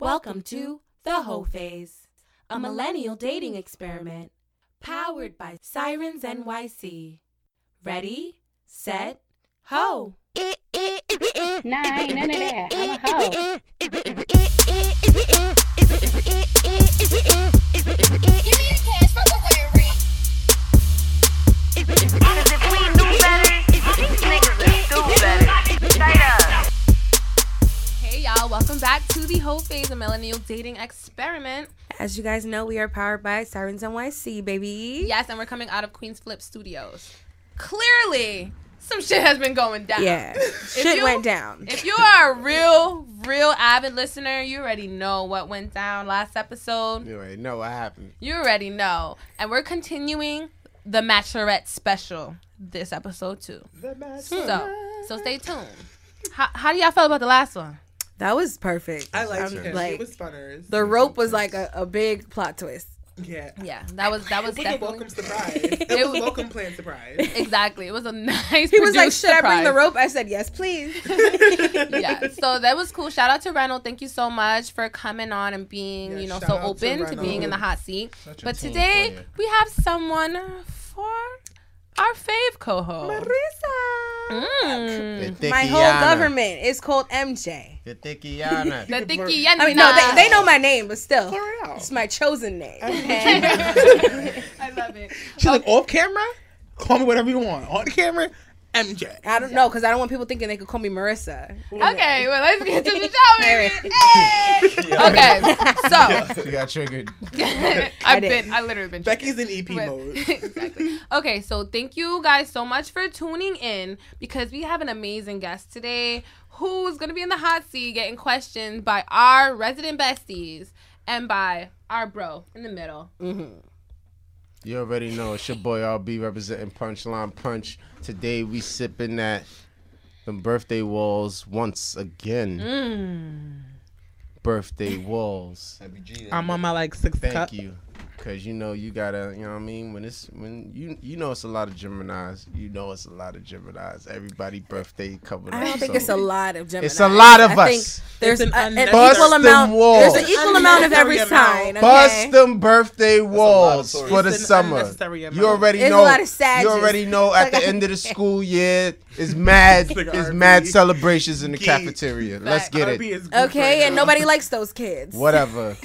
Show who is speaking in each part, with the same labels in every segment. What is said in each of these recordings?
Speaker 1: Welcome to The Hoe Phase, a millennial dating experiment powered by Sirens NYC. Ready, set, ho!
Speaker 2: Nah, I ain't none of that. I'm a hoe.
Speaker 3: Cause if we knew better, these niggas would do better. Straight up.
Speaker 4: Hey y'all, welcome back to the whole phase of millennial dating experiment.
Speaker 1: As you guys know, we are powered by Sirens NYC, baby.
Speaker 4: Yes, and we're coming out of Queens Flip Studios. Clearly, some shit has been going down.
Speaker 1: Yeah.
Speaker 4: If
Speaker 1: Shit
Speaker 4: you-
Speaker 1: went down.
Speaker 4: If you are a real, real avid listener, you already know what went down last episode.
Speaker 5: You already know what happened.
Speaker 1: Mm.
Speaker 4: You already know. And we're continuing the Bachelorette special this episode too. So, so stay
Speaker 1: Uh-huh.
Speaker 4: tuned. How, how do y'all feel about the last one?
Speaker 1: That was perfect.
Speaker 6: I liked
Speaker 1: I'm
Speaker 6: it.
Speaker 1: like-
Speaker 6: it was funners.
Speaker 1: the rope was like a, a big plot twist.
Speaker 6: yeah.
Speaker 4: Yeah, that was that was
Speaker 6: It was a
Speaker 4: definitely
Speaker 6: welcome surprise. It was a welcome planned surprise.
Speaker 4: exactly. It was a nice.
Speaker 1: He was like,
Speaker 4: produced
Speaker 1: Should I bring
Speaker 4: surprise."
Speaker 1: the rope? I said, Yes, please.
Speaker 4: yeah. So that was cool. Shout out to Reynolds. Thank you so much for coming on and being,
Speaker 6: Yeah,
Speaker 4: you know,
Speaker 6: shout
Speaker 4: so
Speaker 6: out to
Speaker 4: open to, being in the
Speaker 6: Reynolds.
Speaker 4: hot seat.
Speaker 5: Such a
Speaker 4: But
Speaker 5: team
Speaker 4: today
Speaker 5: player.
Speaker 4: we have someone for our fave co-host.
Speaker 1: Marissa.
Speaker 4: Mm.
Speaker 5: My
Speaker 1: My whole government is called MJ.
Speaker 5: The Thickiana.
Speaker 4: The
Speaker 6: Mar-
Speaker 4: Dicky
Speaker 1: I mean, no, they, they know my name, but still,
Speaker 6: Pour it out.
Speaker 1: it's my chosen name.
Speaker 4: I love it.
Speaker 6: She's like, off camera, call me whatever you want. On camera, MJ.
Speaker 1: I don't know because I don't want people thinking they could call me Marissa.
Speaker 4: Okay, well let's get to the show.
Speaker 1: There
Speaker 4: baby. Hey! Okay, so
Speaker 5: you got triggered.
Speaker 4: I've
Speaker 1: did.
Speaker 4: been, I literally been.
Speaker 6: Becky's in EP
Speaker 4: But-
Speaker 6: mode.
Speaker 4: exactly. Okay, so thank you guys so much for tuning in because we have an amazing guest today who's going to be in the hot seat getting questioned by our resident besties and by our bro in the middle.
Speaker 5: You already know it's your boy RB representing Punchline Punch. Today we sipping at the birthday walls once again.
Speaker 1: Mm.
Speaker 5: Birthday walls.
Speaker 6: I'm on my like sixth
Speaker 5: Thank
Speaker 6: cup.
Speaker 5: you. Cause you know you gotta, you know what I mean. When it's when you you know it's a lot of Gemini's. You know it's a lot of Gemini's. Everybody birthday covered up.
Speaker 1: I don't think
Speaker 5: so-
Speaker 1: it's a lot of Gemini.
Speaker 5: It's a lot of
Speaker 1: I think
Speaker 5: us.
Speaker 1: there's
Speaker 6: It's
Speaker 1: an,
Speaker 6: an
Speaker 1: an
Speaker 6: unnecessary-
Speaker 1: equal
Speaker 5: Bust them
Speaker 1: amount. There's an
Speaker 5: walls.
Speaker 1: equal amount of every
Speaker 6: Unnecessary
Speaker 1: sign.
Speaker 6: amount.
Speaker 1: Okay?
Speaker 5: Bust them birthday walls
Speaker 7: stories.
Speaker 5: for the
Speaker 6: It's an
Speaker 5: summer.
Speaker 6: unnecessary amount.
Speaker 5: You already
Speaker 1: It's a
Speaker 5: know.
Speaker 1: lot of sadges.
Speaker 5: You already know. At the end of the school year, it's mad.
Speaker 6: It's like
Speaker 5: it's
Speaker 6: RB.
Speaker 5: mad celebrations in the
Speaker 6: Gee.
Speaker 5: cafeteria. Let's get
Speaker 6: RB
Speaker 5: it.
Speaker 6: is good
Speaker 1: Okay,
Speaker 6: right
Speaker 1: and
Speaker 6: now.
Speaker 1: nobody likes those kids.
Speaker 5: Whatever.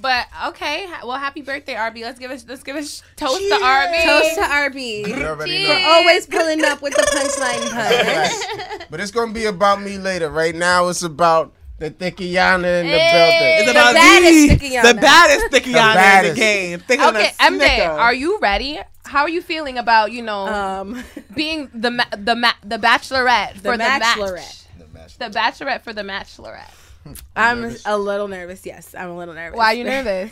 Speaker 4: But okay, ha- well happy birthday RB. Let's give us let's give us toast to
Speaker 6: Cheers.
Speaker 4: RB.
Speaker 1: Toast to
Speaker 5: You
Speaker 1: RB.
Speaker 5: already
Speaker 4: Cheers.
Speaker 5: know.
Speaker 1: Always pulling up with the punchline punch.
Speaker 5: Right. But it's gonna be about me later. Right now, it's about the Thickiana in the
Speaker 4: Hey.
Speaker 6: It's
Speaker 5: building.
Speaker 6: about
Speaker 1: baddest
Speaker 6: the,
Speaker 1: sticky yonder.
Speaker 6: the baddest sticky
Speaker 5: The
Speaker 6: yonder in
Speaker 5: baddest.
Speaker 6: the game. Thick on a
Speaker 4: Okay, MJ,
Speaker 6: snicker.
Speaker 4: are you ready? How are you feeling about, you know,
Speaker 1: Um,
Speaker 4: being the ma- the ma- the bachelorette for the,
Speaker 1: bachelorette.
Speaker 4: match? The bachelorette for the bachelorette.
Speaker 1: I'm a little nervous. Yes, I'm a little nervous.
Speaker 4: Why are you nervous?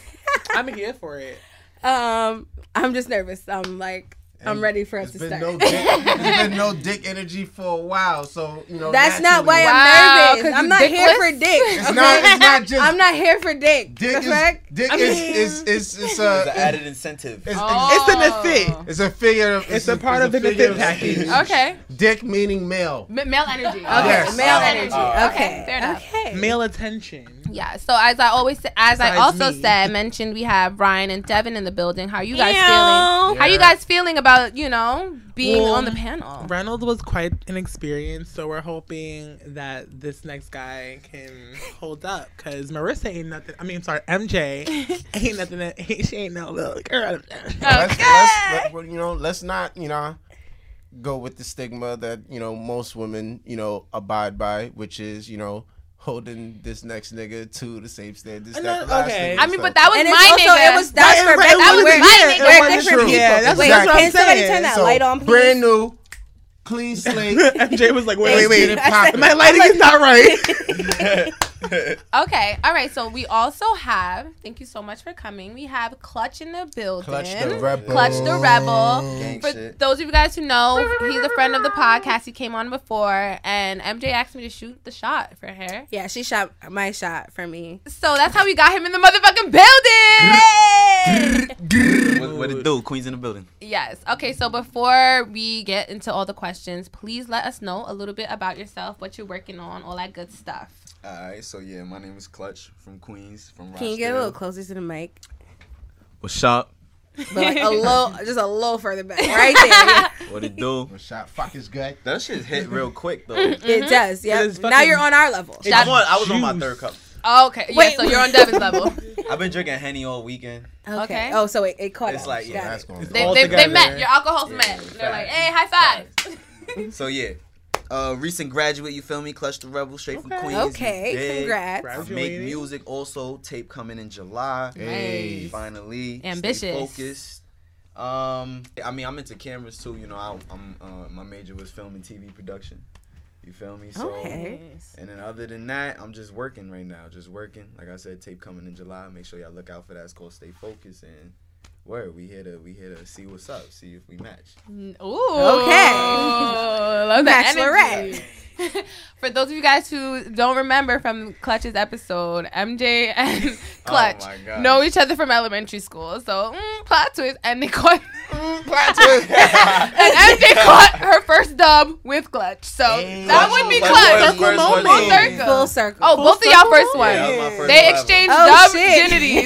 Speaker 6: I'm here for it.
Speaker 1: Um, I'm just nervous. I'm like, I'm ready for us
Speaker 5: It's
Speaker 1: to
Speaker 5: been
Speaker 1: start.
Speaker 5: no dick. It's been no dick energy for a while. So you know
Speaker 1: That's not why
Speaker 5: naturally-
Speaker 1: I'm
Speaker 4: Wow, 'cause
Speaker 1: nervous. I'm
Speaker 4: you
Speaker 1: not here
Speaker 4: dickless?
Speaker 1: for dick.
Speaker 5: It's not. It's not just.
Speaker 1: I'm not here for dick.
Speaker 5: Dick
Speaker 1: the
Speaker 5: is,
Speaker 1: fuck?
Speaker 5: dick
Speaker 1: I
Speaker 5: is,
Speaker 1: mean-
Speaker 5: is, is, is,
Speaker 7: It's an
Speaker 5: uh,
Speaker 7: added incentive.
Speaker 5: is,
Speaker 6: It's an effect.
Speaker 4: Oh.
Speaker 5: It's a figure. Of,
Speaker 6: It's a part of the
Speaker 5: figure
Speaker 6: defense package.
Speaker 4: Okay.
Speaker 5: Dick meaning male.
Speaker 4: M- male energy. Okay.
Speaker 5: Yes.
Speaker 1: Male
Speaker 5: Oh,
Speaker 1: energy.
Speaker 7: oh,
Speaker 1: okay.
Speaker 4: Fair enough.
Speaker 1: Okay.
Speaker 6: Male attention.
Speaker 4: Yeah. So as I always, as I
Speaker 6: Besides
Speaker 4: also
Speaker 6: me.
Speaker 4: said, mentioned we have Ryan and Devin in the building. How are you guys
Speaker 1: Ew.
Speaker 4: feeling? How you
Speaker 5: Yeah.
Speaker 4: guys feeling about you know being
Speaker 6: Well,
Speaker 4: on the panel?
Speaker 6: Reynolds was quite an experience, so we're hoping that this next guy can hold up. Cause Marissa ain't nothing. I mean, I'm sorry, MJ ain't nothing. That, she ain't no little girl.
Speaker 4: Oh,
Speaker 5: Let's, let's, let- well, you know, let's not, you know, go with the stigma that you know most women, you know, abide by, which is, you know, holding this next nigga to the same standards.
Speaker 6: And
Speaker 5: that
Speaker 6: then-
Speaker 5: the last
Speaker 6: okay.
Speaker 5: nigga
Speaker 4: I mean,
Speaker 5: so-
Speaker 4: but that was
Speaker 1: And it's
Speaker 4: my
Speaker 1: also,
Speaker 4: nigga.
Speaker 1: it was that's
Speaker 6: Right,
Speaker 1: for
Speaker 6: right,
Speaker 1: Becky.
Speaker 6: that was
Speaker 1: We're,
Speaker 6: my
Speaker 1: we're,
Speaker 6: nigga.
Speaker 1: we're
Speaker 6: It wasn't
Speaker 1: different
Speaker 6: true.
Speaker 1: people.
Speaker 6: Yeah, that's
Speaker 1: Wait,
Speaker 5: exactly-
Speaker 1: can somebody turn that
Speaker 6: So,
Speaker 1: light on, please?
Speaker 5: brand new, clean slate.
Speaker 6: MJ was like,
Speaker 5: Wait,
Speaker 6: wait,
Speaker 5: wait, it popping.
Speaker 6: My lighting is not right.
Speaker 4: okay. All right. So we also have. Thank you so much for coming. We have Clutch in the building.
Speaker 5: Clutch the rebel.
Speaker 4: Clutch the rebel.
Speaker 7: Gang
Speaker 4: For
Speaker 7: shit.
Speaker 4: those of you guys who know, he's a friend of the podcast. He came on before, and MJ asked me to shoot the shot for her.
Speaker 1: Yeah, she shot my shot for me.
Speaker 4: So that's how we got him in the motherfucking building.
Speaker 7: What, what it do? Queens in the building.
Speaker 4: yes. Okay. So before we get into all the questions, please let us know a little bit about yourself, what you're working on, all that good stuff.
Speaker 8: All right, so yeah, my name is Clutch from Queens, from
Speaker 1: Can you get a little closer to the mic?
Speaker 9: What's up?
Speaker 1: But like a little, just a little further back, right there.
Speaker 9: What it do?
Speaker 5: Well, shot fuck his gut.
Speaker 8: That shit hit real quick though.
Speaker 4: Mm-hmm.
Speaker 1: It does. Yeah.
Speaker 6: is
Speaker 1: Now
Speaker 6: fucking-
Speaker 1: you're on our level.
Speaker 6: It
Speaker 9: I'm on, I was on my
Speaker 6: juice.
Speaker 9: third cup.
Speaker 4: Oh, okay. Yeah,
Speaker 1: Wait,
Speaker 4: so you're on Devin's level.
Speaker 9: I've been drinking henny all weekend.
Speaker 1: Okay.
Speaker 4: Okay.
Speaker 1: Oh, so it, it caught.
Speaker 9: It's
Speaker 1: up.
Speaker 9: like, yeah,
Speaker 1: Got
Speaker 5: That's
Speaker 1: it.
Speaker 5: going.
Speaker 4: They,
Speaker 6: All
Speaker 4: they, they
Speaker 6: together.
Speaker 4: met. Your alcohol's met.
Speaker 8: Yeah,
Speaker 4: They're like,
Speaker 8: facts.
Speaker 4: hey, high five.
Speaker 9: So yeah, uh, recent graduate, you feel me? Clutch the rebel, straight from
Speaker 6: Okay.
Speaker 9: Queens. you
Speaker 1: Okay.
Speaker 9: dig?
Speaker 1: Congrats.
Speaker 6: Right.
Speaker 9: I make
Speaker 6: Graduating.
Speaker 9: music also. Tape coming in July.
Speaker 5: Hey.
Speaker 9: Finally, Stay
Speaker 4: Ambitious.
Speaker 9: focused.
Speaker 8: Um, I mean, I'm into cameras too. You know, I, I'm uh, my major was film and TV production. You feel me? So,
Speaker 1: Okay.
Speaker 8: And then other than that, I'm just working right now. Just working. Like I said, tape coming in July. Make sure y'all look out for that. It's called Stay Focused. And where we here to we here to see what's up. See if we match.
Speaker 4: Ooh.
Speaker 1: Okay.
Speaker 4: Love that energy. For those of you guys who don't remember from Clutch's episode, MJ and Clutch
Speaker 8: Oh my God.
Speaker 4: know each other from elementary school. So, mm, plot twist. And they caught.
Speaker 8: Mm,
Speaker 4: and MJ caught her first dub with Clutch. So, that would be Clutch.
Speaker 8: Clutch was
Speaker 4: Circle
Speaker 8: first one
Speaker 4: moment.
Speaker 8: in.
Speaker 4: Full
Speaker 1: Full
Speaker 4: circle.
Speaker 1: circle.
Speaker 4: Oh, both of y'all first one.
Speaker 8: Yeah, that was my first
Speaker 4: They
Speaker 8: collab.
Speaker 4: exchanged
Speaker 1: Oh,
Speaker 4: dub
Speaker 1: shit.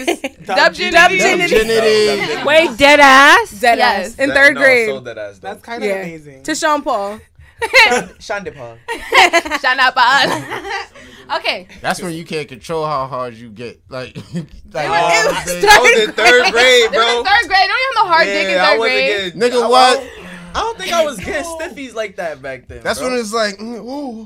Speaker 4: genities.
Speaker 6: Dub
Speaker 4: dub
Speaker 6: genities.
Speaker 4: genities.
Speaker 5: Virginity.
Speaker 1: Wait, dead ass. Dead
Speaker 4: Yes.
Speaker 1: ass. In
Speaker 8: That-
Speaker 1: third
Speaker 8: no,
Speaker 1: grade.
Speaker 8: So that ass,
Speaker 6: That's
Speaker 8: dope.
Speaker 6: kind of
Speaker 1: yeah.
Speaker 6: amazing.
Speaker 1: To Sean Paul.
Speaker 9: Shandipon.
Speaker 4: Shout out by us. okay.
Speaker 5: That's when you can't control how hard you get. Like, like
Speaker 8: it
Speaker 5: um,
Speaker 8: was
Speaker 5: they-
Speaker 8: I was in third grade,
Speaker 4: They were
Speaker 8: bro.
Speaker 4: in third grade. Don't you have no hard dick in
Speaker 8: Yeah, I
Speaker 4: third
Speaker 8: wasn't
Speaker 4: grade?
Speaker 8: getting- I-
Speaker 5: nigga, what?
Speaker 8: I don't think I was getting stiffies like that back then.
Speaker 5: That's
Speaker 8: bro.
Speaker 5: when it's like, mm, ooh.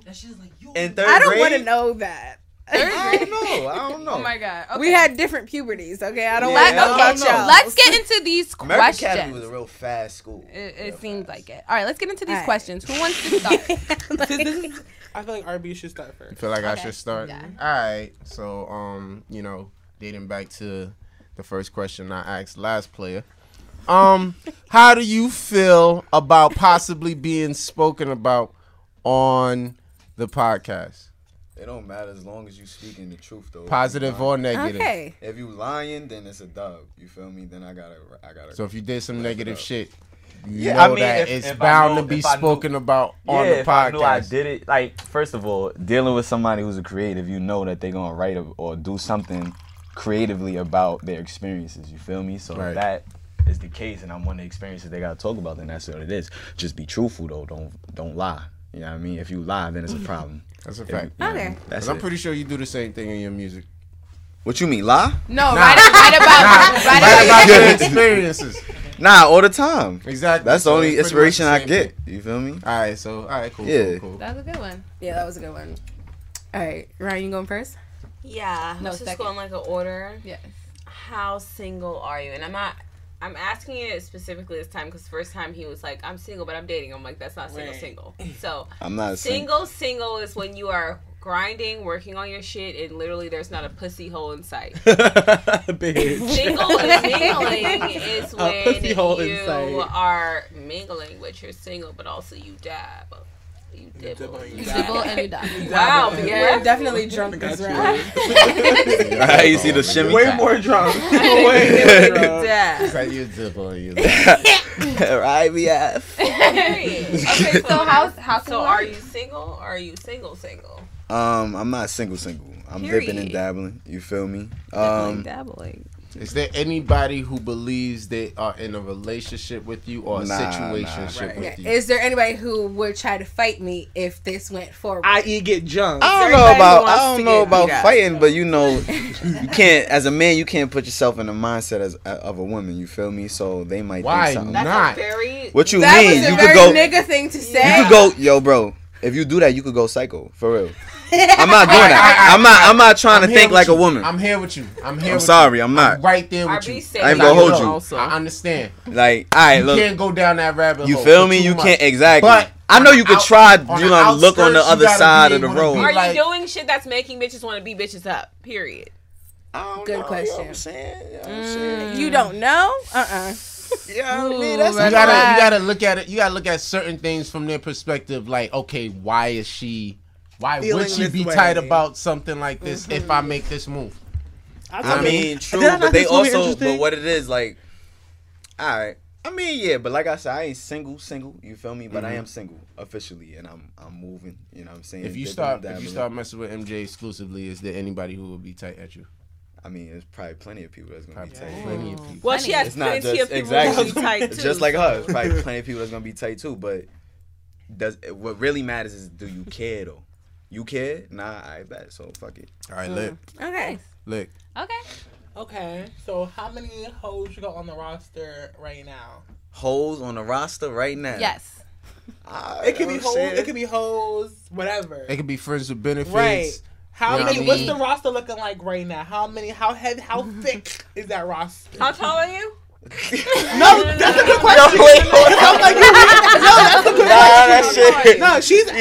Speaker 8: in third
Speaker 1: I don't
Speaker 8: grade.
Speaker 1: want to know that.
Speaker 8: I don't know. I don't know.
Speaker 4: Oh my god. Okay.
Speaker 1: We had different puberties, okay? I don't
Speaker 8: Yeah,
Speaker 1: want to
Speaker 8: I
Speaker 1: know
Speaker 8: don't
Speaker 1: about
Speaker 8: know.
Speaker 1: y'all.
Speaker 4: Let's get into these
Speaker 8: American
Speaker 4: questions.
Speaker 8: Academy was a real fast school.
Speaker 4: it
Speaker 8: Real
Speaker 4: it seemed
Speaker 8: fast.
Speaker 4: like it. All right, let's get into these
Speaker 1: All right.
Speaker 4: questions. Who wants to start?
Speaker 6: This is- I feel like RB should start
Speaker 5: I
Speaker 6: first.
Speaker 5: feel like I
Speaker 4: Okay.
Speaker 5: should start.
Speaker 4: Yeah.
Speaker 5: All right. So, um, you know, dating back to the first question I asked last player. Um, how do you feel about possibly being spoken about on the podcast?
Speaker 8: It don't matter as long as you speaking the truth though. If you
Speaker 5: Positive
Speaker 8: lying-
Speaker 5: or negative?
Speaker 1: okay.
Speaker 8: If you lying, then it's a dub. You feel me? Then I gotta, I gotta.
Speaker 5: So if you did some negative shit, you
Speaker 8: Yeah,
Speaker 5: know
Speaker 8: I mean,
Speaker 5: that
Speaker 8: if-
Speaker 5: it's
Speaker 9: if I
Speaker 5: bound
Speaker 9: know-
Speaker 5: to be
Speaker 9: if I knew-
Speaker 5: spoken about on the
Speaker 8: if
Speaker 5: podcast.
Speaker 8: I
Speaker 9: knew I did it. Like, first of all, dealing with somebody who's a creative, you know that they're gonna write a, or do something creatively about their experiences. You feel me? So
Speaker 5: Right.
Speaker 9: if that is the case, and I'm one of the experiences they gotta talk about. Then that's what it is. Just be truthful though. Don't don't lie. You know what I mean? If you lie, then it's a problem.
Speaker 5: That's a
Speaker 9: If-
Speaker 5: fact.
Speaker 9: you know,
Speaker 1: Okay.
Speaker 9: That's
Speaker 5: 'Cause I'm
Speaker 9: it.
Speaker 5: pretty sure you do the same thing in your music.
Speaker 8: what you mean, lie?
Speaker 4: No, right, right about, right
Speaker 5: Right
Speaker 4: about.
Speaker 5: about your experiences.
Speaker 8: Nah, all the time.
Speaker 5: Exactly.
Speaker 8: That's the
Speaker 5: So
Speaker 8: only
Speaker 5: it's pretty much
Speaker 8: inspiration
Speaker 5: the
Speaker 8: I
Speaker 5: same
Speaker 8: get.
Speaker 5: thing.
Speaker 8: You feel me?
Speaker 5: All right, so all right, cool,
Speaker 8: Yeah.
Speaker 5: cool, cool.
Speaker 4: That was a good one.
Speaker 1: Yeah, that was a good one. All right, Ryan, you going first?
Speaker 10: Yeah.
Speaker 4: No,
Speaker 10: let's just
Speaker 4: second.
Speaker 10: go in like an order.
Speaker 4: Yes.
Speaker 10: How single are you? And I'm not. I'm asking it specifically this time because first time he was like, "I'm single, but I'm dating." I'm like, "That's not single,
Speaker 6: Right.
Speaker 10: single." So
Speaker 8: I'm not a
Speaker 10: single, single is when you are grinding, working on your shit, and literally there's not a pussy hole in sight.
Speaker 6: Bitch.
Speaker 10: Single is mingling is
Speaker 6: A
Speaker 10: when
Speaker 6: pussy hole in
Speaker 10: you
Speaker 6: sight.
Speaker 10: are mingling, but you're single, but also you dab. You dibble.
Speaker 6: dibble, you
Speaker 10: You
Speaker 6: dab.
Speaker 10: dab.
Speaker 4: Dibble and you die.
Speaker 10: Wow, yeah.
Speaker 1: Definitely drunk
Speaker 6: Got
Speaker 1: as
Speaker 6: you.
Speaker 1: well.
Speaker 8: Right, you see the shimmy?
Speaker 6: Way more drunk. Way more drunk.
Speaker 10: Dab.
Speaker 5: That you dip on you.
Speaker 8: right, BF.
Speaker 10: Period.
Speaker 4: Okay, so how how
Speaker 10: So are you single or are you single single?
Speaker 8: Um, I'm not single, single. I'm dipping and
Speaker 10: Period.
Speaker 8: dabbling. You feel me? Um,
Speaker 10: dabbling.
Speaker 5: Is there anybody who believes they are in a relationship with you or a
Speaker 8: Nah,
Speaker 5: situationship
Speaker 8: nah.
Speaker 5: with
Speaker 1: Yeah.
Speaker 5: you?
Speaker 1: Is there anybody who would try to fight me if this went forward?
Speaker 6: I.e. E get drunk.
Speaker 8: I don't know
Speaker 1: Everybody
Speaker 8: about
Speaker 1: wants
Speaker 8: I
Speaker 1: to
Speaker 8: don't know
Speaker 1: get
Speaker 8: about
Speaker 1: beat up.
Speaker 8: fighting, but you know, you can't as a man you can't put yourself in the mindset as of a woman. You feel me? So they might
Speaker 5: Why
Speaker 8: think something.
Speaker 5: not?
Speaker 10: That's
Speaker 5: Not.
Speaker 10: a very
Speaker 8: What you
Speaker 1: that
Speaker 8: mean?
Speaker 1: was a
Speaker 8: You
Speaker 1: very
Speaker 8: could go.
Speaker 1: nigga thing to say.
Speaker 8: You could go, yo, bro. If you do that, you could go psycho for real. I'm not doing that.
Speaker 5: I- I-
Speaker 8: I'm not. I'm not trying
Speaker 5: I'm
Speaker 8: to
Speaker 5: here
Speaker 8: think
Speaker 5: with
Speaker 8: like
Speaker 5: you.
Speaker 8: a woman.
Speaker 5: I'm here with you. I'm here.
Speaker 8: I'm
Speaker 5: with
Speaker 8: sorry,
Speaker 5: you.
Speaker 8: I'm not.
Speaker 5: right there
Speaker 10: Are
Speaker 5: with
Speaker 10: we
Speaker 5: you.
Speaker 10: saying-
Speaker 8: I ain't gonna hold you.
Speaker 5: Also, I understand.
Speaker 8: Like, all right,
Speaker 5: you
Speaker 8: look.
Speaker 5: can't go down that rabbit
Speaker 8: You
Speaker 5: hole
Speaker 8: feel
Speaker 5: for
Speaker 8: me?
Speaker 5: too
Speaker 8: You
Speaker 5: much.
Speaker 8: can't exactly.
Speaker 5: But
Speaker 8: I know you
Speaker 5: on
Speaker 8: could
Speaker 5: the
Speaker 8: try.
Speaker 5: out- on
Speaker 8: You
Speaker 5: the
Speaker 8: know, look on the
Speaker 5: outskirts, you
Speaker 8: other
Speaker 5: gotta
Speaker 8: side
Speaker 5: be
Speaker 8: of the
Speaker 5: able to
Speaker 8: road.
Speaker 5: be
Speaker 10: Are
Speaker 5: like-
Speaker 10: you doing shit that's making bitches want to be bitches up? Period.
Speaker 1: Good question. Mm,
Speaker 8: You
Speaker 1: You don't know? Uh-uh.
Speaker 5: You gotta, you gotta look at it. You gotta look at certain things from their perspective. Like, okay, why is she? Why
Speaker 6: Feeling
Speaker 5: would she
Speaker 6: this
Speaker 5: be
Speaker 6: way.
Speaker 5: tight about something like this if I make this move?
Speaker 8: I mean, true,
Speaker 6: Did I not
Speaker 8: but they
Speaker 6: think this movie
Speaker 8: also,
Speaker 6: interesting?
Speaker 8: but what it is like, all right, I mean, yeah, but like I said, I ain't single, single. You feel me? But I am single officially, and I'm I'm moving. You know what I'm saying?
Speaker 5: Mm-hmm. If you
Speaker 8: Dipping,
Speaker 5: start, if
Speaker 8: dabbling.
Speaker 5: you start messing with MJ exclusively, is there anybody who will be tight at you?
Speaker 8: I mean, there's probably plenty of people that's gonna be
Speaker 5: Probably
Speaker 8: tight.
Speaker 5: plenty of people.
Speaker 10: Well, she has
Speaker 8: It's not
Speaker 10: plenty
Speaker 8: just
Speaker 10: of people exactly.
Speaker 8: exactly
Speaker 10: who tight too.
Speaker 8: just like her. It's probably plenty of people that's gonna be tight too. But does what really matters is do you care though? You care? Nah, I bet. So fuck it.
Speaker 5: All right, lick,
Speaker 1: Okay.
Speaker 5: lick.
Speaker 4: Okay.
Speaker 6: Okay, so how many hoes you got on the roster right now?
Speaker 8: Holes on the roster right now.
Speaker 4: Yes.
Speaker 8: Ah,
Speaker 6: It could be
Speaker 8: I'm
Speaker 6: hoes.
Speaker 8: saying-
Speaker 6: It could be hoes. Whatever.
Speaker 5: It could be friends with benefits.
Speaker 6: Right. How
Speaker 5: Yeah, I
Speaker 6: many? What's
Speaker 5: mean-
Speaker 6: the roster looking like right now? How many? How heavy? How thick is that roster?
Speaker 10: How tall are you?
Speaker 6: No, that's a good question. I'm like, no, that's a good
Speaker 8: Nah,
Speaker 6: question.
Speaker 8: that shit.
Speaker 6: No, she's.
Speaker 8: Yo,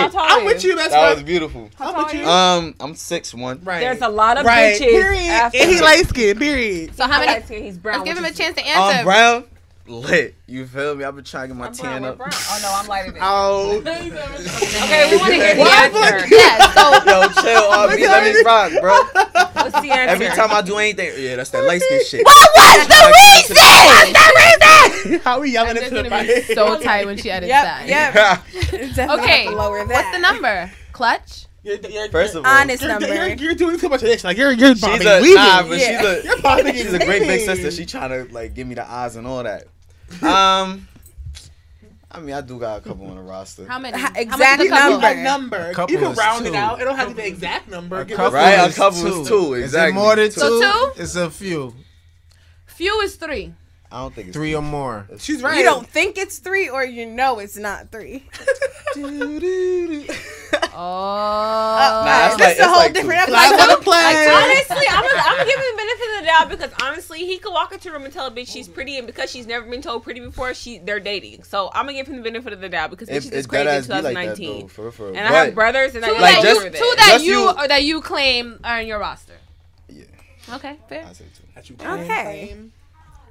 Speaker 10: How tall are
Speaker 6: I'm
Speaker 10: you?
Speaker 6: with you. That's
Speaker 8: that was
Speaker 6: right.
Speaker 8: beautiful.
Speaker 6: I'm with you.
Speaker 8: Um, I'm six one.
Speaker 6: Right.
Speaker 10: There's a lot of
Speaker 6: right.
Speaker 10: bitches.
Speaker 6: Period.
Speaker 10: After
Speaker 6: And he light skinned. Period.
Speaker 4: So how many?
Speaker 10: Light skin, He's brown.
Speaker 4: Let's give him a
Speaker 10: which is-
Speaker 4: chance to
Speaker 8: I'm
Speaker 4: answer.
Speaker 8: brown, lit. You feel me? I've been trying to get my
Speaker 10: I'm
Speaker 8: tan
Speaker 10: brown. we're
Speaker 8: up.
Speaker 10: brown. Oh no, I'm lighter than.
Speaker 8: Oh,
Speaker 10: Okay, we want to hear the
Speaker 8: Why
Speaker 10: answer.
Speaker 4: yes. So
Speaker 8: yo, chill, RB. Let me rock, bro.
Speaker 10: What's the answer?
Speaker 8: Every time I do anything, yeah, that's that light skin shit.
Speaker 1: What's the reason? What's the reason?
Speaker 6: How we yelling
Speaker 4: it's
Speaker 6: into the
Speaker 4: gonna be
Speaker 6: mic?
Speaker 4: so tight when she edits
Speaker 1: Yep.
Speaker 4: that.
Speaker 1: Yep. It's definitely
Speaker 4: Okay,
Speaker 1: have to lower that.
Speaker 4: What's the number? Clutch.
Speaker 6: You're- you're-
Speaker 8: First of all,
Speaker 1: Honest
Speaker 6: you're, you're,
Speaker 1: number.
Speaker 6: you're, you're doing too much of this. Like you're you're
Speaker 8: she's
Speaker 6: Bobby
Speaker 8: a
Speaker 6: Weaving.
Speaker 8: nah, but
Speaker 1: Yeah.
Speaker 8: she's a
Speaker 6: You're Bobby
Speaker 8: she's a great big
Speaker 6: Weaving.
Speaker 8: sister. She trying to like give me the eyes and all that. Um, I mean, I do got a couple on the roster.
Speaker 4: How many?
Speaker 1: Ha-
Speaker 4: How much is a
Speaker 1: exact
Speaker 4: couple?
Speaker 1: number.
Speaker 6: A number.
Speaker 5: couple
Speaker 6: You can
Speaker 5: is
Speaker 6: round it
Speaker 5: two.
Speaker 6: out. It don't have to be the exact number.
Speaker 5: A
Speaker 6: Give
Speaker 5: couple
Speaker 6: us-
Speaker 8: Right, a
Speaker 5: is
Speaker 8: couple is two,
Speaker 5: Is it
Speaker 8: exactly.
Speaker 5: more than two?
Speaker 4: So two?
Speaker 5: It's a few.
Speaker 4: Few is three.
Speaker 8: I don't think it's
Speaker 5: Three or more.
Speaker 6: She's right.
Speaker 1: You don't think it's three, or you know it's not three.
Speaker 4: Oh.
Speaker 1: Oh.
Speaker 8: that's
Speaker 1: That's
Speaker 8: like-
Speaker 1: a
Speaker 8: that's
Speaker 1: whole
Speaker 8: like two.
Speaker 1: different.
Speaker 6: Flag on the play.
Speaker 10: Honestly, I'm gonna, I'm gonna give him the benefit of the doubt because honestly, he could walk into a room and tell a bitch she's pretty, and because she's never been told pretty before, she they're dating. So I'm gonna give him the benefit of the doubt because
Speaker 8: It,
Speaker 10: bitches is
Speaker 8: it
Speaker 10: crazy
Speaker 8: better
Speaker 10: in
Speaker 8: as be like that
Speaker 10: 2019.
Speaker 8: though, for real, for real.
Speaker 10: and I
Speaker 8: But-
Speaker 10: have brothers, and I
Speaker 4: Two
Speaker 8: Like,
Speaker 4: that
Speaker 10: like
Speaker 8: just-
Speaker 4: you,
Speaker 10: just,
Speaker 4: two that
Speaker 8: just
Speaker 4: you
Speaker 8: you-
Speaker 4: or that you claim are in your roster. Uh,
Speaker 8: Yeah,
Speaker 4: Okay, fair.
Speaker 8: I say two.
Speaker 6: That you
Speaker 1: Okay.
Speaker 6: claim.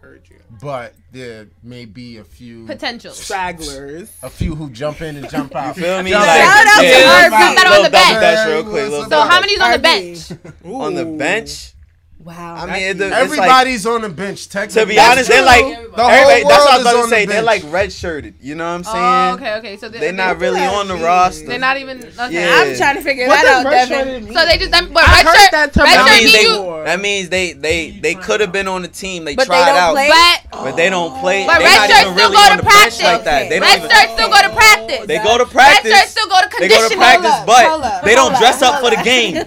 Speaker 6: Heard you.
Speaker 5: But there may be a few,
Speaker 4: Potential.
Speaker 6: Stragglers.
Speaker 5: a few who jump in and jump out.
Speaker 8: You feel me?
Speaker 5: Shout
Speaker 1: out to
Speaker 4: Irving.
Speaker 8: little
Speaker 4: Put that on the
Speaker 8: Dutch
Speaker 4: bench.
Speaker 8: Dutch real quick, little
Speaker 5: So
Speaker 4: So
Speaker 8: Dutch.
Speaker 4: how many's on the
Speaker 1: RB.
Speaker 4: bench?
Speaker 8: on the
Speaker 6: Ooh.
Speaker 8: bench?
Speaker 1: Wow.
Speaker 8: I mean, it, it's like
Speaker 5: Everybody's on the bench. Technically,
Speaker 8: to be honest, they're like
Speaker 5: the whole
Speaker 8: everybody, that's what
Speaker 5: world
Speaker 8: I was
Speaker 5: is
Speaker 8: about
Speaker 5: on
Speaker 8: to say.
Speaker 5: the
Speaker 8: They're like
Speaker 5: bench.
Speaker 8: red shirted. You know what I'm saying?
Speaker 4: Oh, okay, okay. So
Speaker 8: They're not really on the
Speaker 6: They're
Speaker 8: roster.
Speaker 4: They're not even. Okay.
Speaker 8: Yeah.
Speaker 1: I'm trying to figure
Speaker 6: What
Speaker 1: that
Speaker 6: does
Speaker 1: out,
Speaker 6: red
Speaker 1: Devin.
Speaker 6: shirted mean?
Speaker 4: So they just. That, but
Speaker 6: I
Speaker 4: red
Speaker 6: heard
Speaker 4: shirt.
Speaker 6: that term
Speaker 4: red
Speaker 8: That
Speaker 4: shirt
Speaker 8: means
Speaker 4: mean
Speaker 8: they.
Speaker 4: you.
Speaker 8: That means they they they could have been on the team. They
Speaker 1: But they
Speaker 8: tried
Speaker 1: don't
Speaker 8: out,
Speaker 1: play?
Speaker 4: But
Speaker 8: but they don't play.
Speaker 4: But
Speaker 8: They're
Speaker 4: red
Speaker 8: not
Speaker 4: shirts
Speaker 8: even
Speaker 4: still
Speaker 8: really
Speaker 4: go
Speaker 8: on
Speaker 4: to
Speaker 8: the bench
Speaker 4: practice.
Speaker 8: like that. They don't
Speaker 4: red
Speaker 8: even.
Speaker 4: shirts still go to practice.
Speaker 8: They go to
Speaker 4: Red shirts
Speaker 8: practice.
Speaker 4: still go to
Speaker 8: They go to
Speaker 4: conditioning.
Speaker 8: practice,
Speaker 1: hold
Speaker 8: but
Speaker 1: up,
Speaker 8: they don't
Speaker 1: hold
Speaker 8: dress
Speaker 1: up,
Speaker 8: up for the game.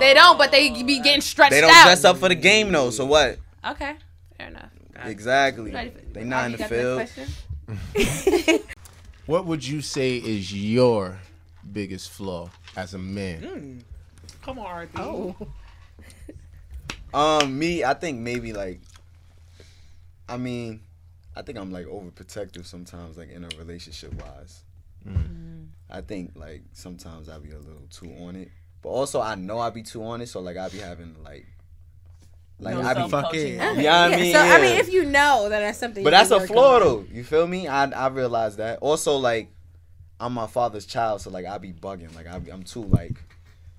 Speaker 4: They don't, but they be getting stretched
Speaker 8: They don't
Speaker 4: out.
Speaker 8: dress up for the game though. So what?
Speaker 4: Okay, fair enough.
Speaker 8: Exactly.
Speaker 4: Ready for-
Speaker 8: They not
Speaker 4: Ivy,
Speaker 8: in the
Speaker 4: you got the
Speaker 8: field.
Speaker 4: next question?
Speaker 5: What would you say is your biggest flaw as a
Speaker 8: Hmm,
Speaker 5: man?
Speaker 6: Come on, RB.
Speaker 8: Um, me, I think maybe like, I mean, I think I'm like overprotective sometimes, like in a relationship wise.
Speaker 1: Mm.
Speaker 8: I think like sometimes I be a little too on it, but also I know I be too on it, so like I be having like, like I be,
Speaker 6: Fuck it.
Speaker 8: you know what I
Speaker 1: Yeah,
Speaker 8: mean?
Speaker 1: so I
Speaker 8: Yeah.
Speaker 1: mean, if you know, then that's something.
Speaker 8: but
Speaker 1: you
Speaker 8: that's
Speaker 1: can
Speaker 8: a
Speaker 1: work
Speaker 8: flaw
Speaker 1: on.
Speaker 8: though. You feel me? I I realize that. Also like, I'm my father's child, so like I be bugging, like I be, I'm too like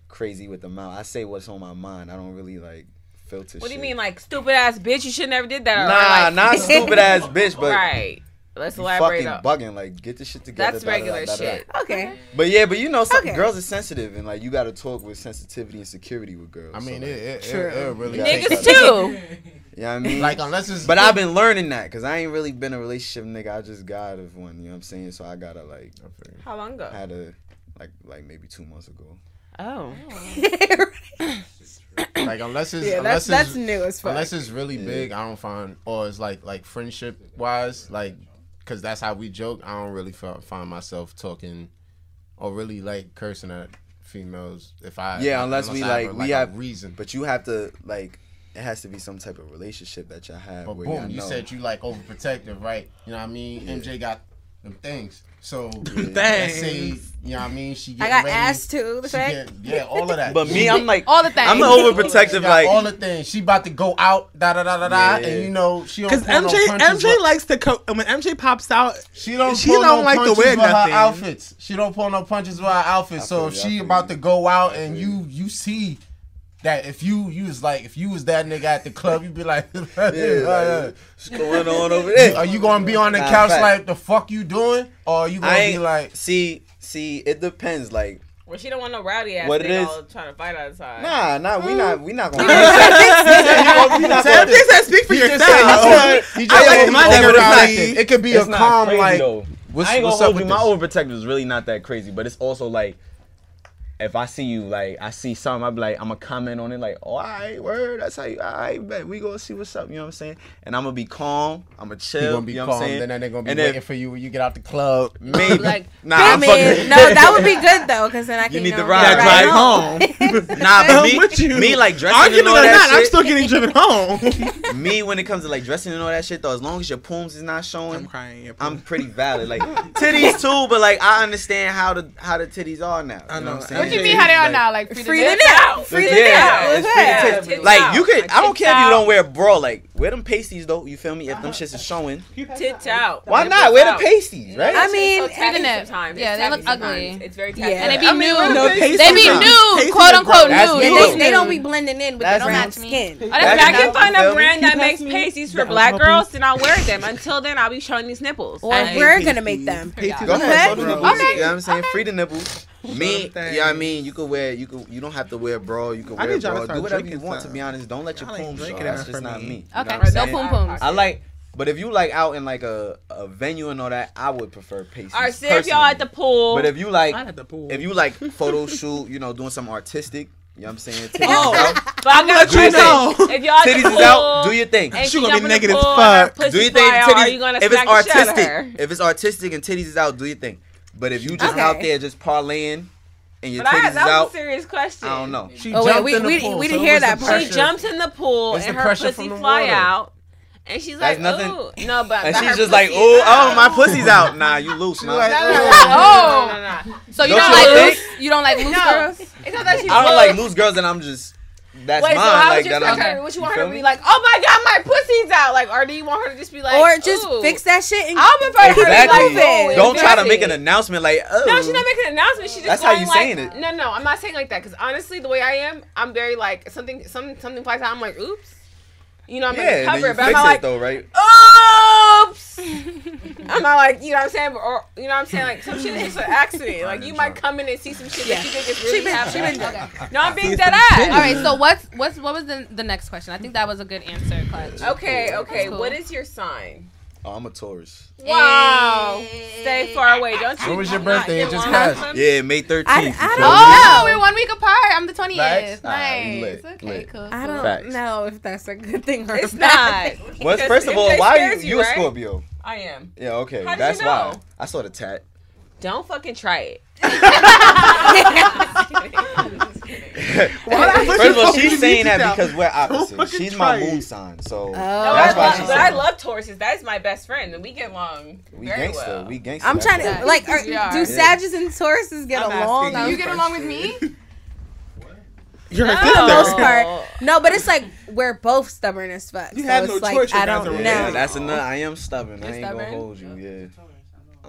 Speaker 8: crazy with the mouth. I say what's on my mind. I don't really like filter.
Speaker 10: What do you
Speaker 8: shit.
Speaker 10: mean, like stupid ass bitch? You should never did that. or,
Speaker 8: Nah,
Speaker 10: like,
Speaker 8: not stupid ass bitch, but
Speaker 10: right. Let's
Speaker 8: you
Speaker 10: elaborate.
Speaker 8: fucking
Speaker 10: up.
Speaker 8: bugging. Like, get the shit together.
Speaker 10: That's
Speaker 8: da, da, da,
Speaker 10: regular
Speaker 8: da, da, da.
Speaker 10: shit.
Speaker 1: Okay.
Speaker 8: But yeah, but you know, some
Speaker 1: Okay.
Speaker 8: girls are sensitive, and like, you gotta talk with sensitivity and security with girls.
Speaker 5: I mean,
Speaker 8: so,
Speaker 5: it,
Speaker 8: like,
Speaker 5: it, it,
Speaker 1: True.
Speaker 5: it really
Speaker 8: Yeah.
Speaker 5: takes
Speaker 10: Niggas
Speaker 5: a-
Speaker 10: too.
Speaker 8: you know what I mean?
Speaker 5: Like um, unless it's
Speaker 8: but I've been learning that because I ain't really been a relationship nigga. I just got out of one. You know what I'm saying? So I gotta like,
Speaker 10: How long ago?
Speaker 8: I had a like like maybe two months ago.
Speaker 10: Oh,
Speaker 5: like unless it's
Speaker 1: yeah, that's
Speaker 5: unless
Speaker 1: that's
Speaker 5: it's
Speaker 1: new as fuck.
Speaker 5: unless it's really big, I don't find or it's like like friendship wise, like because that's how we joke. I don't really fi- find myself talking or really like cursing at females if I
Speaker 8: Yeah, unless we,
Speaker 5: I
Speaker 8: like,
Speaker 5: a-
Speaker 8: we
Speaker 5: a
Speaker 8: have-
Speaker 5: reason. But
Speaker 8: But you have to like, it has to be some type of relationship that y'all have. where y'all
Speaker 5: boom, you
Speaker 8: know.
Speaker 5: said you like overprotective, right? You know what I mean? MJ got them things, so let's say you
Speaker 6: Thanks.
Speaker 5: know what I mean. She get
Speaker 1: I got
Speaker 5: ready,
Speaker 1: asked to the
Speaker 5: she
Speaker 1: fact.
Speaker 5: get- yeah, all of that.
Speaker 8: But me, I'm like,
Speaker 4: All the things.
Speaker 8: I'm
Speaker 5: She
Speaker 8: overprotective.
Speaker 5: got
Speaker 8: Like,
Speaker 5: all the things. She about to go out, da da da da da,
Speaker 8: Yeah.
Speaker 5: and you know she don't.
Speaker 6: Because
Speaker 5: pull no
Speaker 6: MJ
Speaker 5: punches,
Speaker 6: MJ
Speaker 5: but-
Speaker 6: likes to co- when MJ pops out.
Speaker 5: She don't.
Speaker 6: She
Speaker 5: pull
Speaker 6: don't
Speaker 5: no
Speaker 6: like to
Speaker 5: punches
Speaker 6: wear
Speaker 5: with her
Speaker 6: nothing.
Speaker 5: outfits. She don't pull no punches with her outfits.
Speaker 8: feel
Speaker 5: So if
Speaker 8: you, I
Speaker 5: she
Speaker 8: feel
Speaker 5: about
Speaker 8: you.
Speaker 5: to go out
Speaker 8: I
Speaker 5: and
Speaker 8: feel
Speaker 5: you you see that if you you was like if you was that nigga at the club, you'd be like,
Speaker 11: like, what's going on over there?
Speaker 5: Are you gonna be on the
Speaker 11: Nah,
Speaker 5: couch
Speaker 11: fact.
Speaker 5: like the fuck you doing, or you gonna
Speaker 11: I
Speaker 5: be
Speaker 11: ain't
Speaker 5: like?
Speaker 11: see see. It depends. Like
Speaker 10: Well, she don't want no rowdy ass
Speaker 11: What
Speaker 10: what
Speaker 11: it
Speaker 10: nigga
Speaker 11: is-
Speaker 10: all trying to fight outside.
Speaker 11: nah nah we not we not gonna.
Speaker 5: We not gonna-
Speaker 6: He said, "Speak for
Speaker 5: He just
Speaker 6: yourself."
Speaker 5: said- he just
Speaker 8: I
Speaker 5: said
Speaker 8: like
Speaker 5: he
Speaker 8: my never
Speaker 5: overreacted.
Speaker 8: reacted.
Speaker 5: It could be
Speaker 8: It's
Speaker 5: a
Speaker 8: not
Speaker 5: calm
Speaker 8: crazy,
Speaker 5: like.
Speaker 8: though.
Speaker 5: What's,
Speaker 8: I ain't gonna
Speaker 5: what's up
Speaker 8: hold
Speaker 5: with
Speaker 8: you. My
Speaker 5: this?
Speaker 8: overprotective is really not that crazy, but it's also like, if I see you, like I see something, I'm like, I'm gonna comment on it, like, oh, all right, word, that's how you, all right, bet we gonna see what's up. You know what I'm saying? And I'm gonna be calm. I'm gonna chill.
Speaker 5: You gonna be
Speaker 8: you know
Speaker 5: calm,
Speaker 8: What I'm saying?
Speaker 5: then they're gonna be
Speaker 8: And
Speaker 5: waiting
Speaker 8: if-
Speaker 5: for you when you get out the club.
Speaker 8: Maybe.
Speaker 1: Like,
Speaker 8: nah,
Speaker 1: I
Speaker 8: I'm
Speaker 1: mean,
Speaker 8: fucking.
Speaker 1: no, that would be good though, because then I can
Speaker 8: You need
Speaker 1: know
Speaker 8: to
Speaker 1: I'm
Speaker 8: ride,
Speaker 1: right
Speaker 8: home. nah, but
Speaker 6: I'm
Speaker 8: me,
Speaker 6: with you.
Speaker 8: me like dressing and
Speaker 6: Argument
Speaker 8: all
Speaker 6: or
Speaker 8: that
Speaker 6: not,
Speaker 8: shit.
Speaker 6: I'm still getting driven home.
Speaker 8: me when it comes to like dressing and all that shit though, as long as your pooms is not showing, I'm
Speaker 6: crying.
Speaker 8: I'm pretty valid. Like titties too, but like I understand how the how the titties are now. I know. What, I'm saying?
Speaker 4: What you mean how they are now? Like free,
Speaker 1: Free
Speaker 4: to
Speaker 1: the
Speaker 4: dip?
Speaker 1: nip. Free the
Speaker 8: yeah,
Speaker 1: nip.
Speaker 8: it's
Speaker 1: What's
Speaker 8: free to
Speaker 1: that?
Speaker 8: tip.
Speaker 10: Tits
Speaker 8: Like
Speaker 10: out.
Speaker 8: you could, I don't
Speaker 10: Tits
Speaker 8: care if you
Speaker 10: out.
Speaker 8: don't wear a bra. Like wear them pasties though. You feel me? If them shits is showing,
Speaker 10: Tits out.
Speaker 8: why
Speaker 10: Nipples
Speaker 8: not wear
Speaker 10: out.
Speaker 8: the pasties? Right?
Speaker 1: I mean,
Speaker 10: So tacky
Speaker 4: and it-
Speaker 10: sometimes.
Speaker 4: yeah,
Speaker 10: It's
Speaker 4: they
Speaker 10: tacky
Speaker 4: look ugly.
Speaker 10: sometimes. It's very
Speaker 1: Yeah.
Speaker 10: tacky.
Speaker 1: And
Speaker 4: They be
Speaker 6: I mean,
Speaker 4: nude.
Speaker 6: we're the
Speaker 4: they be
Speaker 6: pasties.
Speaker 4: nude,
Speaker 6: Pasties
Speaker 4: quote
Speaker 6: are
Speaker 4: unquote
Speaker 6: gross.
Speaker 4: nude.
Speaker 1: And
Speaker 4: They
Speaker 1: they,
Speaker 4: nude.
Speaker 1: they don't be blending in with the
Speaker 8: That's
Speaker 1: brown
Speaker 8: not
Speaker 1: skin.
Speaker 10: And if
Speaker 8: That's
Speaker 10: I can
Speaker 8: not
Speaker 10: find
Speaker 8: fair.
Speaker 10: a brand that
Speaker 6: Can you pass
Speaker 10: makes
Speaker 6: me
Speaker 10: pasties for
Speaker 6: that
Speaker 10: black
Speaker 6: elbow,
Speaker 10: girls, then I'll wear them. Until then, I'll be showing these nipples.
Speaker 1: Or
Speaker 10: I-
Speaker 1: we're gonna make them.
Speaker 8: Go ahead, show the
Speaker 1: Okay.
Speaker 8: nipples.
Speaker 4: Okay.
Speaker 8: You know what I'm saying? Free the nipples. Me,
Speaker 6: them
Speaker 8: yeah, I mean, you could wear, you could, you don't have to wear a bra. You could
Speaker 6: I
Speaker 8: wear a
Speaker 6: need y'all to
Speaker 8: bra.
Speaker 6: start
Speaker 8: Do whatever you
Speaker 6: drinking
Speaker 8: want.
Speaker 6: some.
Speaker 8: To be honest, don't let your
Speaker 6: Y'all ain't
Speaker 8: pooms show.
Speaker 6: drinking enough
Speaker 8: That's just
Speaker 6: for
Speaker 8: not
Speaker 6: me.
Speaker 8: me. You know
Speaker 4: Okay,
Speaker 8: what I'm
Speaker 4: no
Speaker 8: saying?
Speaker 4: poom pooms.
Speaker 8: I like, but if you like out in like a, a venue and all that, I would prefer pasties.
Speaker 10: All right, see if y'all
Speaker 8: personally.
Speaker 10: at the pool.
Speaker 8: But if you like,
Speaker 6: Not at the pool.
Speaker 8: if you like photo shoot, you know, doing something artistic, you know what I'm saying? Titties
Speaker 10: Oh.
Speaker 8: is out.
Speaker 10: But I got
Speaker 6: you
Speaker 10: you
Speaker 6: know.
Speaker 10: If y'all at the
Speaker 8: Titties
Speaker 10: pool,
Speaker 8: is out. Do your thing.
Speaker 10: and
Speaker 6: She
Speaker 10: she
Speaker 6: gonna be
Speaker 10: jump in the
Speaker 6: naked as
Speaker 10: pool and her
Speaker 6: fuck.
Speaker 10: pussy
Speaker 8: Do your thing.
Speaker 10: fly out, "Oh, are you gonna
Speaker 8: Titties, if it's
Speaker 10: smack the shit out of her?
Speaker 8: artistic, if it's artistic and titties is out, do your thing. But if you just
Speaker 1: Okay.
Speaker 8: out there just parlaying and your
Speaker 10: But I,
Speaker 8: titties is
Speaker 10: that was a
Speaker 8: out,
Speaker 10: serious question.
Speaker 8: I don't know.
Speaker 5: She
Speaker 1: Oh, wait,
Speaker 5: jumped
Speaker 1: we-
Speaker 5: in the
Speaker 1: we-
Speaker 5: pool,
Speaker 1: we
Speaker 5: so
Speaker 1: didn't
Speaker 5: it
Speaker 1: hear
Speaker 5: was
Speaker 1: that
Speaker 5: the
Speaker 1: part.
Speaker 10: She
Speaker 5: pressure.
Speaker 10: jumps in the pool
Speaker 5: It's
Speaker 10: and
Speaker 5: the
Speaker 10: her
Speaker 5: pressure
Speaker 10: pussy
Speaker 5: from the
Speaker 10: fly
Speaker 5: water.
Speaker 10: out, and she's like,
Speaker 8: That's nothing-
Speaker 10: "Ooh, no!" But
Speaker 8: And
Speaker 10: but
Speaker 8: she's
Speaker 10: her
Speaker 8: just like,
Speaker 10: pussy
Speaker 8: oh,
Speaker 10: is
Speaker 8: oh,
Speaker 10: out."
Speaker 8: my pussy's out. Nah, you loose, man.
Speaker 5: like,
Speaker 4: Oh.
Speaker 10: No, no, no.
Speaker 4: So you
Speaker 8: Don't
Speaker 4: don't,
Speaker 8: you
Speaker 4: like
Speaker 8: think-
Speaker 4: loose, you don't like loose girls.
Speaker 10: It's not that she's
Speaker 8: I don't
Speaker 10: loose.
Speaker 8: like loose girls, and I'm just that's
Speaker 10: Wait,
Speaker 8: mine.
Speaker 10: so how
Speaker 8: like
Speaker 10: was your
Speaker 8: that. I'm-
Speaker 10: secretary? What you want her
Speaker 8: feel
Speaker 10: to be
Speaker 8: me?
Speaker 10: like? Oh my god, my pussy's out. Like, or do you want her to just be like,
Speaker 1: Or just
Speaker 10: ooh.
Speaker 1: fix that shit and
Speaker 10: I'll prefer her to be
Speaker 8: Exactly.
Speaker 10: like,
Speaker 8: Don't
Speaker 10: ooh,
Speaker 8: try to
Speaker 10: embarrassing.
Speaker 8: make an announcement like, oh.
Speaker 10: No, she's not making an announcement. She's just
Speaker 8: That's how you
Speaker 10: going like,
Speaker 8: saying it.
Speaker 10: No, no, I'm not saying like that. Because honestly, the way I am, I'm very like something, some something flies out. I'm like, oops. You know, I'm
Speaker 8: yeah,
Speaker 10: gonna
Speaker 8: and
Speaker 10: cover
Speaker 8: then
Speaker 10: it,
Speaker 8: you
Speaker 10: but
Speaker 8: fix
Speaker 10: I'm
Speaker 8: it
Speaker 10: not like, "Oh."
Speaker 8: though, right?
Speaker 10: oops. I'm not like, you know what I'm saying, or you know what I'm saying, like some shit is just an accident. Like you might come in and see some shit that you think is really happening. No, I'm being dead
Speaker 4: All
Speaker 10: ass.
Speaker 4: right. So what's what's what was the, the next question? I think that was a good answer, Clutch.
Speaker 10: Okay, okay.
Speaker 4: cool.
Speaker 10: What is your sign?
Speaker 8: Oh, I'm a Taurus.
Speaker 10: Wow. Stay far away. Don't you?
Speaker 5: When was your
Speaker 10: not
Speaker 5: birthday?
Speaker 10: get
Speaker 5: It just
Speaker 10: one
Speaker 5: passed.
Speaker 10: of them?
Speaker 8: Yeah, May 13th.
Speaker 1: I- I
Speaker 8: you
Speaker 1: don't
Speaker 8: feel me?
Speaker 4: Oh, we're one week apart. I'm the 20th.
Speaker 8: Facts? Ah,
Speaker 4: Nice.
Speaker 8: you lit,
Speaker 4: okay,
Speaker 8: lit.
Speaker 4: cool.
Speaker 1: I
Speaker 4: cool.
Speaker 1: don't
Speaker 8: Facts.
Speaker 1: know if that's a good thing or
Speaker 10: It's
Speaker 1: a bad
Speaker 10: not.
Speaker 1: thing.
Speaker 8: What?
Speaker 10: Because
Speaker 8: First of
Speaker 10: if
Speaker 8: all,
Speaker 10: they
Speaker 8: why you,
Speaker 10: scares
Speaker 8: you a
Speaker 10: right?
Speaker 8: Scorpio?
Speaker 10: I am.
Speaker 8: Yeah, okay,
Speaker 10: How did
Speaker 8: that's
Speaker 10: you know?
Speaker 8: why. I saw the tat.
Speaker 10: Don't fucking try it.
Speaker 8: First of all,
Speaker 6: fucking
Speaker 8: she's saying
Speaker 6: need to
Speaker 8: that
Speaker 6: know?
Speaker 8: because we're opposite.
Speaker 6: fucking
Speaker 8: She's
Speaker 6: try
Speaker 8: my
Speaker 6: it.
Speaker 8: moon sign, so
Speaker 10: No,
Speaker 1: Oh,
Speaker 8: that's
Speaker 10: I
Speaker 8: why
Speaker 10: love,
Speaker 8: she's
Speaker 10: but I
Speaker 8: saying
Speaker 10: love Tauruses. That is my best friend, and we get along
Speaker 8: we
Speaker 10: very
Speaker 8: gangster.
Speaker 10: well.
Speaker 8: We gangster.
Speaker 1: I'm
Speaker 8: That's
Speaker 1: trying
Speaker 8: why.
Speaker 1: to like, are,
Speaker 4: Yeah.
Speaker 1: do Sagittarius and Tauruses get
Speaker 6: I'm asking
Speaker 1: along?
Speaker 4: Do you get along with me?
Speaker 6: You're a
Speaker 1: For the most
Speaker 6: sister.
Speaker 1: part, no, but it's like we're both stubborn as fuck.
Speaker 6: You
Speaker 1: so
Speaker 6: have
Speaker 1: it's
Speaker 6: no
Speaker 1: like
Speaker 6: choice, you
Speaker 1: I
Speaker 6: guys
Speaker 1: don't
Speaker 6: are
Speaker 1: know.
Speaker 6: related.
Speaker 8: Yeah, that's another. I am stubborn. I
Speaker 4: You're
Speaker 8: ain't
Speaker 4: stubborn?
Speaker 8: gonna hold you. Yeah,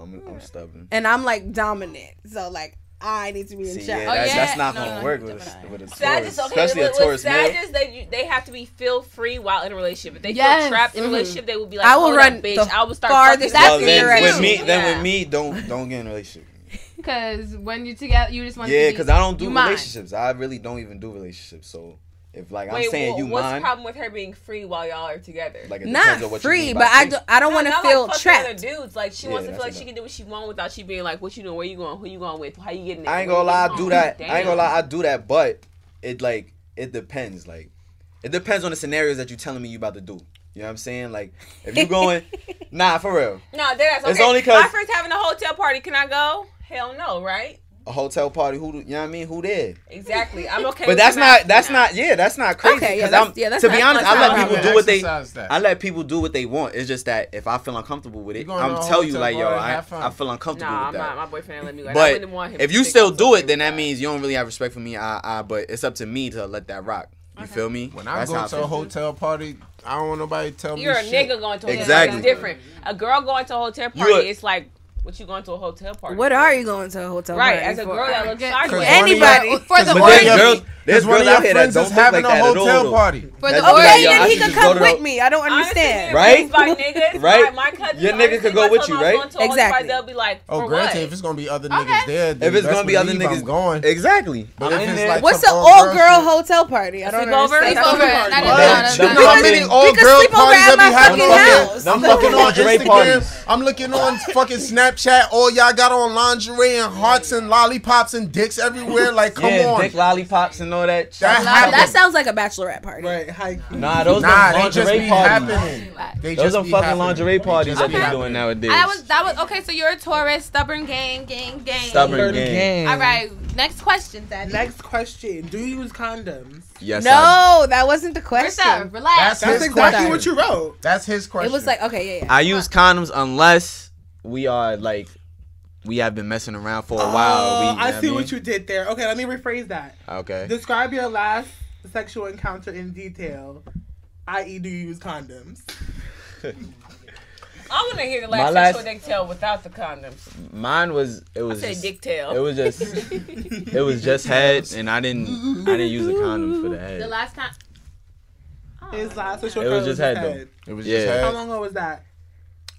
Speaker 8: I'm, I'm stubborn.
Speaker 1: and I'm like dominant, so like I need to be in
Speaker 8: See,
Speaker 1: check.
Speaker 8: yeah,
Speaker 4: Oh,
Speaker 8: that's,
Speaker 4: yeah.
Speaker 8: that's not
Speaker 4: No,
Speaker 8: gonna
Speaker 4: no,
Speaker 8: work
Speaker 4: Gemini.
Speaker 8: with, with a Taurus,
Speaker 10: Sagittarius, okay,
Speaker 8: especially a
Speaker 10: with, with
Speaker 8: Taurus male.
Speaker 10: Sagittarius, they you- they have to be feel free while in a relationship. If they
Speaker 4: Yes.
Speaker 10: feel trapped in
Speaker 4: Mhm.
Speaker 10: a relationship, they will be like,
Speaker 1: Mm-hmm. I will
Speaker 10: "Hold
Speaker 1: run
Speaker 10: up, bitch.
Speaker 1: the
Speaker 10: I will start
Speaker 1: farthest
Speaker 10: fucking
Speaker 1: That's
Speaker 8: Well,
Speaker 1: in
Speaker 10: you."
Speaker 8: then
Speaker 1: your
Speaker 8: with me,
Speaker 10: Yeah.
Speaker 8: then with me, don't don't get in a relationship.
Speaker 4: Because when you're together, you just want to
Speaker 8: Yeah,
Speaker 4: be.
Speaker 8: because I don't do
Speaker 4: you mine.
Speaker 8: relationships. I really don't even do relationships. So if like I'm
Speaker 10: Wait,
Speaker 8: saying
Speaker 10: wha-
Speaker 8: you
Speaker 10: what's
Speaker 8: mine,
Speaker 10: the problem with her being free while y'all are together?
Speaker 8: like it
Speaker 1: Not
Speaker 8: depends on what you
Speaker 1: free,
Speaker 8: mean by
Speaker 1: but I
Speaker 8: free.
Speaker 1: don't. I don't want to
Speaker 10: Not- not
Speaker 1: feel
Speaker 10: like fucking
Speaker 1: trapped.
Speaker 10: Other dudes, like she
Speaker 8: Yeah,
Speaker 10: wants to feel
Speaker 8: that's
Speaker 10: like she
Speaker 8: enough.
Speaker 10: can do what she wants without she being like, "What you doing? Where you going? Who you going with? How you getting there?"
Speaker 8: I ain't
Speaker 10: Where
Speaker 8: gonna
Speaker 10: you
Speaker 8: lie, I
Speaker 10: going?"
Speaker 8: do that. I ain't
Speaker 10: Damn.
Speaker 8: gonna lie, I do that, but it like it depends. Like it depends on the scenarios that you telling me you about to do. You know what I'm saying? Like if you going, nah, for real,
Speaker 10: No, that's okay.
Speaker 8: It's only 'cause-
Speaker 10: my friend's having a hotel party. Can I go? Hell no, right?
Speaker 8: a hotel party. Who do, you know what I mean? Who there?
Speaker 10: Exactly. I'm okay.
Speaker 8: But
Speaker 10: with
Speaker 8: that's
Speaker 10: you
Speaker 8: not.
Speaker 10: asking
Speaker 8: That's
Speaker 10: that.
Speaker 8: not. Yeah, that's not crazy.
Speaker 1: Okay, yeah,
Speaker 8: 'cause
Speaker 1: that's-
Speaker 8: I'm-
Speaker 1: yeah, that's
Speaker 8: to
Speaker 1: not-
Speaker 8: be honest,
Speaker 1: that's
Speaker 8: I
Speaker 1: not
Speaker 8: let
Speaker 1: a
Speaker 8: people
Speaker 1: problem.
Speaker 8: do what they.
Speaker 5: Exercise that.
Speaker 8: I let people do what they want. It's just that if I feel uncomfortable with
Speaker 5: You
Speaker 8: it,
Speaker 5: going to
Speaker 8: I'm
Speaker 5: a
Speaker 8: telling you
Speaker 5: hotel
Speaker 8: like, yo,
Speaker 5: party,
Speaker 8: I,
Speaker 5: have fun.
Speaker 8: I feel uncomfortable
Speaker 10: Nah,
Speaker 8: with that.
Speaker 10: my, my boyfriend didn't let me. Like, I
Speaker 8: But
Speaker 10: wouldn't want him
Speaker 8: if
Speaker 10: to
Speaker 8: you
Speaker 10: think
Speaker 8: still
Speaker 10: I'm
Speaker 8: do
Speaker 10: okay
Speaker 8: it, then
Speaker 10: with
Speaker 8: that means you don't really have respect for me. I, I, but it's up to me to let that rock. You feel me?
Speaker 5: When I
Speaker 8: That's how
Speaker 5: go to
Speaker 8: feel.
Speaker 5: a hotel party, I don't want nobody to tell me
Speaker 10: you're a
Speaker 5: shit.
Speaker 10: nigga going to a hotel party.
Speaker 8: Exactly.
Speaker 10: It's different. A girl going to a hotel party,
Speaker 8: You're-
Speaker 10: it's like What you going to a hotel party?
Speaker 1: What
Speaker 10: for?
Speaker 1: are you going to a hotel
Speaker 10: Right,
Speaker 1: party
Speaker 10: as a
Speaker 1: for?
Speaker 10: girl that looks
Speaker 1: Get-
Speaker 10: sideways.
Speaker 1: for
Speaker 10: Cause
Speaker 1: anybody
Speaker 10: one of your- For the
Speaker 5: one of your
Speaker 10: orgy.
Speaker 5: girls- There's one of your friends is having a hotel party.
Speaker 1: For
Speaker 8: That's
Speaker 1: the
Speaker 8: what
Speaker 1: okay,
Speaker 8: I'm saying, y'all.
Speaker 1: then
Speaker 8: I
Speaker 1: he
Speaker 8: should
Speaker 1: could
Speaker 8: just go
Speaker 1: come
Speaker 8: to
Speaker 1: with
Speaker 8: the-
Speaker 1: me. I don't understand.
Speaker 8: Right?
Speaker 10: My niggas,
Speaker 8: Right?
Speaker 10: my, my cousins,
Speaker 8: Your nigga could
Speaker 10: honestly,
Speaker 8: go
Speaker 10: by the
Speaker 8: with
Speaker 10: time
Speaker 8: you,
Speaker 10: I was
Speaker 8: right?
Speaker 10: going to a hotel
Speaker 1: Exactly.
Speaker 10: party, They'll be like,
Speaker 5: Oh,
Speaker 10: for
Speaker 5: granted,
Speaker 10: what?
Speaker 5: if it's gonna be other niggas there, then
Speaker 8: If it's
Speaker 5: that's
Speaker 8: gonna be
Speaker 5: when
Speaker 8: other
Speaker 5: leave,
Speaker 8: niggas,
Speaker 5: I'm going.
Speaker 8: exactly.
Speaker 5: But if it's like
Speaker 1: What's an
Speaker 5: some
Speaker 1: all girl
Speaker 5: all-girl
Speaker 1: hotel party? I don't
Speaker 10: Sleepover?
Speaker 1: understand.
Speaker 4: Sleepover. That is
Speaker 1: Oh,
Speaker 5: What?
Speaker 4: not a-
Speaker 5: You
Speaker 4: that's
Speaker 5: know
Speaker 4: not
Speaker 5: how
Speaker 4: a-
Speaker 5: many
Speaker 1: You
Speaker 5: all
Speaker 1: can
Speaker 5: girl
Speaker 1: sleep over
Speaker 5: parties
Speaker 1: at
Speaker 5: I be
Speaker 1: my
Speaker 5: having
Speaker 1: fucking
Speaker 5: on there?
Speaker 1: house.
Speaker 5: I'm fucking on
Speaker 8: Lingerie parties.
Speaker 5: Instagram. I'm looking on fucking Snapchat. All y'all got on lingerie and hearts and lollipops and dicks everywhere. Like, come
Speaker 8: yeah,
Speaker 5: on.
Speaker 8: dick lollipops and all that. shit.
Speaker 1: That
Speaker 5: That
Speaker 1: that
Speaker 5: happened.
Speaker 1: sounds like a bachelorette party.
Speaker 6: Right, high key.
Speaker 8: Nah, those
Speaker 5: Nah,
Speaker 8: are
Speaker 5: they just be
Speaker 8: lingerie parties.
Speaker 5: happening. They
Speaker 8: Those
Speaker 5: just
Speaker 8: are
Speaker 5: be
Speaker 8: fucking
Speaker 5: happening.
Speaker 8: lingerie parties that
Speaker 5: be
Speaker 8: they
Speaker 5: happening.
Speaker 8: doing nowadays.
Speaker 4: I was that was okay. So you're a Taurus, stubborn gang, gang, gang.
Speaker 8: stubborn
Speaker 6: Third
Speaker 8: game.
Speaker 6: gang.
Speaker 4: All right. Next question, Daddy.
Speaker 6: Next question: Do you use condoms?
Speaker 8: Yes. I,
Speaker 1: No, that wasn't the
Speaker 4: Marissa,
Speaker 1: question.
Speaker 4: relax.
Speaker 5: That's
Speaker 6: That's
Speaker 5: his
Speaker 6: exactly
Speaker 5: question.
Speaker 6: what you wrote.
Speaker 5: That's his
Speaker 1: It
Speaker 5: question.
Speaker 1: was like okay, yeah, yeah.
Speaker 8: I use condoms unless we are like we have been messing around for a while. We,
Speaker 6: Oh, I
Speaker 8: know
Speaker 6: see
Speaker 8: mean?
Speaker 6: what you did there. Okay, let me rephrase that.
Speaker 8: Okay.
Speaker 6: Describe your last sexual encounter in detail. I.e., do you use condoms?
Speaker 10: I want to hear the
Speaker 8: My
Speaker 10: last
Speaker 8: last-
Speaker 10: sexual dick tale without the condoms.
Speaker 8: Mine was it was
Speaker 10: Say
Speaker 8: just-
Speaker 10: dick tail.
Speaker 8: it was just it was just head and I didn't I didn't use a condom for the
Speaker 4: The
Speaker 8: head.
Speaker 4: last time. Oh.
Speaker 6: His last sexual
Speaker 8: It
Speaker 6: encounter
Speaker 8: was just
Speaker 6: his
Speaker 8: head, though.
Speaker 5: it was
Speaker 8: Yeah.
Speaker 5: just
Speaker 6: How
Speaker 5: head.
Speaker 6: long ago was that?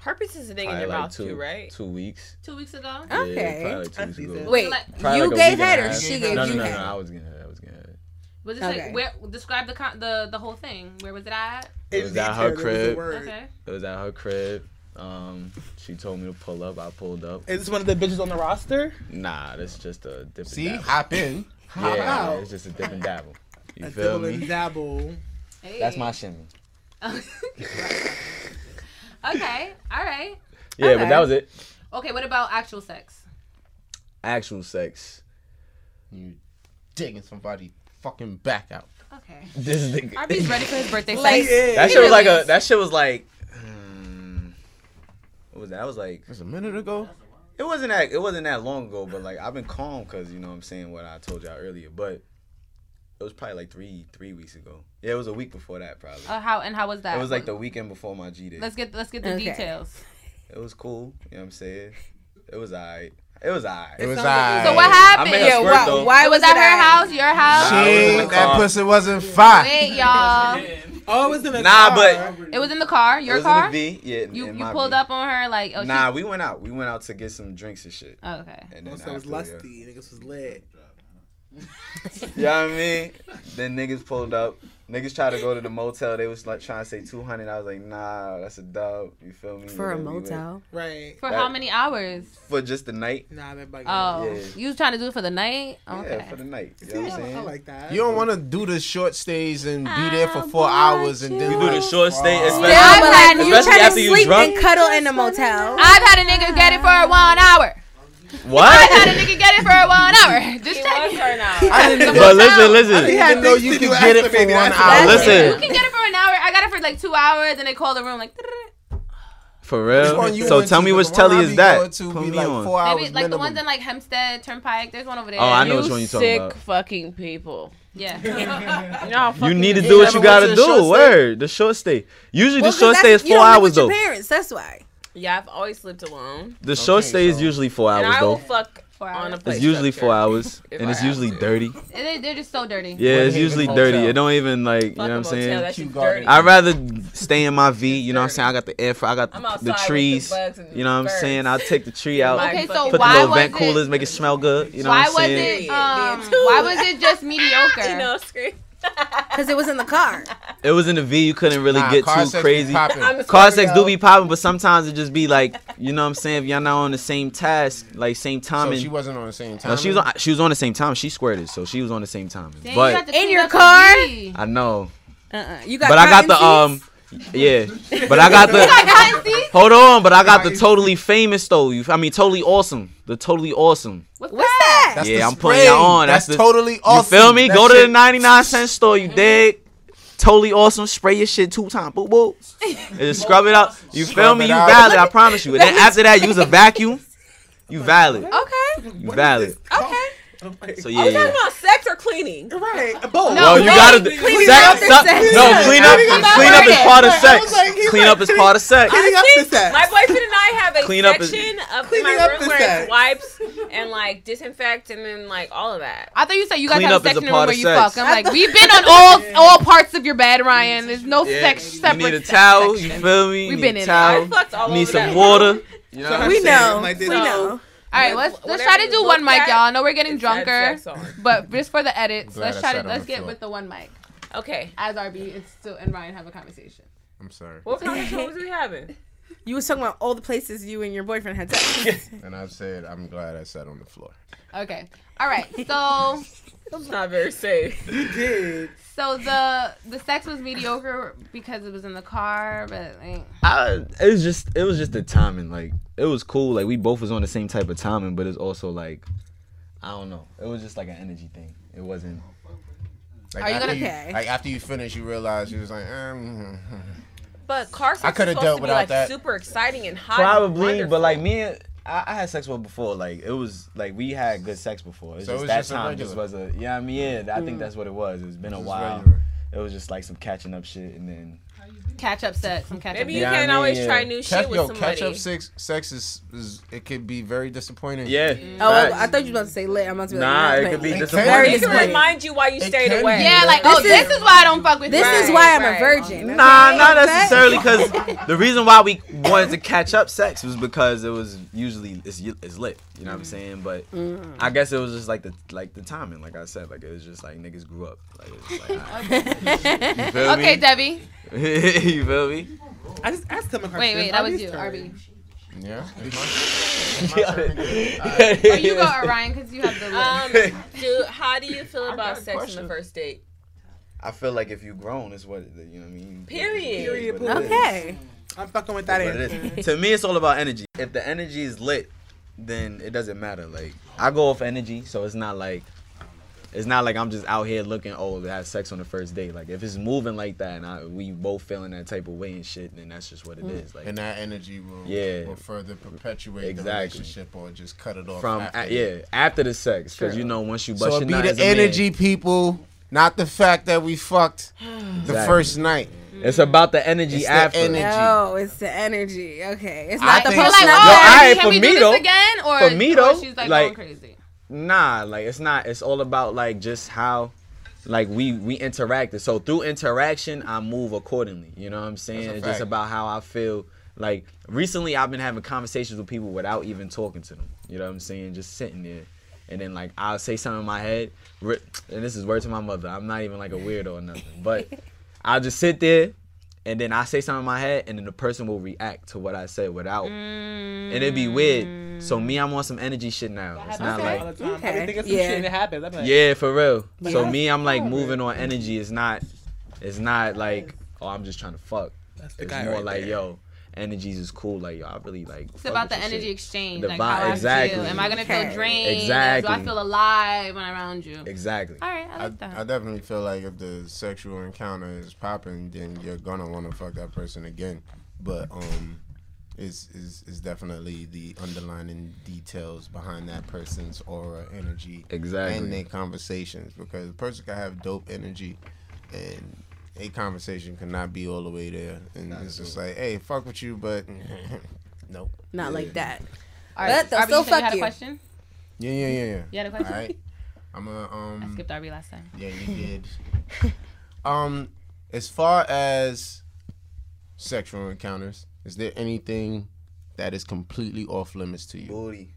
Speaker 10: Herpes is a thing in
Speaker 8: Probably
Speaker 10: your
Speaker 8: like
Speaker 10: mouth
Speaker 8: two
Speaker 10: too, right?
Speaker 8: two weeks.
Speaker 4: Two weeks ago.
Speaker 8: Yeah,
Speaker 1: Okay.
Speaker 8: probably like two
Speaker 6: That's
Speaker 8: weeks ago.
Speaker 6: decent.
Speaker 1: Wait,
Speaker 8: Probably
Speaker 1: you
Speaker 8: like a
Speaker 1: gave
Speaker 8: week and a
Speaker 1: head or
Speaker 8: half.
Speaker 1: she
Speaker 8: No,
Speaker 1: gave
Speaker 8: no,
Speaker 1: you
Speaker 8: no, no, I
Speaker 1: head?
Speaker 8: was getting head. I was getting head.
Speaker 4: Was it
Speaker 1: Okay.
Speaker 4: like where? Describe the con- the the whole thing. Where was it at?
Speaker 8: It was at
Speaker 6: detail, it was
Speaker 8: her
Speaker 6: a
Speaker 8: crib.
Speaker 6: word.
Speaker 4: Okay.
Speaker 8: It was at her crib. Um, she told me to pull up. I pulled up.
Speaker 6: Is this one of the bitches on the roster?
Speaker 8: Nah, that's just a dip and
Speaker 5: See,
Speaker 8: dabble.
Speaker 5: hop in.
Speaker 8: yeah, yeah,
Speaker 6: out.
Speaker 8: it's just a dip and dabble. You
Speaker 6: A
Speaker 8: feel
Speaker 6: double and
Speaker 8: me?
Speaker 6: dabble.
Speaker 8: That's my shimmy.
Speaker 4: okay. All right.
Speaker 8: Yeah, but that was it.
Speaker 4: Okay. What about actual sex?
Speaker 8: Actual sex.
Speaker 5: You digging somebody fucking back out.
Speaker 4: Okay.
Speaker 8: This is the.
Speaker 4: Arby's ready for his birthday
Speaker 1: Like,
Speaker 4: sex.
Speaker 8: That
Speaker 4: He
Speaker 8: shit was like
Speaker 4: really
Speaker 8: a. That shit was like. hmm, What was that? I was like.
Speaker 5: Just a minute ago.
Speaker 8: It wasn't that. It wasn't that long ago, but like I've been calm because you know what I'm saying what I told y'all earlier, but it was probably like three three weeks ago. Yeah, it was a week before that probably.
Speaker 4: Uh, how and how was that?
Speaker 8: It was like the weekend before my G day.
Speaker 4: Let's get let's get the
Speaker 1: Okay.
Speaker 4: details.
Speaker 8: It was cool. You know what I'm saying? It was alright. It was alright.
Speaker 5: It was
Speaker 6: like-
Speaker 5: I.
Speaker 4: So what
Speaker 8: I
Speaker 4: happened?
Speaker 8: made a
Speaker 1: Yeah,
Speaker 8: squirt
Speaker 1: why?
Speaker 8: though.
Speaker 1: Why
Speaker 4: It was
Speaker 1: was
Speaker 4: that
Speaker 1: it
Speaker 4: her
Speaker 1: I?
Speaker 4: house? Your house?
Speaker 8: Nah, it was in the
Speaker 5: Shit, that
Speaker 8: car.
Speaker 5: pussy wasn't fire.
Speaker 4: Wait, y'all.
Speaker 6: Oh, it was in the
Speaker 8: Nah,
Speaker 6: car.
Speaker 8: but-
Speaker 4: It was in the car.
Speaker 8: it
Speaker 4: Your
Speaker 8: was
Speaker 4: car.
Speaker 8: in the V. Yeah, in-
Speaker 4: you
Speaker 8: in
Speaker 4: you
Speaker 8: my
Speaker 4: pulled
Speaker 8: V.
Speaker 4: up on her like oh she-
Speaker 8: Nah, we went out. We went out to get some drinks and shit.
Speaker 4: Oh, okay.
Speaker 8: And
Speaker 6: Also, it was
Speaker 8: after,
Speaker 6: lusty. Niggas was lit.
Speaker 8: Yeah, you know what I mean? Then niggas pulled up. Niggas tried to go to the motel. They was like trying to say two hundred. I was like, nah, that's a dub. You feel me?
Speaker 1: For a
Speaker 8: Then we went-
Speaker 1: motel.
Speaker 6: Right.
Speaker 4: For
Speaker 8: That-
Speaker 4: how many hours?
Speaker 8: for just the night.
Speaker 6: Nah, that bugging.
Speaker 4: Oh,
Speaker 8: Yeah.
Speaker 4: you was trying to do it for the night? Okay.
Speaker 8: Yeah, for the night. You
Speaker 6: See,
Speaker 8: know what I'm
Speaker 6: I- I
Speaker 8: saying?
Speaker 6: like that.
Speaker 5: You don't want to do the short stays and be there for
Speaker 4: I
Speaker 5: four
Speaker 4: want
Speaker 5: hours and then
Speaker 4: you.
Speaker 8: You do the short stay, especially,
Speaker 1: Yeah,
Speaker 4: I've
Speaker 1: but like
Speaker 4: had-
Speaker 1: you
Speaker 8: especially
Speaker 1: try to
Speaker 8: after you
Speaker 1: sleep
Speaker 8: drunk.
Speaker 1: and cuddle in a motel.
Speaker 4: I've had a nigga get it for one hour. I've
Speaker 8: what?
Speaker 4: had a nigga get it for one hour. Just check.
Speaker 10: What's her now?
Speaker 5: I didn't even,
Speaker 8: But listen, listen.
Speaker 5: I didn't even know you could get it for one hour.
Speaker 1: That's
Speaker 8: Listen.
Speaker 4: You can get it for an hour. I got it for like two hours, and they call the room like. "Drrrr."
Speaker 8: For
Speaker 5: Which one
Speaker 8: real?
Speaker 5: you
Speaker 8: So
Speaker 5: went
Speaker 8: tell
Speaker 5: to?
Speaker 8: me
Speaker 5: The
Speaker 8: which
Speaker 5: one
Speaker 8: telly
Speaker 5: I
Speaker 8: is
Speaker 5: be
Speaker 8: that?
Speaker 5: going to
Speaker 8: Put
Speaker 5: be
Speaker 8: me
Speaker 5: like
Speaker 8: on.
Speaker 5: Four hours
Speaker 4: Maybe like the ones
Speaker 5: minimum.
Speaker 4: in like Hempstead Turnpike. There's one over there.
Speaker 8: Oh, I know which one you're talking
Speaker 10: sick
Speaker 8: about.
Speaker 10: fucking people.
Speaker 4: Yeah.
Speaker 10: You know how
Speaker 8: You
Speaker 10: fucking
Speaker 8: need to
Speaker 10: sick-
Speaker 8: do
Speaker 5: You
Speaker 8: what
Speaker 5: never
Speaker 8: you
Speaker 5: went
Speaker 8: gotta
Speaker 5: to the short
Speaker 8: do.
Speaker 5: stay?
Speaker 8: Word, the short stay. Usually
Speaker 1: Well,
Speaker 8: the
Speaker 1: 'cause
Speaker 8: short stay
Speaker 1: that's-
Speaker 8: is
Speaker 1: you
Speaker 8: four
Speaker 1: don't live
Speaker 8: hours
Speaker 1: with
Speaker 8: though.
Speaker 1: Your parents, that's why.
Speaker 10: Yeah, I've always lived alone.
Speaker 8: The short
Speaker 5: Okay,
Speaker 8: stay is
Speaker 5: so-
Speaker 8: usually four
Speaker 10: And
Speaker 8: hours
Speaker 10: I will
Speaker 8: though.
Speaker 10: fuck
Speaker 4: Four
Speaker 10: on a
Speaker 4: hours.
Speaker 10: place.
Speaker 8: It's usually
Speaker 10: structure.
Speaker 8: four hours,
Speaker 10: if
Speaker 8: and
Speaker 10: I
Speaker 8: it's
Speaker 10: have
Speaker 8: usually
Speaker 10: to.
Speaker 8: dirty.
Speaker 4: They, they're just so dirty.
Speaker 8: Yeah,
Speaker 5: Wouldn't
Speaker 8: it's
Speaker 5: even
Speaker 8: usually
Speaker 5: hotel.
Speaker 8: dirty. It don't even like you know
Speaker 10: Fuck
Speaker 8: what
Speaker 10: a
Speaker 8: I'm
Speaker 10: motel,
Speaker 8: saying.
Speaker 10: that shit's
Speaker 5: Cute garden.
Speaker 10: dirty.
Speaker 8: I'd rather stay in my V. You know what I'm saying. I got the air. fry, I got
Speaker 10: I'm
Speaker 8: the,
Speaker 10: outside
Speaker 8: the
Speaker 10: with the
Speaker 8: trees.
Speaker 10: bugs and
Speaker 8: you know what I'm
Speaker 10: birds.
Speaker 8: saying. I'll take the tree out.
Speaker 10: My
Speaker 4: Okay, so
Speaker 8: Put
Speaker 10: fucking-
Speaker 8: the
Speaker 4: why
Speaker 8: little
Speaker 4: was
Speaker 8: vent
Speaker 4: it?
Speaker 8: coolers, make it smell good. You know
Speaker 4: why
Speaker 8: what I'm
Speaker 4: was
Speaker 8: saying?
Speaker 4: it? Um, why was it just mediocre?
Speaker 10: You know, scream.
Speaker 1: Because it was in the car.
Speaker 8: It was in the V. You couldn't really
Speaker 5: Nah,
Speaker 8: get
Speaker 5: car
Speaker 8: too
Speaker 5: sex
Speaker 8: crazy.
Speaker 5: be popping.
Speaker 10: I'm a
Speaker 8: Car
Speaker 10: Scorpio.
Speaker 8: sex do be popping, but sometimes it just be like, you know what I'm saying? If y'all not on the same task, like same
Speaker 5: So
Speaker 8: timing.
Speaker 5: she wasn't on the same time.
Speaker 8: no, she was on, she was on the same time. She squared it, so she was on the same timing.
Speaker 4: Dang, you got
Speaker 8: but
Speaker 4: to
Speaker 1: In
Speaker 4: clean
Speaker 1: your
Speaker 4: up the
Speaker 1: car?
Speaker 4: pee.
Speaker 8: I know.
Speaker 1: Uh-uh. You got
Speaker 8: But I got the
Speaker 1: cotton
Speaker 8: um yeah. But I got
Speaker 4: You got
Speaker 8: the
Speaker 4: cotton seeds?
Speaker 8: Hold on, but I got the totally famous though. You I mean totally awesome. The totally awesome.
Speaker 1: tees? What's that?
Speaker 5: That's
Speaker 8: Yeah,
Speaker 5: the
Speaker 8: I'm putting
Speaker 5: spray.
Speaker 8: y'all on. That's
Speaker 5: That's,
Speaker 8: the-
Speaker 5: totally awesome.
Speaker 8: You feel me?
Speaker 5: That
Speaker 8: Go to the
Speaker 5: shit-
Speaker 8: 99 cent store, you dig? Totally awesome. Spray your shit two times. Boop, boop. And just scrub it out. You feel
Speaker 5: Scrub
Speaker 8: me?
Speaker 5: it
Speaker 8: You
Speaker 5: out.
Speaker 8: valid. I
Speaker 4: Oh,
Speaker 8: promise you. And then after that, use a vacuum. You valid.
Speaker 4: Okay.
Speaker 8: You valid.
Speaker 4: Okay.
Speaker 6: Oh
Speaker 8: So
Speaker 12: Are we talking
Speaker 8: yeah.
Speaker 12: about sex or cleaning?
Speaker 6: Right. Uh, Both.
Speaker 8: well, you gotta do- sex, sex- No, clean up. Clean up is part of sex. Clean up is part of sex.
Speaker 12: My boyfriend and I have a
Speaker 8: Clean up is-
Speaker 12: section of
Speaker 6: Cleaning
Speaker 12: my
Speaker 6: up
Speaker 12: room
Speaker 6: is
Speaker 12: where
Speaker 6: sex.
Speaker 12: it's wipes and like disinfect and then like all of that.
Speaker 4: I thought you said you guys
Speaker 8: Clean
Speaker 4: have
Speaker 8: up
Speaker 4: a
Speaker 8: is a
Speaker 4: section in the room
Speaker 8: part
Speaker 4: where
Speaker 8: of
Speaker 4: you
Speaker 8: sex.
Speaker 4: fuck. I'm like, we've been on all all parts of your bed, Ryan. There's no
Speaker 8: Yeah.
Speaker 4: sex
Speaker 8: You
Speaker 4: separate.
Speaker 8: need a
Speaker 4: sex
Speaker 8: towel. You
Speaker 4: section.
Speaker 8: feel me?
Speaker 4: We've
Speaker 8: need
Speaker 4: been
Speaker 8: a
Speaker 4: in
Speaker 8: towel.
Speaker 12: I fucked all
Speaker 8: Um, Need
Speaker 12: over
Speaker 8: some
Speaker 12: that.
Speaker 8: water. You know
Speaker 6: So
Speaker 8: what
Speaker 6: I'm
Speaker 8: I'm
Speaker 1: We
Speaker 6: saying,
Speaker 1: know.
Speaker 6: like,
Speaker 1: we
Speaker 6: this-
Speaker 1: know.
Speaker 4: All right, let's let's
Speaker 12: Whatever
Speaker 4: try to
Speaker 12: you
Speaker 4: do
Speaker 12: look
Speaker 4: one mic,
Speaker 12: at,
Speaker 4: y'all. I know we're getting
Speaker 12: it's had
Speaker 4: drunker,
Speaker 12: sex on.
Speaker 4: but just for the edits,
Speaker 5: glad I
Speaker 4: let's try
Speaker 5: sat
Speaker 4: to
Speaker 5: on
Speaker 4: let's
Speaker 5: the
Speaker 4: get
Speaker 5: floor.
Speaker 4: with the one mic
Speaker 12: Okay.
Speaker 4: as RB and still and Ryan have a conversation.
Speaker 5: I'm sorry.
Speaker 12: What conversation was we having?
Speaker 1: You was talking about all the places you and your boyfriend had sex.
Speaker 5: And I've said I'm glad I sat on the floor.
Speaker 4: Okay. All right. So
Speaker 12: That's not very safe.
Speaker 4: so the the sex was mediocre because it was in the car, but like,
Speaker 8: I, it was just it was just the timing. Like it was cool. Like we both was on the same type of timing, but it's also like I don't know. It was just like an energy thing. It wasn't.
Speaker 5: Like,
Speaker 4: Are you
Speaker 5: after
Speaker 4: gonna
Speaker 1: pay?
Speaker 5: Like after you finish, you realize you was like, um,
Speaker 12: But car sex
Speaker 5: I
Speaker 12: I
Speaker 5: coulda
Speaker 12: is supposed
Speaker 5: dealt
Speaker 12: to be
Speaker 5: without
Speaker 12: like
Speaker 5: that.
Speaker 12: super exciting and hot.
Speaker 8: Probably,
Speaker 12: and
Speaker 8: but like me, and, I, I had sex well before. Like it was like we had good sex before. It's
Speaker 5: So it
Speaker 8: just
Speaker 5: was
Speaker 8: that
Speaker 5: just a
Speaker 8: time just
Speaker 5: regular.
Speaker 8: was a yeah. I mean yeah. I
Speaker 12: Mm.
Speaker 8: think that's what it was. It's been a
Speaker 5: just
Speaker 8: while.
Speaker 5: regular.
Speaker 8: It was just like some catching up shit, and then
Speaker 4: catch up sex. Some catch up.
Speaker 12: Maybe you
Speaker 8: Yeah, I
Speaker 12: can't
Speaker 8: mean,
Speaker 12: always
Speaker 8: yeah.
Speaker 12: try new shit
Speaker 5: catch,
Speaker 12: with
Speaker 5: yo,
Speaker 12: somebody.
Speaker 5: catch up sex. Sex is, is it could be very disappointing.
Speaker 8: yeah.
Speaker 1: oh, I, I thought you was about to say lit. I'm about to be like,
Speaker 8: Nah,
Speaker 1: no,
Speaker 8: it
Speaker 1: but-
Speaker 8: could be
Speaker 5: It
Speaker 8: disappointing.
Speaker 12: It
Speaker 1: Disappointing.
Speaker 12: can remind you why you
Speaker 5: It
Speaker 12: stayed
Speaker 5: can
Speaker 12: away.
Speaker 5: be.
Speaker 4: Yeah, like oh, this is why I don't fuck with
Speaker 1: This
Speaker 4: you.
Speaker 1: is why I'm
Speaker 12: right.
Speaker 1: a virgin. okay?
Speaker 8: Nah, not
Speaker 1: Okay?
Speaker 8: necessarily. Because the reason why we wanted to catch up sex was because it was usually it's, y- it's lit. You know
Speaker 5: Mm.
Speaker 8: what I'm saying? But
Speaker 1: Mm.
Speaker 8: I guess it was just like the like the timing. Like I said, like it was just like niggas grew up. Like, it was like, all right. you feel
Speaker 4: Okay,
Speaker 8: me?
Speaker 4: Debbie.
Speaker 8: you feel me?
Speaker 6: I just asked him a question.
Speaker 4: Wait, wait, that was
Speaker 6: Bobby's
Speaker 4: you,
Speaker 6: turn.
Speaker 4: RB.
Speaker 5: Yeah.
Speaker 4: Oh, you go, Orion, because you have the.
Speaker 12: Um, dude, how do you feel about sex on the first date?
Speaker 8: I feel like if you grown, is what it- you know what I mean.
Speaker 12: Period.
Speaker 8: Period.
Speaker 1: Okay.
Speaker 6: I'm fucking with that
Speaker 8: But it
Speaker 6: answer.
Speaker 8: is. to me, it's all about energy. If the energy is lit, then it doesn't matter. Like I go off energy, so it's not like it's not like I'm just out here looking. Oh, to have sex on the first day. Like if it's moving like that, and I, we both feeling that type of way and shit, then that's just what it is. Like
Speaker 5: And that energy will
Speaker 8: Yeah.
Speaker 5: will further perpetuate
Speaker 8: Exactly.
Speaker 5: the relationship or just cut it off.
Speaker 8: from
Speaker 5: after.
Speaker 8: a- yeah after the sex, because you know once you bust
Speaker 5: So
Speaker 8: your
Speaker 5: it be
Speaker 8: nut
Speaker 5: the
Speaker 8: as a man,
Speaker 5: energy, people, not the fact that we fucked the
Speaker 8: Exactly.
Speaker 5: first night.
Speaker 8: it's about the energy
Speaker 5: It's the
Speaker 8: after.
Speaker 5: energy.
Speaker 1: No, it's the energy. Okay. It's
Speaker 5: I
Speaker 1: not the
Speaker 5: think
Speaker 4: You're like,
Speaker 5: so.
Speaker 1: personality.
Speaker 5: Yo,
Speaker 4: oh,
Speaker 8: I ain't
Speaker 4: can
Speaker 8: for
Speaker 4: we
Speaker 8: me,
Speaker 4: do
Speaker 8: though.
Speaker 4: this again? Or,
Speaker 8: For me,
Speaker 4: or
Speaker 8: though,
Speaker 4: she's like, going
Speaker 8: like-
Speaker 4: crazy.
Speaker 8: Nah, like it's not. It's all about like just how, like we we interacted. So through interaction, I move accordingly. You know what I'm saying?
Speaker 5: That's a
Speaker 8: It's just
Speaker 5: fact.
Speaker 8: about how I feel. Like recently, I've been having conversations with people without even talking to them. You know what I'm saying? Just sitting there, and then like I'll say something in my head, re- and this is word to my mother. I'm not even like a weirdo or nothing, but I'll just sit there. And then I say something in my head, and then the person will react to what I said without, and it'd be weird. So me, I'm on some energy shit now. It's not like
Speaker 6: All the time.
Speaker 1: Okay.
Speaker 6: I think it's some
Speaker 1: Yeah.
Speaker 6: shit that happens. I'm like,
Speaker 8: yeah, for real.
Speaker 6: But
Speaker 8: so
Speaker 6: that's
Speaker 8: me, I'm like
Speaker 6: cool.
Speaker 8: moving on energy. It's not, it's not like oh I'm just trying to fuck.
Speaker 6: That's the
Speaker 8: It's
Speaker 6: guy
Speaker 8: more
Speaker 6: right
Speaker 8: like
Speaker 6: there.
Speaker 8: yo, energies is cool. Like yo, I really like.
Speaker 4: It's about the energy exchange.
Speaker 8: The
Speaker 4: like,
Speaker 8: vibe-
Speaker 4: how I
Speaker 8: exactly.
Speaker 4: feel. Am I going to
Speaker 1: Okay.
Speaker 4: feel drained?
Speaker 8: Exactly.
Speaker 4: Do I feel alive when I'm around you?
Speaker 8: Exactly.
Speaker 4: All right, I
Speaker 5: I,
Speaker 4: like that.
Speaker 5: I definitely feel like if the sexual encounter is popping, then you're gonna want to fuck that person again. But um, is is is definitely the underlining details behind that person's aura, energy,
Speaker 8: Exactly.
Speaker 5: and their conversations. Because a person can have dope energy, and a conversation cannot be all the way there. And it's just like, hey, fuck with you, but nope.
Speaker 1: Not like that.
Speaker 4: All
Speaker 1: But they'll
Speaker 4: Arby,
Speaker 1: still
Speaker 4: you said you
Speaker 1: fuck
Speaker 4: had a
Speaker 1: you.
Speaker 4: question?
Speaker 5: Yeah, yeah, yeah, yeah.
Speaker 4: You had a
Speaker 5: All
Speaker 4: question?
Speaker 5: right, I'm gonna um.
Speaker 4: I skipped Arby last time.
Speaker 5: Yeah, you did. um, as far as sexual encounters, is there anything that is completely off limits to you?
Speaker 13: Booty.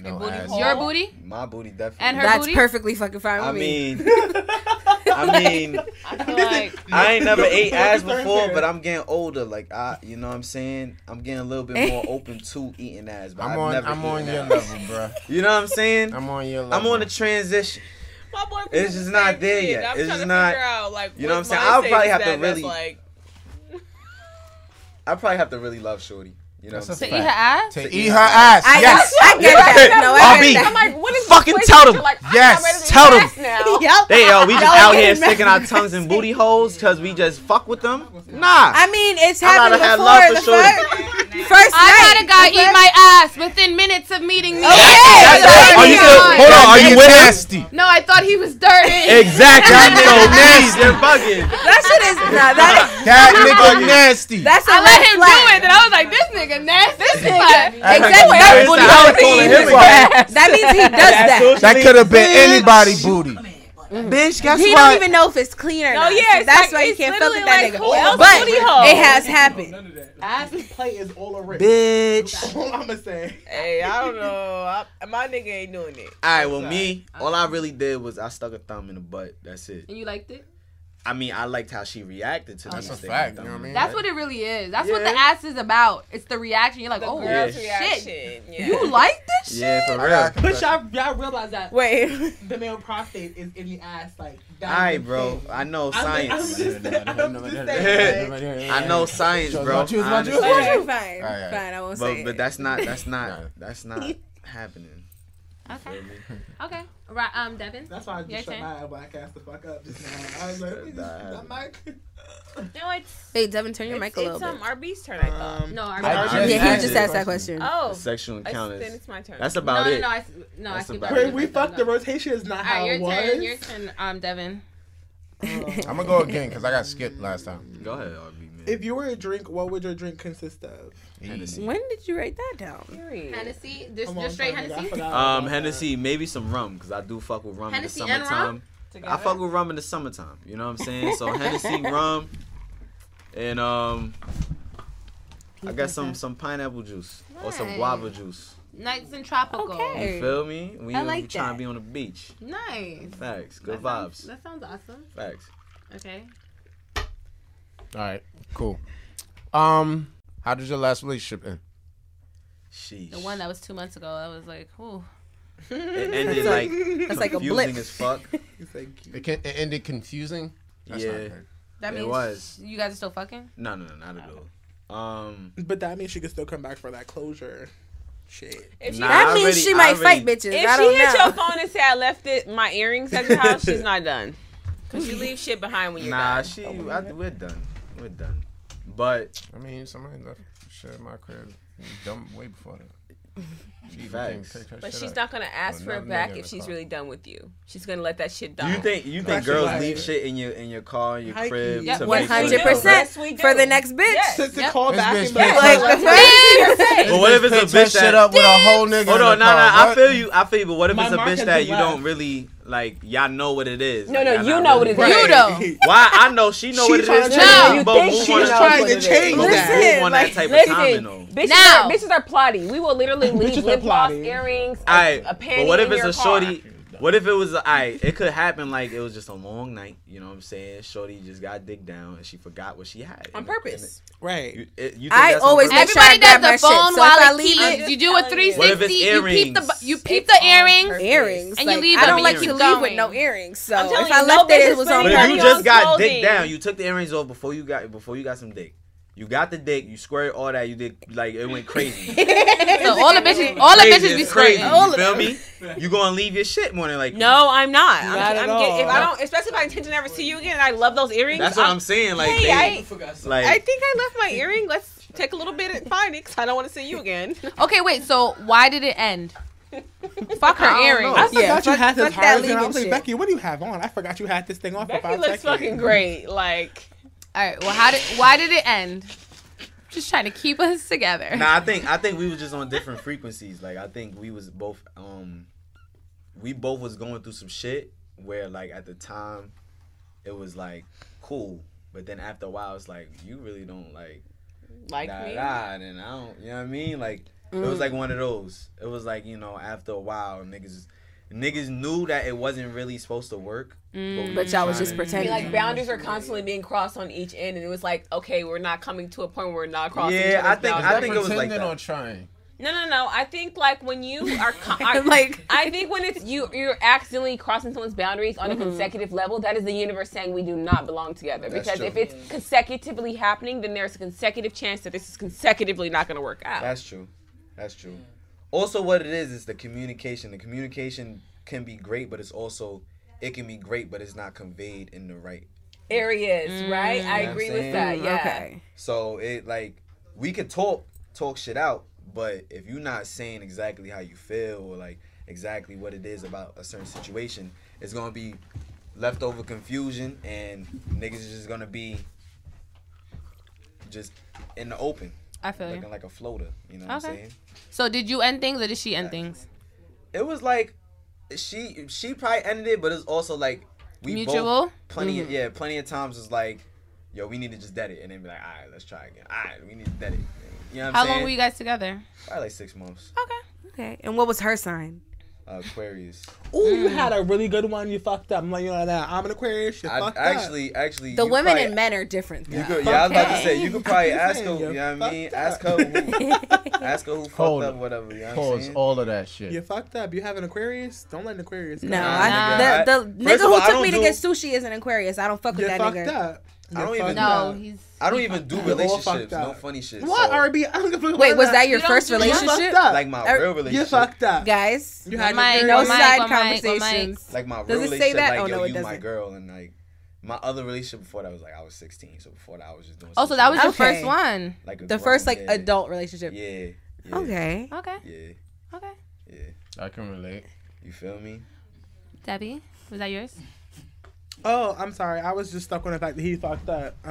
Speaker 5: No, ass.
Speaker 4: Your booty?
Speaker 13: My booty definitely.
Speaker 4: And her
Speaker 1: That's
Speaker 4: booty?
Speaker 1: perfectly fucking fine with
Speaker 8: I
Speaker 1: me.
Speaker 8: mean, I mean,
Speaker 4: I feel like,
Speaker 8: I ain't never ate ass
Speaker 6: Right
Speaker 8: before,
Speaker 6: there.
Speaker 8: but I'm getting older. Like I, you know what I'm saying? I'm getting a little bit more open to eating ass. But
Speaker 5: I'm
Speaker 8: I've
Speaker 5: on.
Speaker 8: never
Speaker 5: I'm on
Speaker 8: eaten
Speaker 5: your
Speaker 8: ass.
Speaker 5: level, bruh.
Speaker 8: You know what I'm saying? I'm,
Speaker 5: I'm on your level.
Speaker 8: on the transition.
Speaker 12: My boyfriend
Speaker 8: It's
Speaker 12: is
Speaker 8: just
Speaker 12: the
Speaker 8: not
Speaker 12: same
Speaker 8: there
Speaker 12: shit.
Speaker 8: yet.
Speaker 12: I'm trying
Speaker 8: It's just
Speaker 12: to
Speaker 8: not-
Speaker 12: figure out, like,
Speaker 8: You know what I'm saying?
Speaker 12: mindset
Speaker 8: I'll probably
Speaker 12: is
Speaker 8: have to
Speaker 12: that that's
Speaker 8: really-
Speaker 12: like,
Speaker 8: I probably have to really love shorty. You know what I'm
Speaker 4: to eat
Speaker 8: saying?
Speaker 4: her ass?
Speaker 5: to eat her ass.
Speaker 1: I,
Speaker 5: yes.
Speaker 1: I, get that. No, I
Speaker 8: RB.
Speaker 1: get
Speaker 12: I'm like,
Speaker 1: that.
Speaker 12: what is
Speaker 8: Fucking
Speaker 12: this place that
Speaker 8: tell them.
Speaker 12: you're Like, I'm
Speaker 5: Yes,
Speaker 12: not ready to
Speaker 8: tell
Speaker 12: eat
Speaker 8: them.
Speaker 12: ass Now.
Speaker 1: Yup.
Speaker 8: They yo, we just out here
Speaker 1: getting mad.
Speaker 8: sticking our tongues in booty holes because we just fuck with them. Nah,
Speaker 1: I mean, it's
Speaker 8: I'd rather
Speaker 1: happened
Speaker 8: have
Speaker 1: before.
Speaker 8: love for
Speaker 1: the
Speaker 8: shorty.
Speaker 1: fuck? First
Speaker 4: I
Speaker 1: night.
Speaker 4: had a guy
Speaker 1: The
Speaker 4: eat
Speaker 1: first-
Speaker 4: my ass within minutes of meeting me.
Speaker 1: That's
Speaker 8: Are you still, hold on, are you with us?
Speaker 5: nasty.
Speaker 4: No, I thought he was dirty.
Speaker 8: Exactly. I'm so nasty. They're bugging.
Speaker 1: That shit is nah, that is
Speaker 5: That nigga nasty.
Speaker 1: that's
Speaker 4: I
Speaker 1: a
Speaker 4: let
Speaker 1: red
Speaker 4: him
Speaker 1: flag.
Speaker 4: do it, and I was like, this nigga nasty. This nigga.
Speaker 1: Exactly.
Speaker 8: That's what I was calling him
Speaker 1: That that means he does that.
Speaker 5: that could have been anybody booty.
Speaker 8: Bitch, guess
Speaker 1: He
Speaker 8: what?
Speaker 1: don't even know if it's clean or
Speaker 10: No,
Speaker 1: not.
Speaker 10: yeah,
Speaker 1: so
Speaker 10: it's
Speaker 1: that's
Speaker 10: like-
Speaker 1: why you
Speaker 10: it's
Speaker 1: can't fuck
Speaker 10: literally
Speaker 1: with that
Speaker 10: like,
Speaker 1: nigga.
Speaker 10: who else
Speaker 1: but
Speaker 10: booty hole?
Speaker 1: it has happened.
Speaker 6: None of that. This play is all a rip.
Speaker 8: Bitch.
Speaker 6: All I'ma say.
Speaker 10: Hey, I don't know. I, my nigga ain't doing it.
Speaker 8: All right, well, me, all I really did was I stuck a thumb in the butt. That's it.
Speaker 4: And you liked it?
Speaker 8: I mean, I liked how she reacted to
Speaker 5: That's
Speaker 8: me
Speaker 5: a
Speaker 8: sticking
Speaker 5: fact,
Speaker 8: a
Speaker 5: you know what I
Speaker 8: thumb in
Speaker 5: mean?
Speaker 8: the
Speaker 4: That's
Speaker 8: butt.
Speaker 4: what it really is. That's what
Speaker 8: Yeah.
Speaker 4: the ass is about. It's the reaction. You're like, oh,
Speaker 10: Girl's
Speaker 4: shit.
Speaker 10: reaction. Yeah.
Speaker 4: You like this shit?
Speaker 8: Yeah, for real.
Speaker 6: But y'all, y'all realize that
Speaker 1: Wait.
Speaker 6: the male prostate is in the ass, like.
Speaker 8: All
Speaker 6: that's
Speaker 8: right,
Speaker 6: the
Speaker 8: bro.
Speaker 6: thing.
Speaker 8: I know
Speaker 6: I'm- I'm
Speaker 8: science.
Speaker 6: just-
Speaker 8: I know science, bro.
Speaker 5: about you, it's
Speaker 8: I
Speaker 5: about you.
Speaker 8: understand.
Speaker 1: Okay, fine,
Speaker 5: right.
Speaker 1: fine. I won't say.
Speaker 8: But, but
Speaker 1: it.
Speaker 8: that's not that's not
Speaker 5: Right.
Speaker 8: that's not happening.
Speaker 4: Okay. Okay. Right. Um, Devin.
Speaker 6: That's why I
Speaker 4: Your
Speaker 6: just shut
Speaker 4: turn.
Speaker 6: my black ass the fuck up just now. I was like, is that mic?
Speaker 10: No, it's
Speaker 1: Hey, Devin, turn your mic a little
Speaker 10: it's
Speaker 1: bit.
Speaker 10: um RB's turn. I thought.
Speaker 6: Um,
Speaker 4: No, I
Speaker 8: I-
Speaker 4: remember.
Speaker 1: Yeah,
Speaker 8: I
Speaker 1: he
Speaker 8: just
Speaker 1: just asked
Speaker 8: asked
Speaker 1: that question.
Speaker 10: Oh,
Speaker 8: Sexual
Speaker 10: I- then
Speaker 8: encounters.
Speaker 10: it's my turn.
Speaker 8: That's
Speaker 4: No,
Speaker 8: about
Speaker 4: no,
Speaker 8: it.
Speaker 4: no. I, s- no, I
Speaker 8: That's
Speaker 4: skipped
Speaker 8: about
Speaker 4: over
Speaker 8: it.
Speaker 6: Wait,
Speaker 4: the
Speaker 6: we
Speaker 4: first
Speaker 6: fucked the
Speaker 4: one.
Speaker 6: rotation is not
Speaker 4: All
Speaker 6: how
Speaker 4: right,
Speaker 6: it
Speaker 4: your
Speaker 6: was.
Speaker 4: turn. Your turn. Um, Devin.
Speaker 5: I'm gonna go again because I got skipped last time.
Speaker 8: Go ahead, RB man.
Speaker 6: If you were a drink, what would your drink consist of?
Speaker 8: Hennessy.
Speaker 1: When did you write that down?
Speaker 10: Period.
Speaker 4: Hennessy. This
Speaker 6: Come on,
Speaker 4: just straight
Speaker 6: Tanya, Oh I
Speaker 4: Hennessy.
Speaker 6: forgot about
Speaker 8: Um,
Speaker 6: that.
Speaker 8: Hennessy, maybe some rum, cause I do fuck with rum
Speaker 4: Hennessy
Speaker 8: in
Speaker 4: and
Speaker 8: the
Speaker 4: rum?
Speaker 8: summertime. I
Speaker 10: Together.
Speaker 8: fuck with rum in the summertime. You know what I'm saying? So Hennessy, rum, and um, I got some some pineapple juice or some
Speaker 4: Nice.
Speaker 8: guava juice.
Speaker 4: Nice and tropical.
Speaker 1: Okay.
Speaker 8: You feel me? We,
Speaker 1: I
Speaker 8: we
Speaker 1: like
Speaker 8: trying
Speaker 1: that.
Speaker 8: to be on the beach.
Speaker 4: Nice.
Speaker 8: Facts. Good
Speaker 4: That sounds-
Speaker 8: vibes.
Speaker 4: That sounds awesome.
Speaker 8: Facts.
Speaker 4: Okay.
Speaker 5: All right, cool. Um, how did your last relationship end?
Speaker 8: Sheesh.
Speaker 4: The one that was two months ago. That was like, ooh.
Speaker 8: it ended like
Speaker 1: That's
Speaker 8: confusing
Speaker 1: like a blip.
Speaker 8: as fuck.
Speaker 6: It's like,
Speaker 5: It can it ended confusing.
Speaker 8: yeah.
Speaker 5: good.
Speaker 4: That
Speaker 8: It
Speaker 4: means
Speaker 8: was.
Speaker 4: you guys are still fucking.
Speaker 8: No, no, no, not at all. Um,
Speaker 6: but that means she could still come back for that closure. Shit.
Speaker 10: If she,
Speaker 8: Nah,
Speaker 1: That
Speaker 8: I
Speaker 1: means
Speaker 8: already-
Speaker 1: she
Speaker 8: I
Speaker 1: might
Speaker 8: already-
Speaker 1: fight bitches.
Speaker 10: if
Speaker 1: I
Speaker 10: she
Speaker 1: don't
Speaker 10: hit
Speaker 1: know.
Speaker 10: your phone and say I left it, my earrings at your house, she's not done. Cause you leave shit behind when you're
Speaker 8: nah,
Speaker 10: done.
Speaker 1: Oh,
Speaker 8: she. I, we're done. We're done. But
Speaker 5: I mean, somebody left shit in my crib dumb way before that. She even
Speaker 8: Facts.
Speaker 5: came pick her
Speaker 10: But
Speaker 5: shit
Speaker 10: she's
Speaker 5: up.
Speaker 10: not gonna ask
Speaker 5: Well,
Speaker 8: Oh,
Speaker 10: for it
Speaker 5: nothing
Speaker 10: back
Speaker 5: in
Speaker 10: if
Speaker 5: the
Speaker 10: she's
Speaker 5: car.
Speaker 10: really done with you. She's gonna let that shit die.
Speaker 8: you think you
Speaker 5: That's
Speaker 8: think girls
Speaker 6: right.
Speaker 8: leave shit in your in your car in your
Speaker 6: Hikey.
Speaker 8: crib?
Speaker 6: Yep,
Speaker 8: to make sure-
Speaker 1: 100%
Speaker 10: Yes, we do.
Speaker 1: for the next bitch.
Speaker 10: Yes.
Speaker 6: To, to
Speaker 4: Yep.
Speaker 6: call
Speaker 5: This
Speaker 6: back
Speaker 5: bitch
Speaker 6: and
Speaker 5: been-
Speaker 6: be
Speaker 1: Like, the first-
Speaker 8: But what if
Speaker 5: Picked
Speaker 8: it's a
Speaker 5: her
Speaker 8: bitch
Speaker 5: shit
Speaker 8: that?
Speaker 5: up with a whole nigga.
Speaker 8: Hold
Speaker 5: in
Speaker 8: on,
Speaker 5: the
Speaker 8: no, no,
Speaker 5: car.
Speaker 8: I
Speaker 5: What?
Speaker 8: feel you. I feel you. But what if
Speaker 6: My
Speaker 8: it's a
Speaker 6: mark
Speaker 8: bitch
Speaker 6: has
Speaker 8: that
Speaker 6: been
Speaker 8: you
Speaker 6: left.
Speaker 8: don't really like? Y'all know what it is.
Speaker 10: No,
Speaker 8: Like,
Speaker 10: no,
Speaker 8: y'all
Speaker 10: you
Speaker 8: not
Speaker 10: know
Speaker 8: really-
Speaker 10: what it is.
Speaker 4: You know.
Speaker 8: Why? I know she know
Speaker 6: She
Speaker 8: what it
Speaker 6: trying
Speaker 8: is.
Speaker 6: to
Speaker 8: too.
Speaker 4: change
Speaker 8: We
Speaker 4: it.
Speaker 10: You
Speaker 8: both
Speaker 10: think
Speaker 8: move
Speaker 10: she
Speaker 8: on
Speaker 6: She's
Speaker 8: that-
Speaker 10: know
Speaker 6: trying
Speaker 10: what
Speaker 6: to
Speaker 10: it is.
Speaker 6: change
Speaker 8: But we
Speaker 6: that.
Speaker 8: move on that type of timing
Speaker 10: Listen,
Speaker 8: though.
Speaker 10: bitches,
Speaker 4: Now.
Speaker 10: are, bitches are plotty. We will literally leave
Speaker 6: Bitches are
Speaker 10: lip gloss,
Speaker 6: plotty.
Speaker 10: earrings, a,
Speaker 8: Alright,
Speaker 10: a panty
Speaker 8: but what if
Speaker 10: in
Speaker 8: it's
Speaker 10: your
Speaker 8: a
Speaker 10: car.
Speaker 8: shorty? What if it was a alright, it could happen like it was just a long night, you know what I'm saying? Shorty just got digged down and she forgot what she had.
Speaker 10: on
Speaker 8: And it-
Speaker 10: purpose?
Speaker 6: right.
Speaker 8: and it- it- you think
Speaker 1: I
Speaker 8: that's on
Speaker 1: always
Speaker 8: purpose?
Speaker 1: make sure I
Speaker 4: Everybody
Speaker 1: grab
Speaker 4: does
Speaker 1: my
Speaker 4: the
Speaker 1: shit.
Speaker 4: phone,
Speaker 1: So if I
Speaker 4: wallet,
Speaker 1: leave
Speaker 4: keys.
Speaker 1: it,
Speaker 4: You do a
Speaker 8: What if
Speaker 4: 360.
Speaker 8: it's
Speaker 4: You peep the
Speaker 8: earrings?
Speaker 4: bu- you peep the earrings.
Speaker 1: earrings.
Speaker 4: And you
Speaker 1: Like,
Speaker 4: leave
Speaker 1: I
Speaker 4: it
Speaker 1: don't
Speaker 4: on
Speaker 1: like
Speaker 4: your
Speaker 1: to leave
Speaker 4: going.
Speaker 1: with no earrings. So
Speaker 10: I'm telling
Speaker 1: if I
Speaker 10: you, no
Speaker 1: left it, it
Speaker 10: bitches
Speaker 1: was on
Speaker 10: put
Speaker 8: But
Speaker 10: it
Speaker 8: if
Speaker 1: purpose.
Speaker 8: you
Speaker 10: on
Speaker 8: just got
Speaker 10: clothing.
Speaker 8: digged down, you took the earrings off before you got before you got some dick. You got the dick, you square it all that, you did like it went crazy.
Speaker 4: So all the bitches, all the
Speaker 8: Crazy,
Speaker 4: bitches be
Speaker 8: it's crazy.
Speaker 4: squirting.
Speaker 1: All
Speaker 8: You
Speaker 1: of
Speaker 8: feel
Speaker 1: them.
Speaker 8: me? You gonna leave your shit more than like
Speaker 10: No, I'm not.
Speaker 6: Not
Speaker 10: I'm,
Speaker 6: at
Speaker 10: I'm getting, if I
Speaker 6: all.
Speaker 10: don't, especially if I intend to never see you again, and I love those earrings.
Speaker 8: That's what I'm saying. Like,
Speaker 10: Hey,
Speaker 8: they-
Speaker 10: I-
Speaker 8: like
Speaker 10: I think I left my earring. Let's take a little bit and find it because I don't want to see you again.
Speaker 4: Okay, wait. So why did it end? Fuck her earrings.
Speaker 6: I forgot
Speaker 1: Yeah,
Speaker 6: you
Speaker 1: fuck-
Speaker 6: had this
Speaker 1: fuck that
Speaker 6: hard. And I
Speaker 1: leaving
Speaker 6: was like,
Speaker 1: shit.
Speaker 6: Becky, what do you have on? I forgot you had this thing on for
Speaker 10: Becky
Speaker 6: five
Speaker 10: looks
Speaker 6: seconds.
Speaker 10: fucking great. Like,
Speaker 4: All right. Well, how did why did it end? Just trying to keep us together.
Speaker 8: Nah, I think I think we was just on different frequencies. Like I think we was both um we both was going through some shit where like at the time it was like cool. But then after a while it's like you really don't like
Speaker 10: like
Speaker 8: da
Speaker 10: me. Mm.
Speaker 8: da and I don't you know what I mean? Like it was like one of those. It was like, you know, after a while niggas niggas knew that it wasn't really supposed to work.
Speaker 10: Mm.
Speaker 8: we
Speaker 1: But
Speaker 8: was
Speaker 1: y'all was just
Speaker 8: trying to-
Speaker 10: I mean,
Speaker 1: pretending.
Speaker 10: like boundaries are constantly being crossed on each end, and it was like, okay, we're not coming to a point where we're not crossing.
Speaker 8: Yeah,
Speaker 10: each other's
Speaker 8: I think- I
Speaker 10: boundaries.
Speaker 8: think it was like
Speaker 5: Pretending
Speaker 8: that.
Speaker 5: or trying.
Speaker 10: No, no, no. I think like when you are co- I,
Speaker 1: Like-
Speaker 10: like, I think when it's you, you're accidentally crossing someone's boundaries on a consecutive level. That is the universe saying we do not belong together.
Speaker 8: That's
Speaker 10: because
Speaker 8: true.
Speaker 10: if it's consecutively happening, then there's a consecutive chance that this is consecutively not going to work out.
Speaker 8: That's true. That's true. Also, what it is is the communication. The communication can be great, but it's also it can be great, but it's not conveyed in the right.
Speaker 10: Areas, right? I
Speaker 8: You know what
Speaker 10: agree
Speaker 8: I'm
Speaker 10: with that.
Speaker 8: saying?
Speaker 10: Yeah.
Speaker 1: Okay.
Speaker 8: So it like we could talk, talk shit out, but if you're not saying exactly how you feel or like exactly what it is about a certain situation, it's gonna be leftover confusion and niggas is just gonna be just in the open.
Speaker 4: I feel you.
Speaker 8: looking like a floater. You know what I'm
Speaker 4: Okay.
Speaker 8: saying?
Speaker 4: So did you end things or did she end things?
Speaker 8: It was like she she probably ended it, but it's also like we
Speaker 4: Mutual?
Speaker 8: both plenty of
Speaker 4: Mhm.
Speaker 8: yeah plenty of times was like, yo, we need to just dead it, and then be like, all right, let's try again. All right, we need to dead it. You know what I'm
Speaker 4: How
Speaker 8: saying?
Speaker 4: long were you guys together?
Speaker 8: Probably like six months.
Speaker 1: Okay. And what was her sign?
Speaker 8: Uh, Aquarius.
Speaker 6: Ooh, you
Speaker 8: Hmm.
Speaker 6: had a really good one. You fucked up. I'm like, you know that. I'm an Aquarius. You
Speaker 8: I,
Speaker 6: fucked up.
Speaker 8: actually, actually,
Speaker 1: The
Speaker 8: you
Speaker 1: women
Speaker 8: probably-
Speaker 1: and men are different.
Speaker 8: You
Speaker 1: though.
Speaker 8: could, yeah, I was about to
Speaker 1: Okay.
Speaker 8: say you could probably
Speaker 6: I'm
Speaker 8: ask her.
Speaker 6: saying
Speaker 8: You know what I mean?
Speaker 6: fucked
Speaker 8: Ask her. Who, ask her who
Speaker 5: Hold
Speaker 8: fucked
Speaker 5: up.
Speaker 8: up, whatever. You know what I'm
Speaker 5: Pause Oh.
Speaker 8: saying?
Speaker 5: all of that
Speaker 6: You
Speaker 5: shit.
Speaker 6: fucked up. You have an Aquarius. Don't let an Aquarius. go.
Speaker 1: No,
Speaker 8: Nah,
Speaker 1: I,
Speaker 8: nigga,
Speaker 1: the, the
Speaker 8: I-
Speaker 1: nigga
Speaker 8: first of
Speaker 1: who
Speaker 8: all, I
Speaker 1: took me
Speaker 8: don't
Speaker 1: to get
Speaker 8: do-
Speaker 1: sushi is an Aquarius. I don't fuck
Speaker 6: you
Speaker 1: with that
Speaker 6: fucked
Speaker 1: nigga.
Speaker 6: up.
Speaker 8: I don't
Speaker 6: You
Speaker 8: even
Speaker 6: fucked
Speaker 4: No,
Speaker 6: up.
Speaker 4: Oh, he's.
Speaker 8: I don't even do
Speaker 6: all
Speaker 8: relationships.
Speaker 6: fucked
Speaker 8: No
Speaker 6: up.
Speaker 8: funny shit.
Speaker 6: What
Speaker 8: so,
Speaker 6: RB? I don't give a fuck
Speaker 1: Wait,
Speaker 6: about
Speaker 1: was that
Speaker 6: that
Speaker 1: your
Speaker 4: You don't
Speaker 1: first
Speaker 4: do that.
Speaker 6: You
Speaker 1: relationship?
Speaker 6: fucked up.
Speaker 8: Like my
Speaker 1: Er,
Speaker 8: real
Speaker 6: you
Speaker 8: relationship.
Speaker 6: fucked up.
Speaker 1: Guys,
Speaker 6: You had
Speaker 4: Mike,
Speaker 6: an
Speaker 1: no
Speaker 4: Go Mike,
Speaker 6: Aquarius.
Speaker 1: side
Speaker 4: go Mike, go Mike.
Speaker 1: conversations.
Speaker 8: Like my
Speaker 1: Does
Speaker 8: real
Speaker 1: it say
Speaker 8: relationship.
Speaker 1: that?
Speaker 8: Like
Speaker 1: Oh,
Speaker 8: yo,
Speaker 1: no, it
Speaker 8: you my
Speaker 1: doesn't.
Speaker 8: girl, and like my other relationship before that was like I was 16. So before that, I was just doing.
Speaker 4: Oh, so
Speaker 8: some
Speaker 4: that was
Speaker 8: shit,
Speaker 4: your
Speaker 1: Okay.
Speaker 4: first one.
Speaker 8: like
Speaker 1: The
Speaker 8: a grown-
Speaker 1: first like
Speaker 8: yeah,
Speaker 1: adult relationship.
Speaker 8: Yeah. yeah,
Speaker 1: Okay.
Speaker 4: Okay.
Speaker 8: Yeah.
Speaker 4: Okay.
Speaker 8: Yeah.
Speaker 5: I can relate.
Speaker 8: You feel me?
Speaker 4: Debbie, was that yours?
Speaker 6: Oh, I'm sorry. I was just stuck on the fact that he fucked up.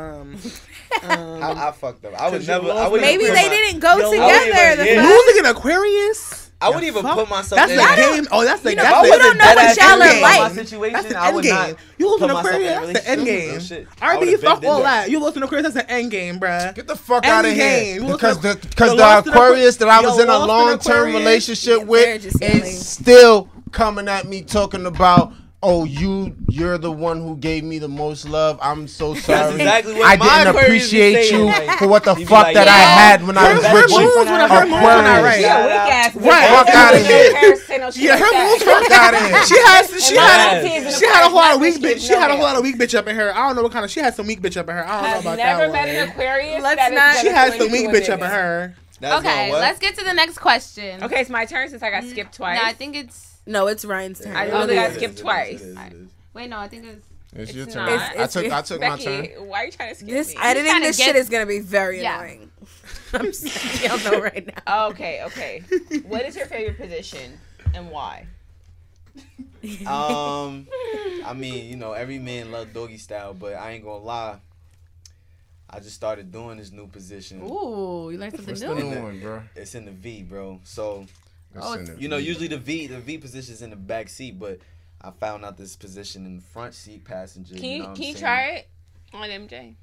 Speaker 6: Um, um,
Speaker 8: I, I fucked up. I would
Speaker 6: you
Speaker 8: never. I
Speaker 6: lost
Speaker 8: would
Speaker 6: me.
Speaker 1: Maybe they didn't go
Speaker 6: Yo,
Speaker 8: I wouldn't
Speaker 1: together.
Speaker 8: even-
Speaker 1: the
Speaker 8: yeah.
Speaker 1: fuck?
Speaker 6: losing an Aquarius.
Speaker 8: I wouldn't
Speaker 6: You
Speaker 8: even
Speaker 6: fuck-
Speaker 8: put myself.
Speaker 6: That's
Speaker 8: in
Speaker 6: the
Speaker 8: that.
Speaker 6: game. Oh, that's the.
Speaker 1: You know,
Speaker 6: that's
Speaker 1: you
Speaker 6: the-
Speaker 1: don't know what
Speaker 6: that's
Speaker 1: y'all
Speaker 6: the
Speaker 1: are
Speaker 6: game.
Speaker 1: like.
Speaker 8: My situation,
Speaker 6: That's the
Speaker 8: I
Speaker 6: end
Speaker 8: would
Speaker 6: game.
Speaker 8: not.
Speaker 6: You lose
Speaker 8: put
Speaker 6: an
Speaker 8: myself in a
Speaker 6: Aquarius. That's the end
Speaker 8: relationship
Speaker 6: game.
Speaker 8: and shit. I
Speaker 6: RB,
Speaker 8: would've
Speaker 6: you
Speaker 8: been
Speaker 6: fuck
Speaker 8: did
Speaker 6: all
Speaker 8: that.
Speaker 6: that. You lose an Aquarius. That's the end game, bruh.
Speaker 5: Get the fuck
Speaker 6: End
Speaker 5: out of
Speaker 6: game.
Speaker 5: here.
Speaker 6: You
Speaker 5: Because
Speaker 6: lost an-
Speaker 5: the because
Speaker 6: you
Speaker 5: the
Speaker 6: lost an
Speaker 5: Aquarius that I
Speaker 6: Aqu-
Speaker 5: was
Speaker 6: you
Speaker 5: in a
Speaker 6: lost an
Speaker 5: long term
Speaker 6: Aquarius.
Speaker 5: relationship
Speaker 1: Yeah, marriage
Speaker 5: with
Speaker 1: is
Speaker 5: is
Speaker 1: silly.
Speaker 5: still coming at me talking about. Oh, you you're the one who gave me the most love. I'm so sorry.
Speaker 8: exactly what
Speaker 5: I
Speaker 8: my
Speaker 5: didn't
Speaker 8: Aquarius is
Speaker 5: appreciate
Speaker 8: saying,
Speaker 5: you
Speaker 8: like,
Speaker 5: for what the
Speaker 8: you be
Speaker 5: fuck
Speaker 8: like,
Speaker 5: that
Speaker 8: yeah.
Speaker 5: I had when I was
Speaker 6: Her
Speaker 5: with you.
Speaker 6: moves when I- her moves when I
Speaker 5: Aquarius.
Speaker 6: rate.
Speaker 14: Yeah, weak ass.
Speaker 5: Fuck out of here.
Speaker 6: Yeah, her moves
Speaker 5: Fuck out of here.
Speaker 6: She has she had
Speaker 14: Yes.
Speaker 6: a, she had a whole lot of weak
Speaker 14: Aquarius,
Speaker 6: bitch. She had a whole
Speaker 14: no
Speaker 6: lot of weak bitch up in her. I don't know what kind of. She had some weak bitch up in her. I don't know
Speaker 14: I've
Speaker 6: about
Speaker 14: never
Speaker 6: that
Speaker 14: met
Speaker 6: one.
Speaker 14: an Aquarius.
Speaker 1: Let's
Speaker 14: that is
Speaker 1: not-
Speaker 14: gonna
Speaker 6: She had
Speaker 14: turn
Speaker 6: some weak
Speaker 14: into a
Speaker 6: bitch up in
Speaker 14: nigga.
Speaker 6: her.
Speaker 8: That's
Speaker 4: okay,
Speaker 8: not what?
Speaker 4: let's get to the next question.
Speaker 14: Okay, it's my turn since I
Speaker 1: Mm-hmm.
Speaker 14: got skipped twice.
Speaker 4: No, I think it's.
Speaker 1: No, it's Ryan's turn.
Speaker 14: I
Speaker 1: It
Speaker 14: literally
Speaker 1: really
Speaker 14: got
Speaker 1: is.
Speaker 14: skipped
Speaker 8: It
Speaker 14: twice.
Speaker 8: is, it is.
Speaker 4: Wait, no, I think it's.
Speaker 5: It's
Speaker 4: It's
Speaker 5: your
Speaker 4: not.
Speaker 5: turn.
Speaker 1: It's-
Speaker 5: I
Speaker 1: it's
Speaker 5: took
Speaker 1: your-
Speaker 5: I took my turn.
Speaker 14: Becky, why are you trying to skip
Speaker 1: This
Speaker 14: me?
Speaker 1: editing
Speaker 4: trying to
Speaker 1: this
Speaker 4: get-
Speaker 1: shit is gonna be very
Speaker 4: Yeah.
Speaker 1: annoying. I'm sorry, y'all know right now.
Speaker 14: okay, okay. What is your favorite position and why?
Speaker 8: Um, I mean, you know, every man love doggy style, but I ain't gonna lie. I just started doing this new position.
Speaker 4: Ooh, you learned something
Speaker 5: What's the
Speaker 4: new.
Speaker 5: new one, bro?
Speaker 8: It's in the V, bro. So
Speaker 4: Oh,
Speaker 5: It's in
Speaker 8: you know,
Speaker 5: the-
Speaker 8: usually the V, the V position is in the back seat, but I found out this position in the front seat passenger.
Speaker 10: Can you,
Speaker 8: know what I'm
Speaker 10: can you
Speaker 8: saying?
Speaker 10: try it on MJ?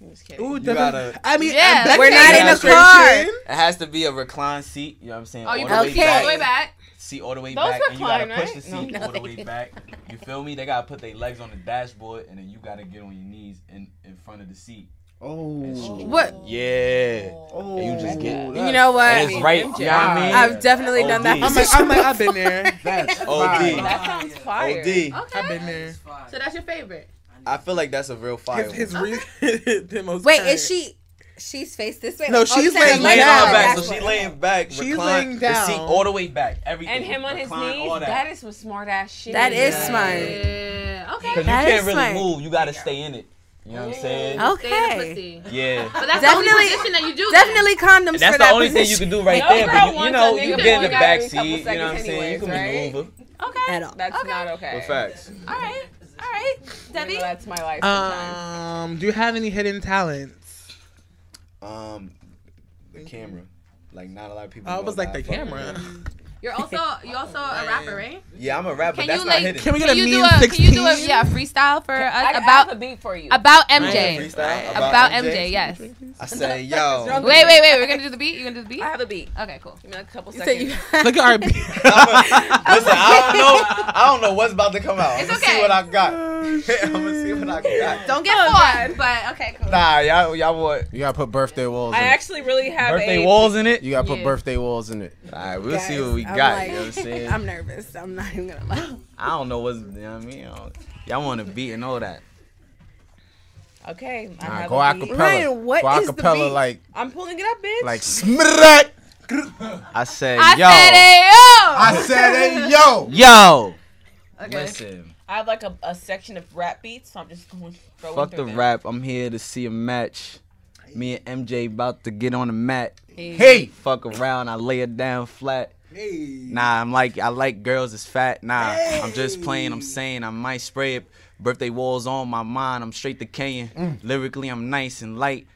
Speaker 10: I'm just kidding.
Speaker 6: Ooh,
Speaker 8: You gotta-
Speaker 6: I mean,
Speaker 4: Yeah,
Speaker 6: at that
Speaker 4: we're not
Speaker 1: in the
Speaker 6: situation,
Speaker 1: car.
Speaker 8: It has to be a reclined seat. You know what I'm saying?
Speaker 4: Oh, you
Speaker 8: all the
Speaker 4: okay.
Speaker 8: way
Speaker 1: Okay.
Speaker 4: all the way
Speaker 8: back.
Speaker 4: back.
Speaker 8: Seat all the way
Speaker 10: Those
Speaker 8: back, and you gotta
Speaker 10: recline,
Speaker 8: push the
Speaker 10: right?
Speaker 8: seat
Speaker 1: No,
Speaker 8: all the
Speaker 1: they
Speaker 8: way
Speaker 1: don't.
Speaker 8: back. You feel me? They gotta put their legs on the dashboard, and then you gotta get on your knees in, in front of the seat.
Speaker 5: Oh,
Speaker 1: What?
Speaker 8: Yeah.
Speaker 5: oh,
Speaker 8: And you just get-
Speaker 1: You know
Speaker 8: And
Speaker 1: what?
Speaker 8: it's right. You know what I mean?
Speaker 1: I've definitely done that.
Speaker 8: OD.
Speaker 6: I'm like, I'm like, I've been there.
Speaker 5: That's
Speaker 8: OD.
Speaker 5: fire.
Speaker 10: That sounds fire.
Speaker 8: OD.
Speaker 6: I've
Speaker 4: Okay.
Speaker 6: been there.
Speaker 4: So that's your favorite.
Speaker 8: I feel like that's a real fire.
Speaker 6: His, his re- the most
Speaker 1: Wait,
Speaker 6: current.
Speaker 1: is she? She's faced this way.
Speaker 6: No,
Speaker 1: Oh,
Speaker 6: she's
Speaker 1: you said her
Speaker 6: laying
Speaker 1: legs
Speaker 8: She's laying
Speaker 1: are
Speaker 8: on
Speaker 6: down.
Speaker 8: her back, so
Speaker 1: backward.
Speaker 8: she's laying back.
Speaker 6: She's
Speaker 8: reclined,
Speaker 6: laying
Speaker 8: The
Speaker 6: down.
Speaker 8: seat all the way back. Everything.
Speaker 10: And him on his
Speaker 8: Recline,
Speaker 10: knees.
Speaker 8: all
Speaker 10: that is some smart ass shit.
Speaker 1: That is
Speaker 8: Yeah.
Speaker 1: smart.
Speaker 4: Yeah. Okay.
Speaker 8: Because you
Speaker 1: That
Speaker 8: can't
Speaker 1: is
Speaker 8: really
Speaker 1: smart.
Speaker 8: move. You gotta stay in it. You know what I'm
Speaker 4: Stay in
Speaker 8: saying?
Speaker 4: the
Speaker 1: Okay.
Speaker 4: pussy.
Speaker 8: Yeah.
Speaker 4: But that's the only
Speaker 1: Definitely-
Speaker 4: position that you do. then.
Speaker 1: Definitely condoms
Speaker 8: That's
Speaker 1: for
Speaker 8: the
Speaker 1: that
Speaker 8: only thing you
Speaker 1: position
Speaker 8: can do right
Speaker 10: No
Speaker 8: there.
Speaker 10: girl
Speaker 8: But you, you
Speaker 10: wants
Speaker 8: know,
Speaker 10: a
Speaker 8: you
Speaker 10: nigga
Speaker 8: get in
Speaker 10: who
Speaker 8: the
Speaker 10: got
Speaker 8: back
Speaker 10: every couple
Speaker 8: seat. You know what I'm
Speaker 10: seconds
Speaker 8: saying? you can
Speaker 10: anyways, right?
Speaker 8: maneuver.
Speaker 4: Okay.
Speaker 1: at all.
Speaker 10: That's
Speaker 4: Okay.
Speaker 10: not okay.
Speaker 8: But facts.
Speaker 4: All right. All right.
Speaker 10: You know,
Speaker 4: Debbie.
Speaker 10: That's my life. sometimes.
Speaker 6: Um, do you have any hidden talents?
Speaker 8: Um, the camera. Like not a lot of people.
Speaker 6: I
Speaker 8: know
Speaker 6: was like
Speaker 8: that
Speaker 6: the
Speaker 8: I fuck
Speaker 6: camera.
Speaker 8: with it.
Speaker 4: You're also you're also a rapper, right?
Speaker 8: Yeah, I'm a rapper.
Speaker 4: Can
Speaker 8: That's
Speaker 4: you,
Speaker 8: not
Speaker 4: like-
Speaker 8: hidden.
Speaker 6: Can we get
Speaker 4: Can
Speaker 6: a
Speaker 4: you do
Speaker 6: meme
Speaker 4: a can you do a
Speaker 6: sixteen?
Speaker 4: yeah freestyle for us
Speaker 10: I,
Speaker 4: about
Speaker 10: I have a beat for you.
Speaker 4: about MJ
Speaker 8: Freestyle
Speaker 4: about MJ? Yes. Wait,
Speaker 8: I say, yo.
Speaker 4: wait, wait. We're gonna do the beat. You're gonna do the beat.
Speaker 10: I have a beat.
Speaker 4: Okay, cool.
Speaker 10: Give me like a couple
Speaker 1: You said
Speaker 10: seconds.
Speaker 1: you-
Speaker 6: Look at RB.
Speaker 8: I'm a- listen, I don't know. I don't know what's about to come out. I'm
Speaker 4: It's
Speaker 8: gonna
Speaker 4: okay.
Speaker 8: see what I got.
Speaker 5: Oh,
Speaker 8: I'm gonna see what I got.
Speaker 4: Don't get caught, but okay, cool.
Speaker 8: Nah, y'all, y'all want
Speaker 5: You gotta put birthday walls.
Speaker 10: I
Speaker 5: in it.
Speaker 10: actually really have
Speaker 8: birthday
Speaker 10: a.
Speaker 8: walls in it?
Speaker 5: You gotta put
Speaker 4: Yeah.
Speaker 5: birthday walls in it.
Speaker 8: All right, we'll
Speaker 1: Guys,
Speaker 8: see what we
Speaker 1: I'm
Speaker 8: got.
Speaker 1: like-
Speaker 8: you know what I'm saying?
Speaker 1: I'm nervous. I'm not even gonna lie.
Speaker 8: I don't know what's. You know what I mean? I don't- Y'all want to beat and all that.
Speaker 10: Okay, I
Speaker 5: Nah,
Speaker 10: have
Speaker 5: go
Speaker 10: a beat.
Speaker 5: acapella.
Speaker 1: Ryan, what
Speaker 5: go
Speaker 1: is the
Speaker 5: acapella
Speaker 1: beat?
Speaker 5: like
Speaker 10: I'm pulling it up, bitch.
Speaker 5: like smrat.
Speaker 8: I said,
Speaker 4: I
Speaker 8: yo,
Speaker 4: said it. Oh.
Speaker 5: I said, hey yo.
Speaker 8: yo.
Speaker 10: Okay.
Speaker 8: Listen,
Speaker 10: I have like a, a section of rap beats, so I'm just going. throwing
Speaker 8: fuck
Speaker 10: through
Speaker 8: the
Speaker 10: them.
Speaker 8: rap. I'm here to see a match. Me and MJ about to get on the mat.
Speaker 13: Hey.
Speaker 8: hey. Fuck around. I lay it down flat.
Speaker 13: Hey.
Speaker 8: Nah, I'm like I like girls that's fat. Nah, I'm just playing. I'm saying I might spray it. Birthday walls on my mind. I'm straight to Kenyan.
Speaker 15: Mm.
Speaker 8: Lyrically, I'm nice and light.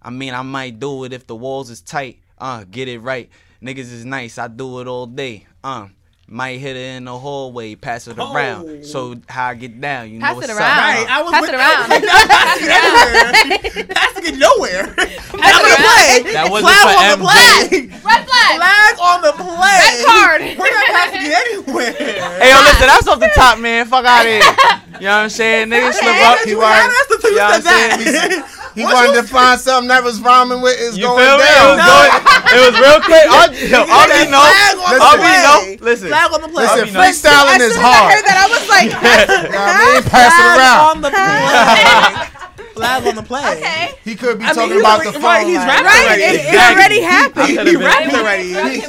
Speaker 8: I mean, I might do it if the walls is tight. Uh, get it right. Niggas is nice. I do it all day. Uh, might hit it in the hallway. Pass it around. So how I get down? You know
Speaker 4: Pass
Speaker 8: what's
Speaker 4: it
Speaker 8: up.
Speaker 4: around. Pass it around.
Speaker 6: nowhere.
Speaker 8: That wasn't for MJ.
Speaker 4: Red flag.
Speaker 6: Flag on the play.
Speaker 4: Red card.
Speaker 6: We're not passing it anywhere.
Speaker 8: Hey, yo, listen, that's off the top, man. Fuck out of here. You know what I'm saying? Niggas slip up.
Speaker 5: He wanted, you know He wanted to find something that was rhyming with is
Speaker 8: You
Speaker 5: going
Speaker 8: feel me? It
Speaker 5: down.
Speaker 8: was going- it was real quick. All- yo, all we know- all we know- listen.
Speaker 5: flag
Speaker 6: on the
Speaker 5: play.
Speaker 8: All
Speaker 5: Listen,
Speaker 8: we know-
Speaker 5: freestyling is hard.
Speaker 1: I was like,
Speaker 5: I mean, pass it around.
Speaker 6: on the play. Flag on the play. Okay.
Speaker 5: He could be
Speaker 6: I mean,
Speaker 5: talking
Speaker 6: he's
Speaker 5: about
Speaker 6: already-
Speaker 5: the phone.
Speaker 6: right, he's
Speaker 5: line.
Speaker 6: rapped Right, already. it- it Exactly. already happened. I could've He been- rapped already.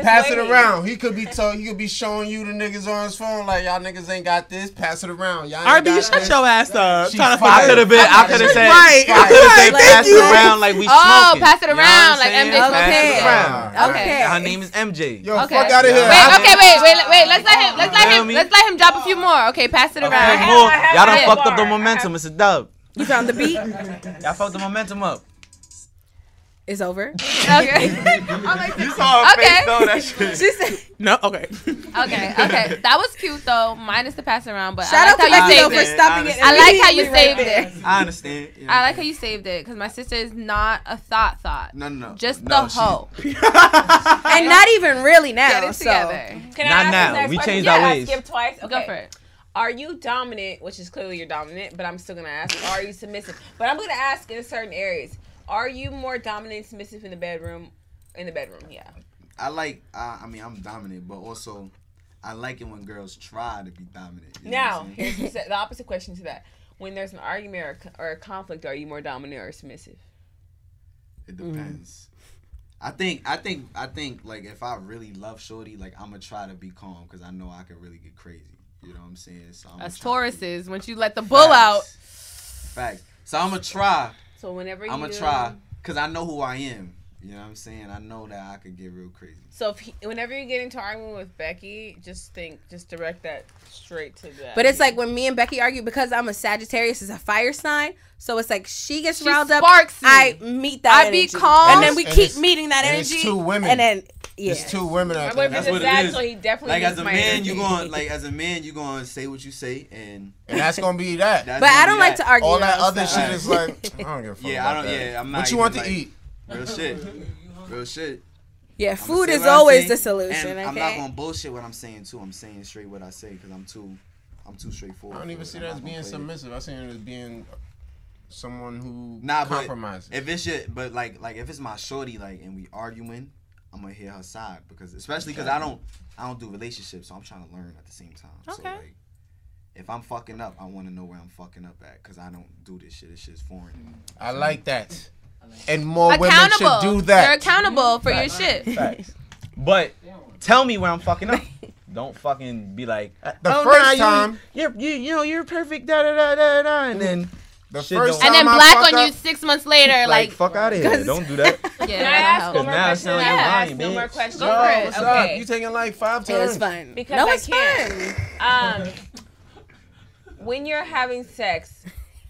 Speaker 5: Pass it around. He could be told. He could be showing you the niggas on his phone like y'all niggas ain't got this. Pass it around. Y'all ain't
Speaker 6: RB, you
Speaker 5: got
Speaker 6: shut
Speaker 5: this.
Speaker 6: your ass up.
Speaker 5: She's
Speaker 6: Tryna-
Speaker 5: fired.
Speaker 8: I could have been. I could have said.
Speaker 6: Right.
Speaker 8: I could have said
Speaker 6: Right.
Speaker 8: pass
Speaker 6: Thank
Speaker 8: it
Speaker 6: you.
Speaker 8: around like we
Speaker 4: Oh,
Speaker 8: smoking.
Speaker 4: pass it
Speaker 8: You know
Speaker 4: around
Speaker 8: what I'm
Speaker 4: like
Speaker 8: saying?
Speaker 4: MJ.
Speaker 8: Pass it
Speaker 4: Okay.
Speaker 8: around.
Speaker 4: Okay.
Speaker 8: Her name is MJ.
Speaker 5: Yo,
Speaker 4: Okay. Wait, okay, wait, wait, wait. Let's let him. Let's let him. Let's let him drop a few more. Okay, pass it around.
Speaker 8: More. Y'all done
Speaker 4: Yeah.
Speaker 8: fucked up the momentum. It's a dub.
Speaker 1: You found the beat.
Speaker 8: Y'all fucked the momentum up.
Speaker 1: It's over.
Speaker 4: Okay.
Speaker 8: You saw
Speaker 4: her face, though, that
Speaker 8: shit.
Speaker 1: She said,
Speaker 6: No, okay.
Speaker 4: Okay, okay. That was cute though, minus the pass around. But
Speaker 1: Shout
Speaker 4: I
Speaker 1: out
Speaker 4: like
Speaker 1: to
Speaker 4: how you
Speaker 1: Maxine
Speaker 4: saved
Speaker 1: for
Speaker 4: it.
Speaker 1: stopping it.
Speaker 4: I like how you
Speaker 1: immediately right
Speaker 4: saved
Speaker 1: there.
Speaker 4: it.
Speaker 8: I understand. Yeah.
Speaker 4: I like how you saved it because my sister is not a thought thought.
Speaker 8: No, no, no.
Speaker 4: Just
Speaker 8: No,
Speaker 4: the
Speaker 8: she's-
Speaker 4: hoe.
Speaker 1: And not even really now.
Speaker 4: Get it
Speaker 1: so.
Speaker 4: together.
Speaker 8: Not
Speaker 10: Can I ask
Speaker 8: now.
Speaker 10: this next
Speaker 8: We
Speaker 10: question?
Speaker 8: changed
Speaker 10: yeah,
Speaker 8: our
Speaker 10: I
Speaker 8: ways.
Speaker 10: skipped twice. Okay.
Speaker 4: Go for it.
Speaker 10: Are you dominant, which is clearly you're dominant, but I'm still gonna ask. Are you submissive? But I'm gonna ask in certain areas. Are you more dominant, and submissive in the bedroom? In the bedroom, yeah.
Speaker 13: I like. Uh, I mean, I'm dominant, but also, I like it when girls try to be dominant. you know what
Speaker 10: Now,
Speaker 13: I'm saying?
Speaker 10: here's the se- the opposite question to that. When there's an argument or a, co- or a conflict, are you more dominant or submissive?
Speaker 13: It depends. I think I think I think like if I really love Shorty, like I'm gonna try to be calm because I know I can really get crazy. You know what I'm saying? So I'm
Speaker 4: Us Tauruses, once you let the bull out,
Speaker 13: Facts. So I'm gonna try.
Speaker 10: So whenever
Speaker 13: I'm gonna
Speaker 10: you-
Speaker 13: try because I know who I am. You know what I'm saying? I know that I could get real crazy.
Speaker 10: So if he, whenever you get into argument with Becky, just think, just direct that straight to that.
Speaker 1: But it's like when me and Becky argue because I'm a Sagittarius is a fire sign, so it's like she gets
Speaker 4: She
Speaker 1: riled up.
Speaker 4: sparks me.
Speaker 1: I meet that.
Speaker 4: I be
Speaker 1: energy.
Speaker 4: calm.
Speaker 1: and then we
Speaker 5: And
Speaker 1: keep
Speaker 5: it's-
Speaker 1: meeting that
Speaker 5: and it's
Speaker 1: energy.
Speaker 5: two women.
Speaker 1: and then yeah,
Speaker 5: It's two women out there.
Speaker 10: My boyfriend
Speaker 13: That's
Speaker 10: is
Speaker 13: what it
Speaker 10: Zag,
Speaker 13: is.
Speaker 10: so he definitely
Speaker 13: Like as
Speaker 10: needs
Speaker 13: a
Speaker 10: my
Speaker 13: man,
Speaker 10: energy.
Speaker 13: you going like as a man, you going to say what you say, and
Speaker 5: And that's gonna be that.
Speaker 13: that's
Speaker 1: but
Speaker 13: gonna
Speaker 1: I don't
Speaker 13: be
Speaker 1: like to argue.
Speaker 5: All that
Speaker 1: though,
Speaker 5: other
Speaker 1: so.
Speaker 5: shit is like, I don't give a fuck.
Speaker 13: Yeah, I
Speaker 5: about
Speaker 13: don't.
Speaker 5: that.
Speaker 13: Yeah, I'm not.
Speaker 5: What you
Speaker 13: even,
Speaker 5: want to
Speaker 13: like,
Speaker 5: eat?
Speaker 13: Real shit. Real shit.
Speaker 1: Yeah,
Speaker 13: I'ma
Speaker 1: food
Speaker 13: say
Speaker 1: is
Speaker 13: what I
Speaker 1: always
Speaker 13: say,
Speaker 1: the solution.
Speaker 13: and
Speaker 1: okay.
Speaker 13: I'm not gonna bullshit what I'm saying too. I'm saying straight what I say because I'm too, I'm too
Speaker 5: I
Speaker 13: straightforward.
Speaker 5: don't even
Speaker 13: with it.
Speaker 5: see
Speaker 13: I'm
Speaker 5: that as
Speaker 13: not gonna
Speaker 5: being
Speaker 13: play it.
Speaker 5: submissive. I see it as being someone who
Speaker 13: Nah, but
Speaker 5: compromises.
Speaker 13: if it's your, but like, like if it's my shorty, like, and we arguing, I'm gonna hear her side because, especially because I don't, I don't do relationships, so I'm trying to learn at the same time. So
Speaker 4: Okay.
Speaker 13: like, if I'm fucking up, I want to know where I'm fucking up at because I don't do this shit. This shit's foreign. to me.
Speaker 5: I like that. And more women should
Speaker 4: accountable.
Speaker 5: do
Speaker 4: You're
Speaker 5: that.
Speaker 4: accountable for your shit.
Speaker 8: Facts. But tell me where I'm fucking up. Don't fucking be like
Speaker 5: Uh, The
Speaker 8: "Oh,
Speaker 5: first
Speaker 8: nah, you-
Speaker 5: time-
Speaker 8: you're, you you know you're perfect da da da da da and then
Speaker 5: The
Speaker 8: shit
Speaker 5: first
Speaker 8: don't-
Speaker 4: And then
Speaker 5: Time I
Speaker 4: black
Speaker 5: fuck
Speaker 4: on you
Speaker 5: up.
Speaker 4: six months later,
Speaker 8: like
Speaker 4: like,
Speaker 8: fuck out of here. Don't do that.
Speaker 4: yeah,
Speaker 10: Can I
Speaker 4: that don't
Speaker 10: ask one
Speaker 4: help.
Speaker 10: more
Speaker 8: now it
Speaker 10: question?
Speaker 8: sound like
Speaker 10: Yeah,
Speaker 8: lying,
Speaker 10: ask no more
Speaker 8: bitch.
Speaker 10: questions.
Speaker 4: Go for it.
Speaker 5: What's up?
Speaker 10: Okay.
Speaker 5: You taking like five
Speaker 1: Yeah,
Speaker 5: turns?
Speaker 1: it's fun.
Speaker 10: Because
Speaker 1: no,
Speaker 10: I
Speaker 1: it's
Speaker 10: can't.
Speaker 1: fun.
Speaker 10: Um, when you're having sex,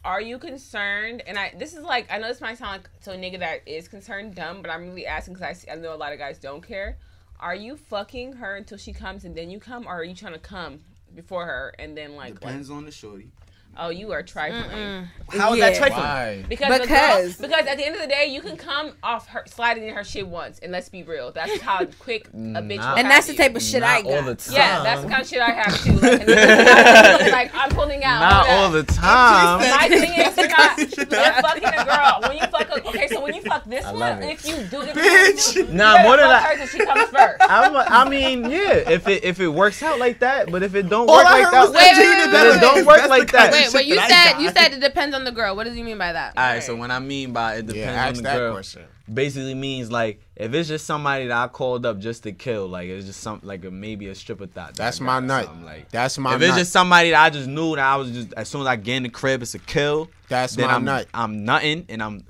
Speaker 10: are you concerned? And I, this is like, I know this might sound like so a nigga that is concerned, dumb, but I'm really asking because I, see- I know a lot of guys don't care. Are you fucking her until she comes and then you come, or are you trying to come before her and then like,
Speaker 13: Depends on the shorty.
Speaker 10: like, oh, you are trifling?
Speaker 8: How is
Speaker 1: Yeah.
Speaker 8: that trifling?
Speaker 5: Why?
Speaker 10: Because
Speaker 1: Because-
Speaker 10: because, because at the end of the day, you can come off her sliding in her shit once, and let's be real, that's how quick a bitch.
Speaker 8: Nah.
Speaker 10: will
Speaker 1: And
Speaker 10: have
Speaker 1: that's the
Speaker 10: you.
Speaker 1: type of shit I
Speaker 8: Not all the
Speaker 1: got.
Speaker 8: time.
Speaker 10: Yeah, that's the kind of shit I have too. Like, and then- like I'm pulling out.
Speaker 8: Not all the time.
Speaker 10: My thing is you're not you're fucking a girl. When you fuck a, okay, so when you fuck this
Speaker 8: I love
Speaker 10: one,
Speaker 8: it.
Speaker 10: if you do get
Speaker 8: Bitch.
Speaker 10: you
Speaker 8: Nah,
Speaker 10: better
Speaker 8: more than
Speaker 10: fuck
Speaker 8: I-
Speaker 10: her till she comes first.
Speaker 8: I'm a, I mean, yeah. If it if it works out like that, but if it don't
Speaker 6: All
Speaker 8: work
Speaker 6: I
Speaker 8: like
Speaker 6: heard
Speaker 8: that,
Speaker 6: was that
Speaker 4: Wait, wait,
Speaker 8: then
Speaker 4: wait,
Speaker 8: it
Speaker 4: wait,
Speaker 8: don't
Speaker 6: wait.
Speaker 8: work
Speaker 6: That's
Speaker 8: like
Speaker 6: the
Speaker 8: that.
Speaker 6: kind
Speaker 4: Wait, wait.
Speaker 6: shit
Speaker 4: You
Speaker 6: that I
Speaker 4: said
Speaker 6: got.
Speaker 4: you said it depends on the girl. What does you mean by that?
Speaker 8: All right. So when I mean by it
Speaker 5: Yeah,
Speaker 8: depends on
Speaker 5: ask
Speaker 8: the
Speaker 5: that
Speaker 8: girl,
Speaker 5: question.
Speaker 8: basically means like if it's just somebody that I called up just to kill, like it's just some like a, maybe a stripper thought. that
Speaker 5: That's
Speaker 8: I
Speaker 5: my
Speaker 8: got or
Speaker 5: nut.
Speaker 8: something, Like
Speaker 5: That's my
Speaker 8: if it's
Speaker 5: nut.
Speaker 8: just somebody that I just knew that I was just as soon as I get in the crib, it's a kill.
Speaker 5: That's
Speaker 8: then
Speaker 5: my
Speaker 8: I'm,
Speaker 5: nut.
Speaker 8: I'm nothing and I'm.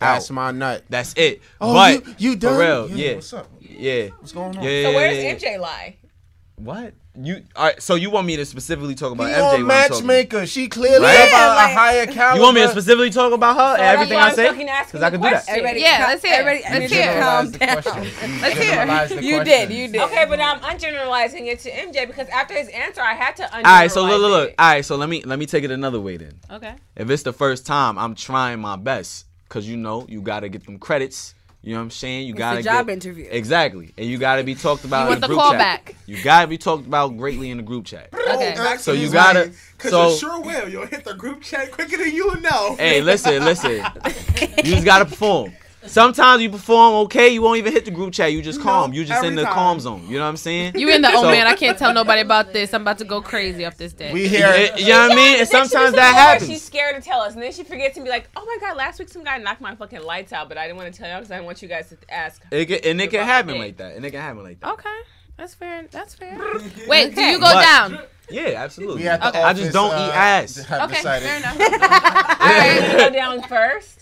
Speaker 5: That's
Speaker 8: out.
Speaker 5: my nut.
Speaker 8: That's it.
Speaker 5: Oh,
Speaker 8: but
Speaker 5: you- you done?
Speaker 8: For real,
Speaker 5: Yeah,
Speaker 8: yeah.
Speaker 5: what's up?
Speaker 8: Yeah.
Speaker 5: What's going on?
Speaker 8: Yeah,
Speaker 10: So where
Speaker 8: yeah, yeah.
Speaker 10: does MJ lie?
Speaker 8: What? You all right? So you want me to specifically talk about
Speaker 5: You
Speaker 8: MJ?
Speaker 5: on
Speaker 8: when I'm talking-
Speaker 5: matchmaker? She clearly
Speaker 8: Right?
Speaker 5: about
Speaker 8: Yeah,
Speaker 5: a higher caliber.
Speaker 8: You want me to specifically talk about her and
Speaker 10: So
Speaker 8: everything
Speaker 10: that's why
Speaker 8: I
Speaker 10: I'm
Speaker 8: say?
Speaker 10: fucking asking
Speaker 8: I can do that.
Speaker 10: the question.
Speaker 4: Yeah, let's hear it.
Speaker 1: Everybody,
Speaker 4: Let's hear it.
Speaker 1: calm
Speaker 5: the
Speaker 1: down.
Speaker 5: question.
Speaker 4: Let's hear it.
Speaker 5: Generalize the
Speaker 1: You did,
Speaker 5: question.
Speaker 1: you did.
Speaker 10: Okay, but I'm ungeneralizing it to MJ because after his answer, I had to.
Speaker 8: All right. So look, look, look. All right. So let me let me take it another way then.
Speaker 10: Okay.
Speaker 8: If it's the first time, I'm trying my best because you know you gotta get them credits. You know what I'm saying? You gotta
Speaker 1: a job
Speaker 8: get,
Speaker 1: interview.
Speaker 8: Exactly, and you gotta be talked about
Speaker 4: You
Speaker 8: in
Speaker 4: want
Speaker 8: the
Speaker 4: the
Speaker 8: group chat.
Speaker 4: callback.
Speaker 8: You gotta be talked about greatly in the group chat.
Speaker 4: Okay.
Speaker 8: So you gotta.
Speaker 6: Cause
Speaker 8: So
Speaker 6: you sure will. You'll hit the group chat quicker than you know.
Speaker 8: hey, listen, listen. You just gotta perform. Sometimes you perform okay, you won't even hit the group chat. You just calm. You just
Speaker 6: every
Speaker 8: in the
Speaker 6: time.
Speaker 8: calm zone. You know what I'm saying?
Speaker 4: You in the oh
Speaker 8: So-
Speaker 4: man, I can't tell nobody about this. I'm about to go crazy off this day.
Speaker 5: We
Speaker 8: You
Speaker 5: here.
Speaker 8: know what I mean? And sometimes that
Speaker 4: "Oh,
Speaker 10: She's
Speaker 8: happens.
Speaker 10: scared to tell us, and then she forgets and be like, "Oh my god, last week some guy knocked my fucking lights out, but I didn't want to tell y'all because I didn't want you guys to ask."
Speaker 8: It can, and it can
Speaker 10: About
Speaker 8: happen
Speaker 10: me.
Speaker 8: like that. And it can happen like that.
Speaker 4: okay. That's fair. That's fair. Wait, do you go
Speaker 8: But-
Speaker 4: down?
Speaker 8: Yeah, absolutely.
Speaker 5: We at the
Speaker 8: I just
Speaker 5: office,
Speaker 8: don't
Speaker 5: uh,
Speaker 8: eat ass.
Speaker 5: have
Speaker 4: Okay,
Speaker 5: decided-
Speaker 4: fair enough.
Speaker 10: All right, you go down first.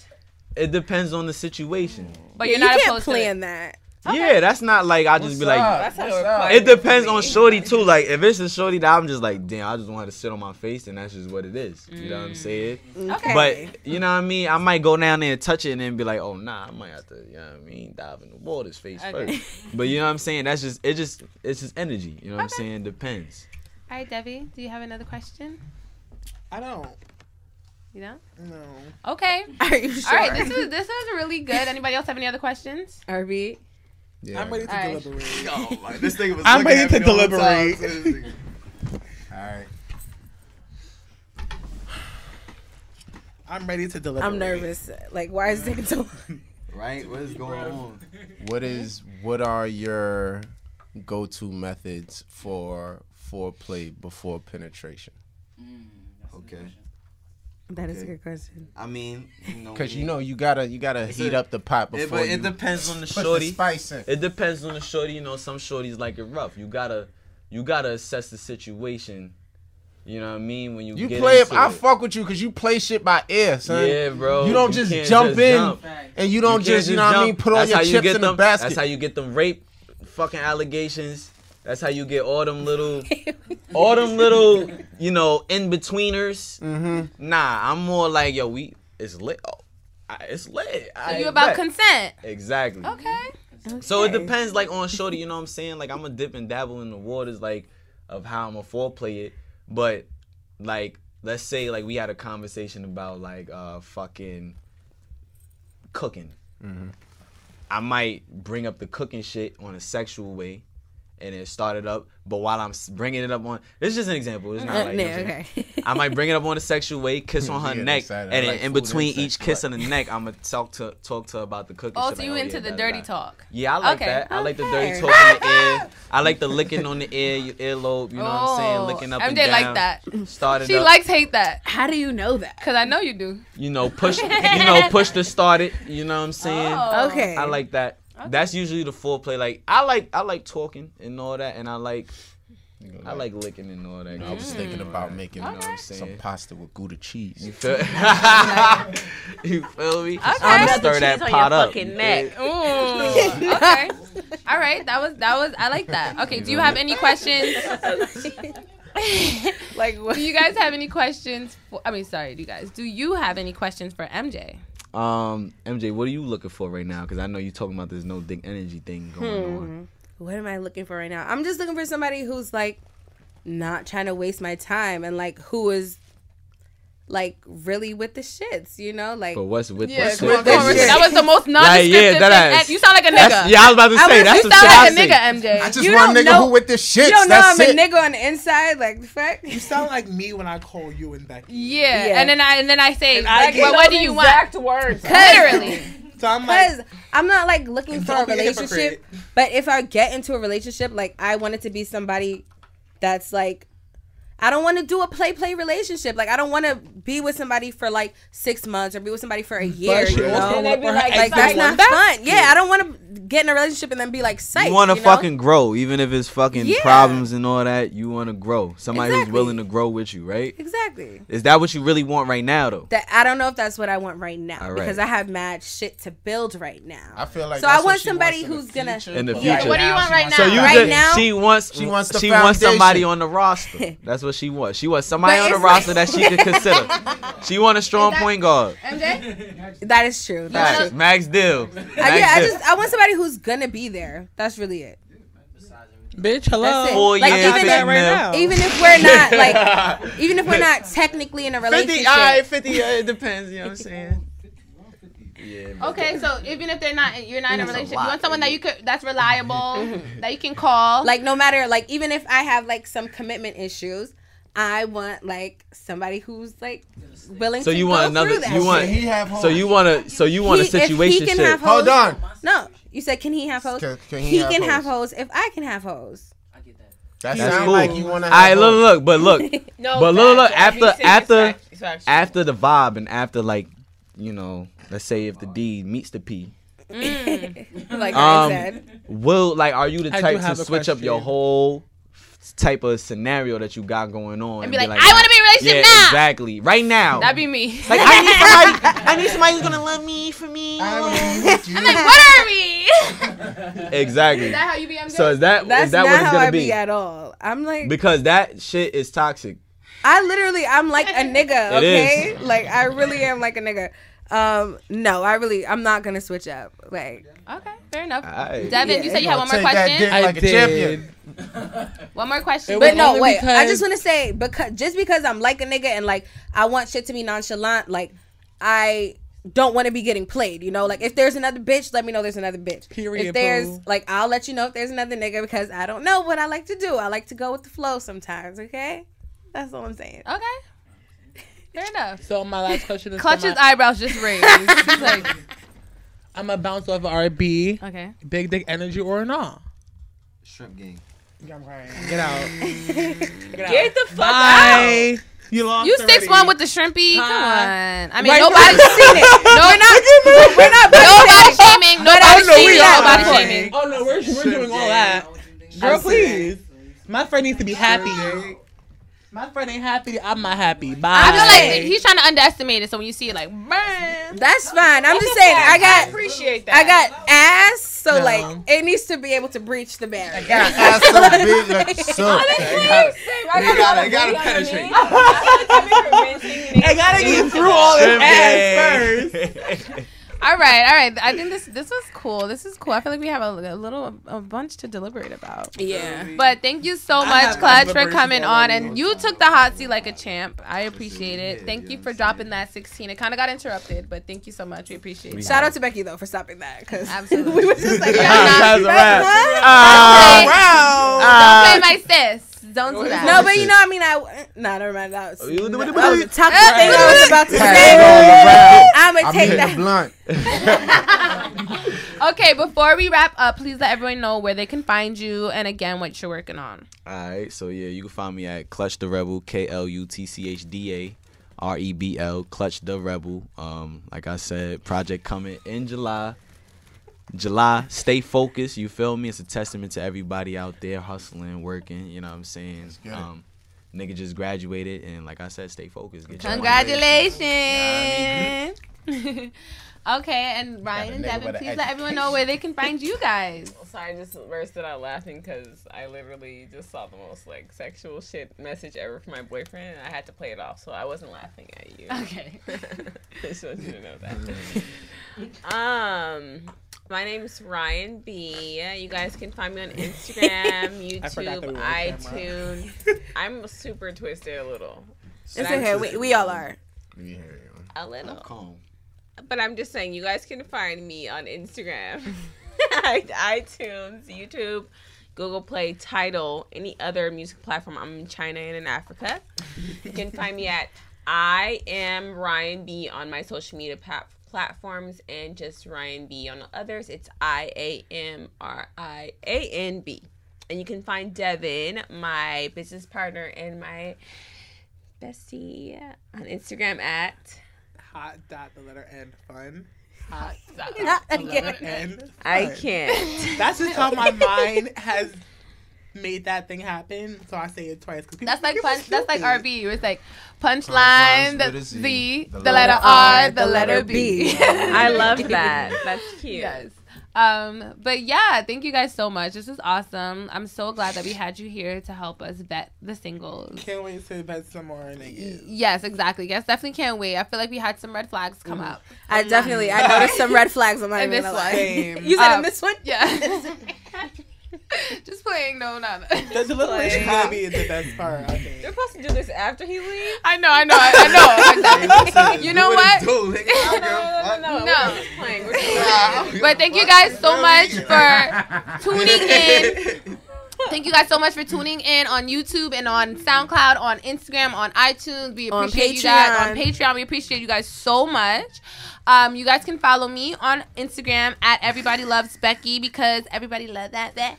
Speaker 8: It depends on the situation.
Speaker 4: But
Speaker 1: Yeah,
Speaker 4: you're not
Speaker 1: you can't
Speaker 4: opposed to it.
Speaker 1: plan that.
Speaker 8: Yeah, that's not like I just
Speaker 5: What's
Speaker 8: be like.
Speaker 5: up?
Speaker 10: That's how
Speaker 5: What's
Speaker 10: it
Speaker 5: up?
Speaker 10: applies.
Speaker 8: It depends on shorty too. Like if it's a shorty that I'm just like, damn, I just want her to sit on my face, and that's just what it is. You know what I'm saying?
Speaker 10: Okay.
Speaker 8: But you know what I mean? I might go down there and touch it and then be like, oh nah, I might have to, you know what I mean, dive in the water's face
Speaker 10: Okay.
Speaker 8: first. But you know what I'm saying? That's just it just it's just energy. You know what I'm saying? Depends.
Speaker 4: All right, Debbie, do you have another question?
Speaker 6: I don't.
Speaker 4: You know?
Speaker 6: No.
Speaker 4: Okay.
Speaker 1: Are you sure?
Speaker 4: All right, this is this is really good. Anybody else have any other questions?
Speaker 1: RB.
Speaker 5: Yeah.
Speaker 6: I'm ready to
Speaker 4: All right.
Speaker 6: deliberate.
Speaker 13: Oh my, this thing was.
Speaker 6: I'm
Speaker 13: looking
Speaker 6: ready
Speaker 13: at
Speaker 6: to
Speaker 13: me all the time.
Speaker 6: deliberate.
Speaker 5: All right.
Speaker 6: I'm ready to deliberate.
Speaker 1: I'm nervous. Like, why is it taking so long?
Speaker 13: Right? What is going on?
Speaker 5: What is what are your go-to methods for foreplay before penetration?
Speaker 13: Okay.
Speaker 1: That is a
Speaker 13: Okay.
Speaker 1: good question.
Speaker 13: I mean, you know,
Speaker 5: Because you know you gotta you gotta heat
Speaker 8: a-
Speaker 5: up the pot
Speaker 8: It,
Speaker 5: before
Speaker 8: but
Speaker 5: you
Speaker 8: it depends on the
Speaker 5: put
Speaker 8: shorty.
Speaker 5: the spice in.
Speaker 8: It depends on the shorty. You know, some shorties like it rough. You gotta, you gotta assess the situation. You know what I mean? When you
Speaker 5: You
Speaker 8: get
Speaker 5: play it.
Speaker 8: into
Speaker 5: I
Speaker 8: it.
Speaker 5: fuck with you because you play shit by ear, son.
Speaker 8: Yeah, bro.
Speaker 5: You don't just
Speaker 8: can't
Speaker 5: jump in.
Speaker 8: You
Speaker 5: And you don't
Speaker 8: can't
Speaker 5: just, you know what I
Speaker 8: jump.
Speaker 5: mean, put all
Speaker 8: That's
Speaker 5: your
Speaker 8: how you
Speaker 5: chips
Speaker 8: get
Speaker 5: in the
Speaker 8: them-
Speaker 5: basket.
Speaker 8: That's how you get them rape fucking allegations. That's how you get all them little, all them little, you know, in betweeners. Mm-hmm. Nah, I'm more like yo, we it's lit. Oh, I- it's lit.
Speaker 4: Are
Speaker 8: I
Speaker 4: you about
Speaker 8: bet.
Speaker 4: consent?
Speaker 8: exactly.
Speaker 4: Okay.
Speaker 8: So it depends, like on shorty, you know what I'm saying? Like I'm gonna dip and dabble in the waters, like of how I'm gonna foreplay it. But like, let's say like we had a conversation about like uh fucking cooking.
Speaker 5: Mm-hmm.
Speaker 8: I might bring up the cooking shit on a sexual way, and it started up. But while I'm s- bringing it up on, this is just an example.
Speaker 4: Uh,
Speaker 8: It's not like
Speaker 1: no,
Speaker 8: you know what I'm saying?
Speaker 1: okay.
Speaker 8: I might bring it up on a sexual way, kiss on her
Speaker 5: Yeah,
Speaker 8: neck,
Speaker 5: that's sad.
Speaker 8: and
Speaker 5: I
Speaker 8: then
Speaker 5: like
Speaker 8: in
Speaker 5: food
Speaker 8: between
Speaker 5: and
Speaker 8: each
Speaker 5: sex,
Speaker 8: kiss
Speaker 5: but-
Speaker 8: on the neck, I'm gonna talk to talk to her about the cooking.
Speaker 4: Oh,
Speaker 8: shit,
Speaker 4: so
Speaker 8: like,
Speaker 4: you into
Speaker 8: yeah,
Speaker 4: the
Speaker 8: da, da,
Speaker 4: dirty
Speaker 8: da.
Speaker 4: talk.
Speaker 8: Yeah, I like
Speaker 4: Okay.
Speaker 8: that. I like the
Speaker 1: Okay.
Speaker 8: dirty talk on the ear. I like the licking on the ear, your earlobe. You know what I'm saying?
Speaker 4: Oh,
Speaker 8: Licking up
Speaker 4: MJ
Speaker 8: and down.
Speaker 4: like that.
Speaker 8: Started
Speaker 4: She
Speaker 8: up.
Speaker 4: likes hate that.
Speaker 1: How do you know that?
Speaker 4: Cause I know you do.
Speaker 8: you know push you know push to start it. You know what I'm saying?
Speaker 4: Oh.
Speaker 1: Okay.
Speaker 8: I like that. That's usually the foreplay. Like I like I like talking and all that, and I like I like licking and all that.
Speaker 5: I was thinking about making
Speaker 8: You know what I'm
Speaker 5: some
Speaker 8: saying?
Speaker 5: pasta with Gouda cheese.
Speaker 8: You feel,
Speaker 4: Mm.
Speaker 8: you feel me?
Speaker 10: I'ma
Speaker 8: I'm
Speaker 10: put
Speaker 8: gonna
Speaker 10: the
Speaker 8: stir that
Speaker 10: cheese on
Speaker 8: pot
Speaker 10: your
Speaker 8: up.
Speaker 10: fucking
Speaker 8: you
Speaker 10: neck.
Speaker 8: dig?
Speaker 4: Ooh. Okay. All right. That was that was. I like that. Okay. Do you have any questions?
Speaker 1: like, what?
Speaker 4: do you guys have any questions? For, I mean, sorry. Do you guys? Do you have any questions for MJ?
Speaker 8: Um, MJ, what are you looking for right now? Because I know you're talking about this no dick energy thing going on.
Speaker 1: what am I looking for right now? I'm just looking for somebody who's like not trying to waste my time and like who is like really with the shits, you know? Like
Speaker 8: But what's with
Speaker 4: Yeah.
Speaker 8: what's
Speaker 4: come
Speaker 8: with
Speaker 4: on,
Speaker 8: this
Speaker 4: come on,
Speaker 8: shit?
Speaker 4: That was the most
Speaker 8: Like,
Speaker 4: non-descriptive.
Speaker 8: yeah, that
Speaker 4: thing.
Speaker 8: ass.
Speaker 4: You sound like a
Speaker 8: That's-
Speaker 4: nigga.
Speaker 8: yeah, I was about to say that's
Speaker 4: you
Speaker 8: the
Speaker 4: sound
Speaker 8: shit I
Speaker 4: like a
Speaker 8: say.
Speaker 4: nigga, MJ.
Speaker 5: I just
Speaker 1: You
Speaker 5: want a
Speaker 1: don't
Speaker 5: nigga
Speaker 1: know-
Speaker 5: who with the shits.
Speaker 1: you don't know
Speaker 5: That's
Speaker 1: I'm a
Speaker 5: it.
Speaker 1: nigga on the inside, like the fuck.
Speaker 6: You sound like me when I call you and Becky.
Speaker 4: yeah.
Speaker 1: Yeah.
Speaker 4: and then I and then I say,
Speaker 6: And I
Speaker 4: like,
Speaker 6: get
Speaker 4: well, what do you want?
Speaker 10: Exact words.
Speaker 4: Literally.
Speaker 6: So I'm like,
Speaker 1: Because I'm not like looking for a
Speaker 6: Don't be a
Speaker 1: relationship,
Speaker 6: hypocrite.
Speaker 1: but if I get into a relationship, like I want it to be somebody that's like, I don't want to do a play play relationship. Like I don't want to be with somebody for like six months or be with somebody for a year.
Speaker 6: she
Speaker 1: You
Speaker 6: also
Speaker 1: know?
Speaker 6: And they be want her like,
Speaker 1: like that's
Speaker 6: "Sorry,
Speaker 1: not fun. Yeah, I don't want to get in a relationship and then be like, psych.
Speaker 8: you want to
Speaker 1: know?
Speaker 8: fucking grow, even if it's fucking
Speaker 1: Yeah.
Speaker 8: problems and all that. You want to grow. Somebody who's
Speaker 1: Exactly.
Speaker 8: willing to grow with you, right?
Speaker 1: Exactly.
Speaker 8: Is that what you really want right now, though?
Speaker 1: That I don't know if that's what I want right now
Speaker 8: All right.
Speaker 1: because I have mad shit to build right now.
Speaker 5: I feel like
Speaker 1: so.
Speaker 5: that's
Speaker 1: I
Speaker 5: what
Speaker 1: want
Speaker 5: she
Speaker 1: somebody
Speaker 5: wants in the
Speaker 1: who's gonna
Speaker 5: future,
Speaker 8: In the
Speaker 5: but
Speaker 8: future.
Speaker 5: right
Speaker 4: What do you
Speaker 5: now
Speaker 4: want
Speaker 5: she
Speaker 4: right
Speaker 5: wants
Speaker 8: So
Speaker 4: now?
Speaker 8: you
Speaker 1: Right
Speaker 8: just-
Speaker 1: now-
Speaker 8: she wants
Speaker 5: She wants the
Speaker 8: she wants somebody
Speaker 5: foundation.
Speaker 8: on the roster. That's what she wants. She wants somebody
Speaker 1: But
Speaker 8: on the
Speaker 1: it's like-
Speaker 8: roster that she could consider. She want a strong
Speaker 4: Is that-
Speaker 8: point guard.
Speaker 4: MJ?
Speaker 1: That is true. That's
Speaker 8: Max,
Speaker 1: true.
Speaker 8: Max Dill.
Speaker 1: I,
Speaker 8: Max
Speaker 1: yeah, I
Speaker 8: Dill.
Speaker 1: just I want somebody who's gonna be there. That's really it.
Speaker 6: Bitch, hello.
Speaker 1: That's it.
Speaker 8: Four
Speaker 1: Like,
Speaker 8: years
Speaker 1: even
Speaker 8: in
Speaker 1: that
Speaker 6: right
Speaker 8: them.
Speaker 6: now.
Speaker 1: Even if we're not like, even if we're not technically in a relationship,
Speaker 8: fifty. Uh, it depends. You know what I'm saying?
Speaker 4: Okay, so even if they're not, you're not in a relationship.
Speaker 8: lot,
Speaker 4: you want someone that you could, that's reliable, that you can call.
Speaker 1: like no matter like even if I have like some commitment issues, I want like somebody who's like willing.
Speaker 8: So
Speaker 1: to
Speaker 8: you
Speaker 1: go
Speaker 8: want another?
Speaker 1: through that
Speaker 8: You want?
Speaker 1: shit.
Speaker 5: He have
Speaker 8: So
Speaker 5: hoes.
Speaker 8: you want a? So you want a
Speaker 1: He- if he
Speaker 8: situation?
Speaker 1: can have hoes-
Speaker 5: Hold on.
Speaker 1: No, you said can he have hoes?
Speaker 5: Can- can
Speaker 1: he
Speaker 5: he have
Speaker 1: can
Speaker 5: hoes?
Speaker 1: have hoes if I can have hoes.
Speaker 5: That
Speaker 8: That's
Speaker 5: sound
Speaker 8: cool.
Speaker 5: like you want to.
Speaker 8: All right, look, look, but look,
Speaker 10: No,
Speaker 8: But look, look, after-
Speaker 10: facts. If he said
Speaker 8: after-
Speaker 10: it's fact- it's factual.
Speaker 8: after the vibe and after like, you know, let's say if the D meets the P,
Speaker 1: Like I
Speaker 8: Um,
Speaker 1: said,
Speaker 8: will like, are you the
Speaker 6: I do
Speaker 8: type to
Speaker 6: have a
Speaker 8: switch up your
Speaker 6: question.
Speaker 8: whole f- type of scenario that you got going on
Speaker 4: And be like, "I wanna be in a relationship
Speaker 8: yeah,
Speaker 4: now."
Speaker 8: exactly, right now.
Speaker 4: That'd be me.
Speaker 8: like, I need somebody. I need somebody who's gonna love me for me.
Speaker 4: I'm like, what are we?
Speaker 8: exactly.
Speaker 4: Is that how you be MJ?
Speaker 8: so is that is
Speaker 1: that's
Speaker 8: that
Speaker 1: not
Speaker 8: what it's
Speaker 1: how
Speaker 8: gonna
Speaker 1: I be.
Speaker 8: be?
Speaker 1: at all. I'm like,
Speaker 8: Because that shit is toxic.
Speaker 1: I literally, I'm like a nigga.
Speaker 8: It
Speaker 1: Okay,
Speaker 8: is.
Speaker 1: like I really am like a nigga. Um, no, I really, I'm not gonna switch up. Like,
Speaker 4: okay, fair enough.
Speaker 8: Aight.
Speaker 4: Devin, you
Speaker 1: Yeah.
Speaker 4: said you had one more
Speaker 5: Take that dick
Speaker 4: question.
Speaker 6: I
Speaker 5: like a
Speaker 6: did.
Speaker 5: champion.
Speaker 4: One more question.
Speaker 6: It
Speaker 1: but
Speaker 6: was
Speaker 1: no,
Speaker 6: only
Speaker 1: wait. I
Speaker 6: because-
Speaker 1: just want to say because just because I'm like a nigga and like I want shit to be nonchalant, like I don't want to be getting played. You know, like if there's another bitch, let me know there's another bitch.
Speaker 6: Period,
Speaker 1: If there's
Speaker 6: boo.
Speaker 1: like, I'll let you know if there's another nigga because I don't know what I like to do. I like to go with the flow sometimes. Okay, that's all I'm saying.
Speaker 4: okay, fair enough.
Speaker 6: So my last question is
Speaker 4: Clutch's
Speaker 6: Clutches. I-
Speaker 4: eyebrows just raised. He's like,
Speaker 6: am a bounce off of RB,
Speaker 4: okay.
Speaker 6: big dick energy or not?
Speaker 13: Shrimp game.
Speaker 6: Get out.
Speaker 10: Get the fuck out.
Speaker 6: Bye. You lost.
Speaker 4: You six one with the shrimpy. Come on. I mean,
Speaker 1: Right,
Speaker 4: nobody's
Speaker 1: you
Speaker 4: seen it. No, we're not. We're not. Nobody shaming. Nobody shaming. Nobody shaming.
Speaker 6: no, we are. Right. Oh no, we're, we're doing all that. Girl, please. My friend needs to be happy. My friend ain't happy. I'm not happy. Bye.
Speaker 4: I feel like he's trying to underestimate it. So when you see it, like, burn.
Speaker 1: That's fine. I'm just saying I
Speaker 10: I
Speaker 1: got
Speaker 10: appreciate that.
Speaker 1: I got ass, so
Speaker 6: No.
Speaker 1: like it needs to be able to breach the barrier.
Speaker 5: Ass so big like so.
Speaker 10: I got
Speaker 13: I gotta penetrate.
Speaker 6: I gotta get through all this ass first.
Speaker 4: All right, all right. I think this this was cool. This is cool. I feel like we have a, a little a bunch to deliberate about.
Speaker 1: Yeah.
Speaker 4: But thank you so much, Clutch, for coming on. And you took the hot seat like a champ. I appreciate it. Thank you for dropping that 16. It kind of got interrupted, but thank you so much. We appreciate it.
Speaker 1: Shout out to Becky though for stopping that because
Speaker 4: Absolutely.
Speaker 1: we was just like,
Speaker 8: That's a wrap.
Speaker 4: Don't play-
Speaker 8: Ah,
Speaker 4: Don't play my sis. Don't do that.
Speaker 1: Uh, No, but you know, I mean, I nah, never mind. That was,
Speaker 4: Oh,
Speaker 1: that
Speaker 8: You-
Speaker 1: was the top thing I was about to say.
Speaker 5: I'm
Speaker 1: I'm gonna take
Speaker 5: hitting the
Speaker 1: that.
Speaker 5: blunt.
Speaker 4: Okay, before we wrap up, please let everyone know where they can find you and again what you're working on.
Speaker 8: All right, so yeah, you can find me at Clutch the Rebel, K L U T C H D A R E B L, Clutch the Rebel. Um, like I said, project coming in July. July, stay focused. You feel me? It's a testament to everybody out there hustling, working. You know what I'm saying?
Speaker 5: get it.
Speaker 8: Um, nigga just graduated, and like I said, stay focused. Get your
Speaker 4: Congratulations. okay, and Ryan and
Speaker 5: nigga with
Speaker 4: Devin,
Speaker 5: an
Speaker 4: please let everyone know where they can find you guys.
Speaker 10: Oh, Sorry, I just bursted out laughing because I literally just saw the most like sexual shit message ever from my boyfriend, and I had to play it off, so I wasn't laughing at you.
Speaker 4: Okay.
Speaker 10: just want you to know that. um, my name's Ryan B. You guys can find me on Instagram,
Speaker 6: forgot that we
Speaker 10: YouTube,
Speaker 6: were on
Speaker 10: iTunes. I'm super twisted a little.
Speaker 1: It's okay. We, we all are.
Speaker 10: A little.
Speaker 13: Calm.
Speaker 10: But I'm just saying, you guys can find me on Instagram, iTunes, YouTube, Google Play, Tidal, any other music platform. I'm in China and in Africa. You can find me at I am Ryan B on my social media pat- platforms and just Ryan B on the others. It's I A M R I A N B. And you can find Devin, my business partner, and my bestie on Instagram at
Speaker 6: Hot dot the letter N fun. Hot dot the letter N. Fun.
Speaker 10: I can't.
Speaker 6: That's just how my mind has made that thing happen. So I say it twice because
Speaker 4: That's like
Speaker 6: fun.
Speaker 4: punch, that's like RB. It's like punchline, the
Speaker 6: with a
Speaker 4: Z,
Speaker 6: Z,
Speaker 4: the, letter R, the letter B.
Speaker 10: I love that. That's cute.
Speaker 4: Yes. Um, but yeah, thank you guys so much. This is awesome. I'm so glad that we had you here to help us vet the singles.
Speaker 6: Can't wait to bet some more niggas.
Speaker 4: Yes, exactly. Yes, definitely can't wait. I feel like we had some red flags come up.
Speaker 1: I definitely I noticed some red flags. I'm not
Speaker 4: In
Speaker 1: even
Speaker 4: this
Speaker 1: gonna
Speaker 4: one.
Speaker 1: lie. You said in this one.
Speaker 4: Yeah. Just playing, no, not.
Speaker 6: The deliberation gotta be the best part. I think.
Speaker 12: You're supposed to do this after he leaves?
Speaker 4: I know, I know, I, I know. Exactly. you know what?
Speaker 12: No, no, no, no, no.
Speaker 4: No.
Speaker 12: We're just playing. We're just
Speaker 4: But thank you guys so much for tuning in. Thank you guys so much for tuning in on YouTube and on SoundCloud, on Instagram, on iTunes. We
Speaker 1: On
Speaker 4: appreciate you guys on
Speaker 1: Patreon.
Speaker 4: Patreon. We appreciate you guys so much. Um, you guys can follow me on Instagram at Everybody Loves Becky because everybody loves that. that.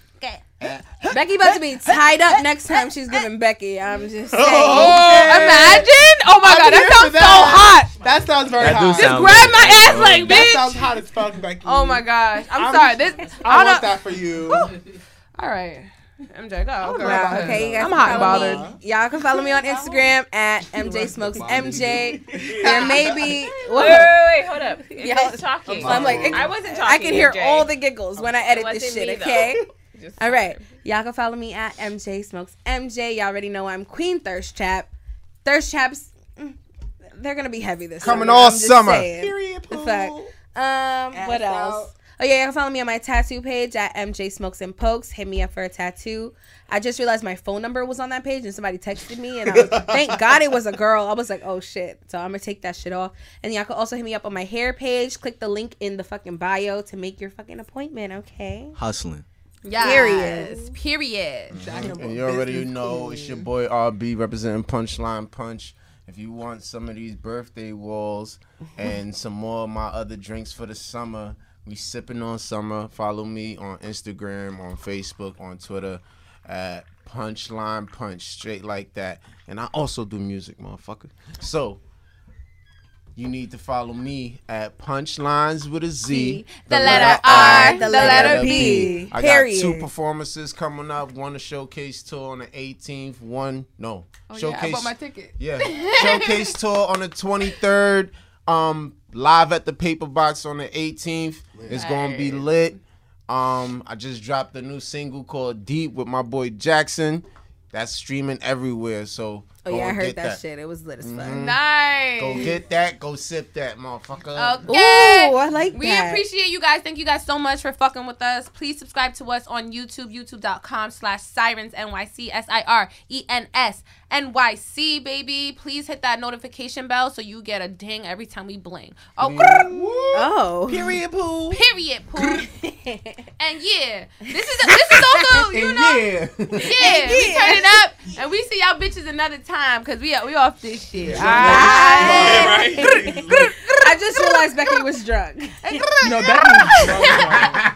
Speaker 1: Becky about to be tied up next time she's giving Becky. I'm just
Speaker 5: Oh,
Speaker 1: saying.
Speaker 4: Imagine! Oh my god, that sounds so hot.
Speaker 6: That sounds very
Speaker 8: That do
Speaker 6: hot.
Speaker 8: sound
Speaker 4: Grab
Speaker 8: good.
Speaker 4: my ass like
Speaker 6: That sounds
Speaker 4: bitch.
Speaker 6: hot as fuck, Becky.
Speaker 4: Oh my gosh, I'm,
Speaker 6: I'm-
Speaker 4: sorry. This
Speaker 6: I
Speaker 4: I
Speaker 6: want
Speaker 4: don't.
Speaker 6: that for you.
Speaker 4: All right, MJ, go. go.
Speaker 1: Oh, Wow, okay, you guys
Speaker 4: Oh, I'm
Speaker 1: can
Speaker 4: hot and
Speaker 1: follow me.
Speaker 4: bothered.
Speaker 1: Y'all can follow me on Instagram at MJ Smokes MJ. There may be.
Speaker 10: Wait, wait, wait, wait, hold up. It's
Speaker 1: Yeah.
Speaker 10: just talking.
Speaker 1: I'm like, it-
Speaker 10: I wasn't talking.
Speaker 1: I can hear
Speaker 10: Jay.
Speaker 1: all the giggles when I edit
Speaker 10: It
Speaker 1: this
Speaker 10: wasn't
Speaker 1: shit,
Speaker 10: me, though.
Speaker 1: okay?
Speaker 10: Just-
Speaker 1: All right. Y'all can follow me at MJ Smokes MJ. Y'all already know I'm Queen Thirst Trap. Thirst Traps, mm, they're going to be heavy this
Speaker 5: Coming
Speaker 1: summer.
Speaker 5: all
Speaker 1: I'm just
Speaker 5: summer.
Speaker 1: saying.
Speaker 6: Period.
Speaker 1: The fact. Um, what else? Oh yeah, you can follow me on my tattoo page at MJ Smokes and Pokes. Hit me up for a tattoo. I just realized my phone number was on that page and somebody texted me and I was, thank God it was a girl. I was like, oh shit. So I'm gonna take that shit off. And y'all can also hit me up on my hair page. Click the link in the fucking bio to make your fucking appointment, okay?
Speaker 8: Hustling.
Speaker 4: Yes.
Speaker 1: Period.
Speaker 4: Period.
Speaker 5: And you already know it's your boy RB representing Punchline Punch. If you want some of these birthday walls and some more of my other drinks for the summer, we sipping on summer. Follow me on Instagram, on Facebook, on Twitter at Punchline Punch, straight like that. And I also do music, motherfucker. So you need to follow me at Punchlines with a Z.
Speaker 4: The letter R, the letter
Speaker 1: B.
Speaker 5: I
Speaker 1: Period.
Speaker 5: got two performances coming up. One a showcase tour on the 18th. One no
Speaker 4: Oh,
Speaker 5: showcase.
Speaker 4: ticket.
Speaker 5: Yeah. Showcase tour on the 23rd. Um, live at the Paper Box on the 18th. It's gonna be lit. Um, I just dropped a new single called Deep with my boy Jackson. That's streaming everywhere. So
Speaker 1: Oh
Speaker 5: go
Speaker 1: yeah, I
Speaker 5: and
Speaker 1: heard
Speaker 5: get Mm-hmm.
Speaker 1: that, shit. It was lit as fuck.
Speaker 4: Nice.
Speaker 5: Go get that. Go sip that, motherfucker.
Speaker 4: Okay.
Speaker 1: Ooh, I like
Speaker 4: We
Speaker 1: that.
Speaker 4: appreciate you guys. Thank you guys so much for fucking with us. Please subscribe to us on YouTube, youtube.com slash sirens NYC, S I R E N S N Y C, baby. Please hit that notification bell so you get a ding every time we bling. Oh,
Speaker 1: Oh.
Speaker 5: Period, boo.
Speaker 4: period, poo. and yeah, this is, this is also, you
Speaker 5: And
Speaker 4: know.
Speaker 5: yeah.
Speaker 4: Yeah, we turn it up and we see y'all bitches another time because we we off this shit.
Speaker 1: I just realized Becky was drunk.
Speaker 6: No, Becky.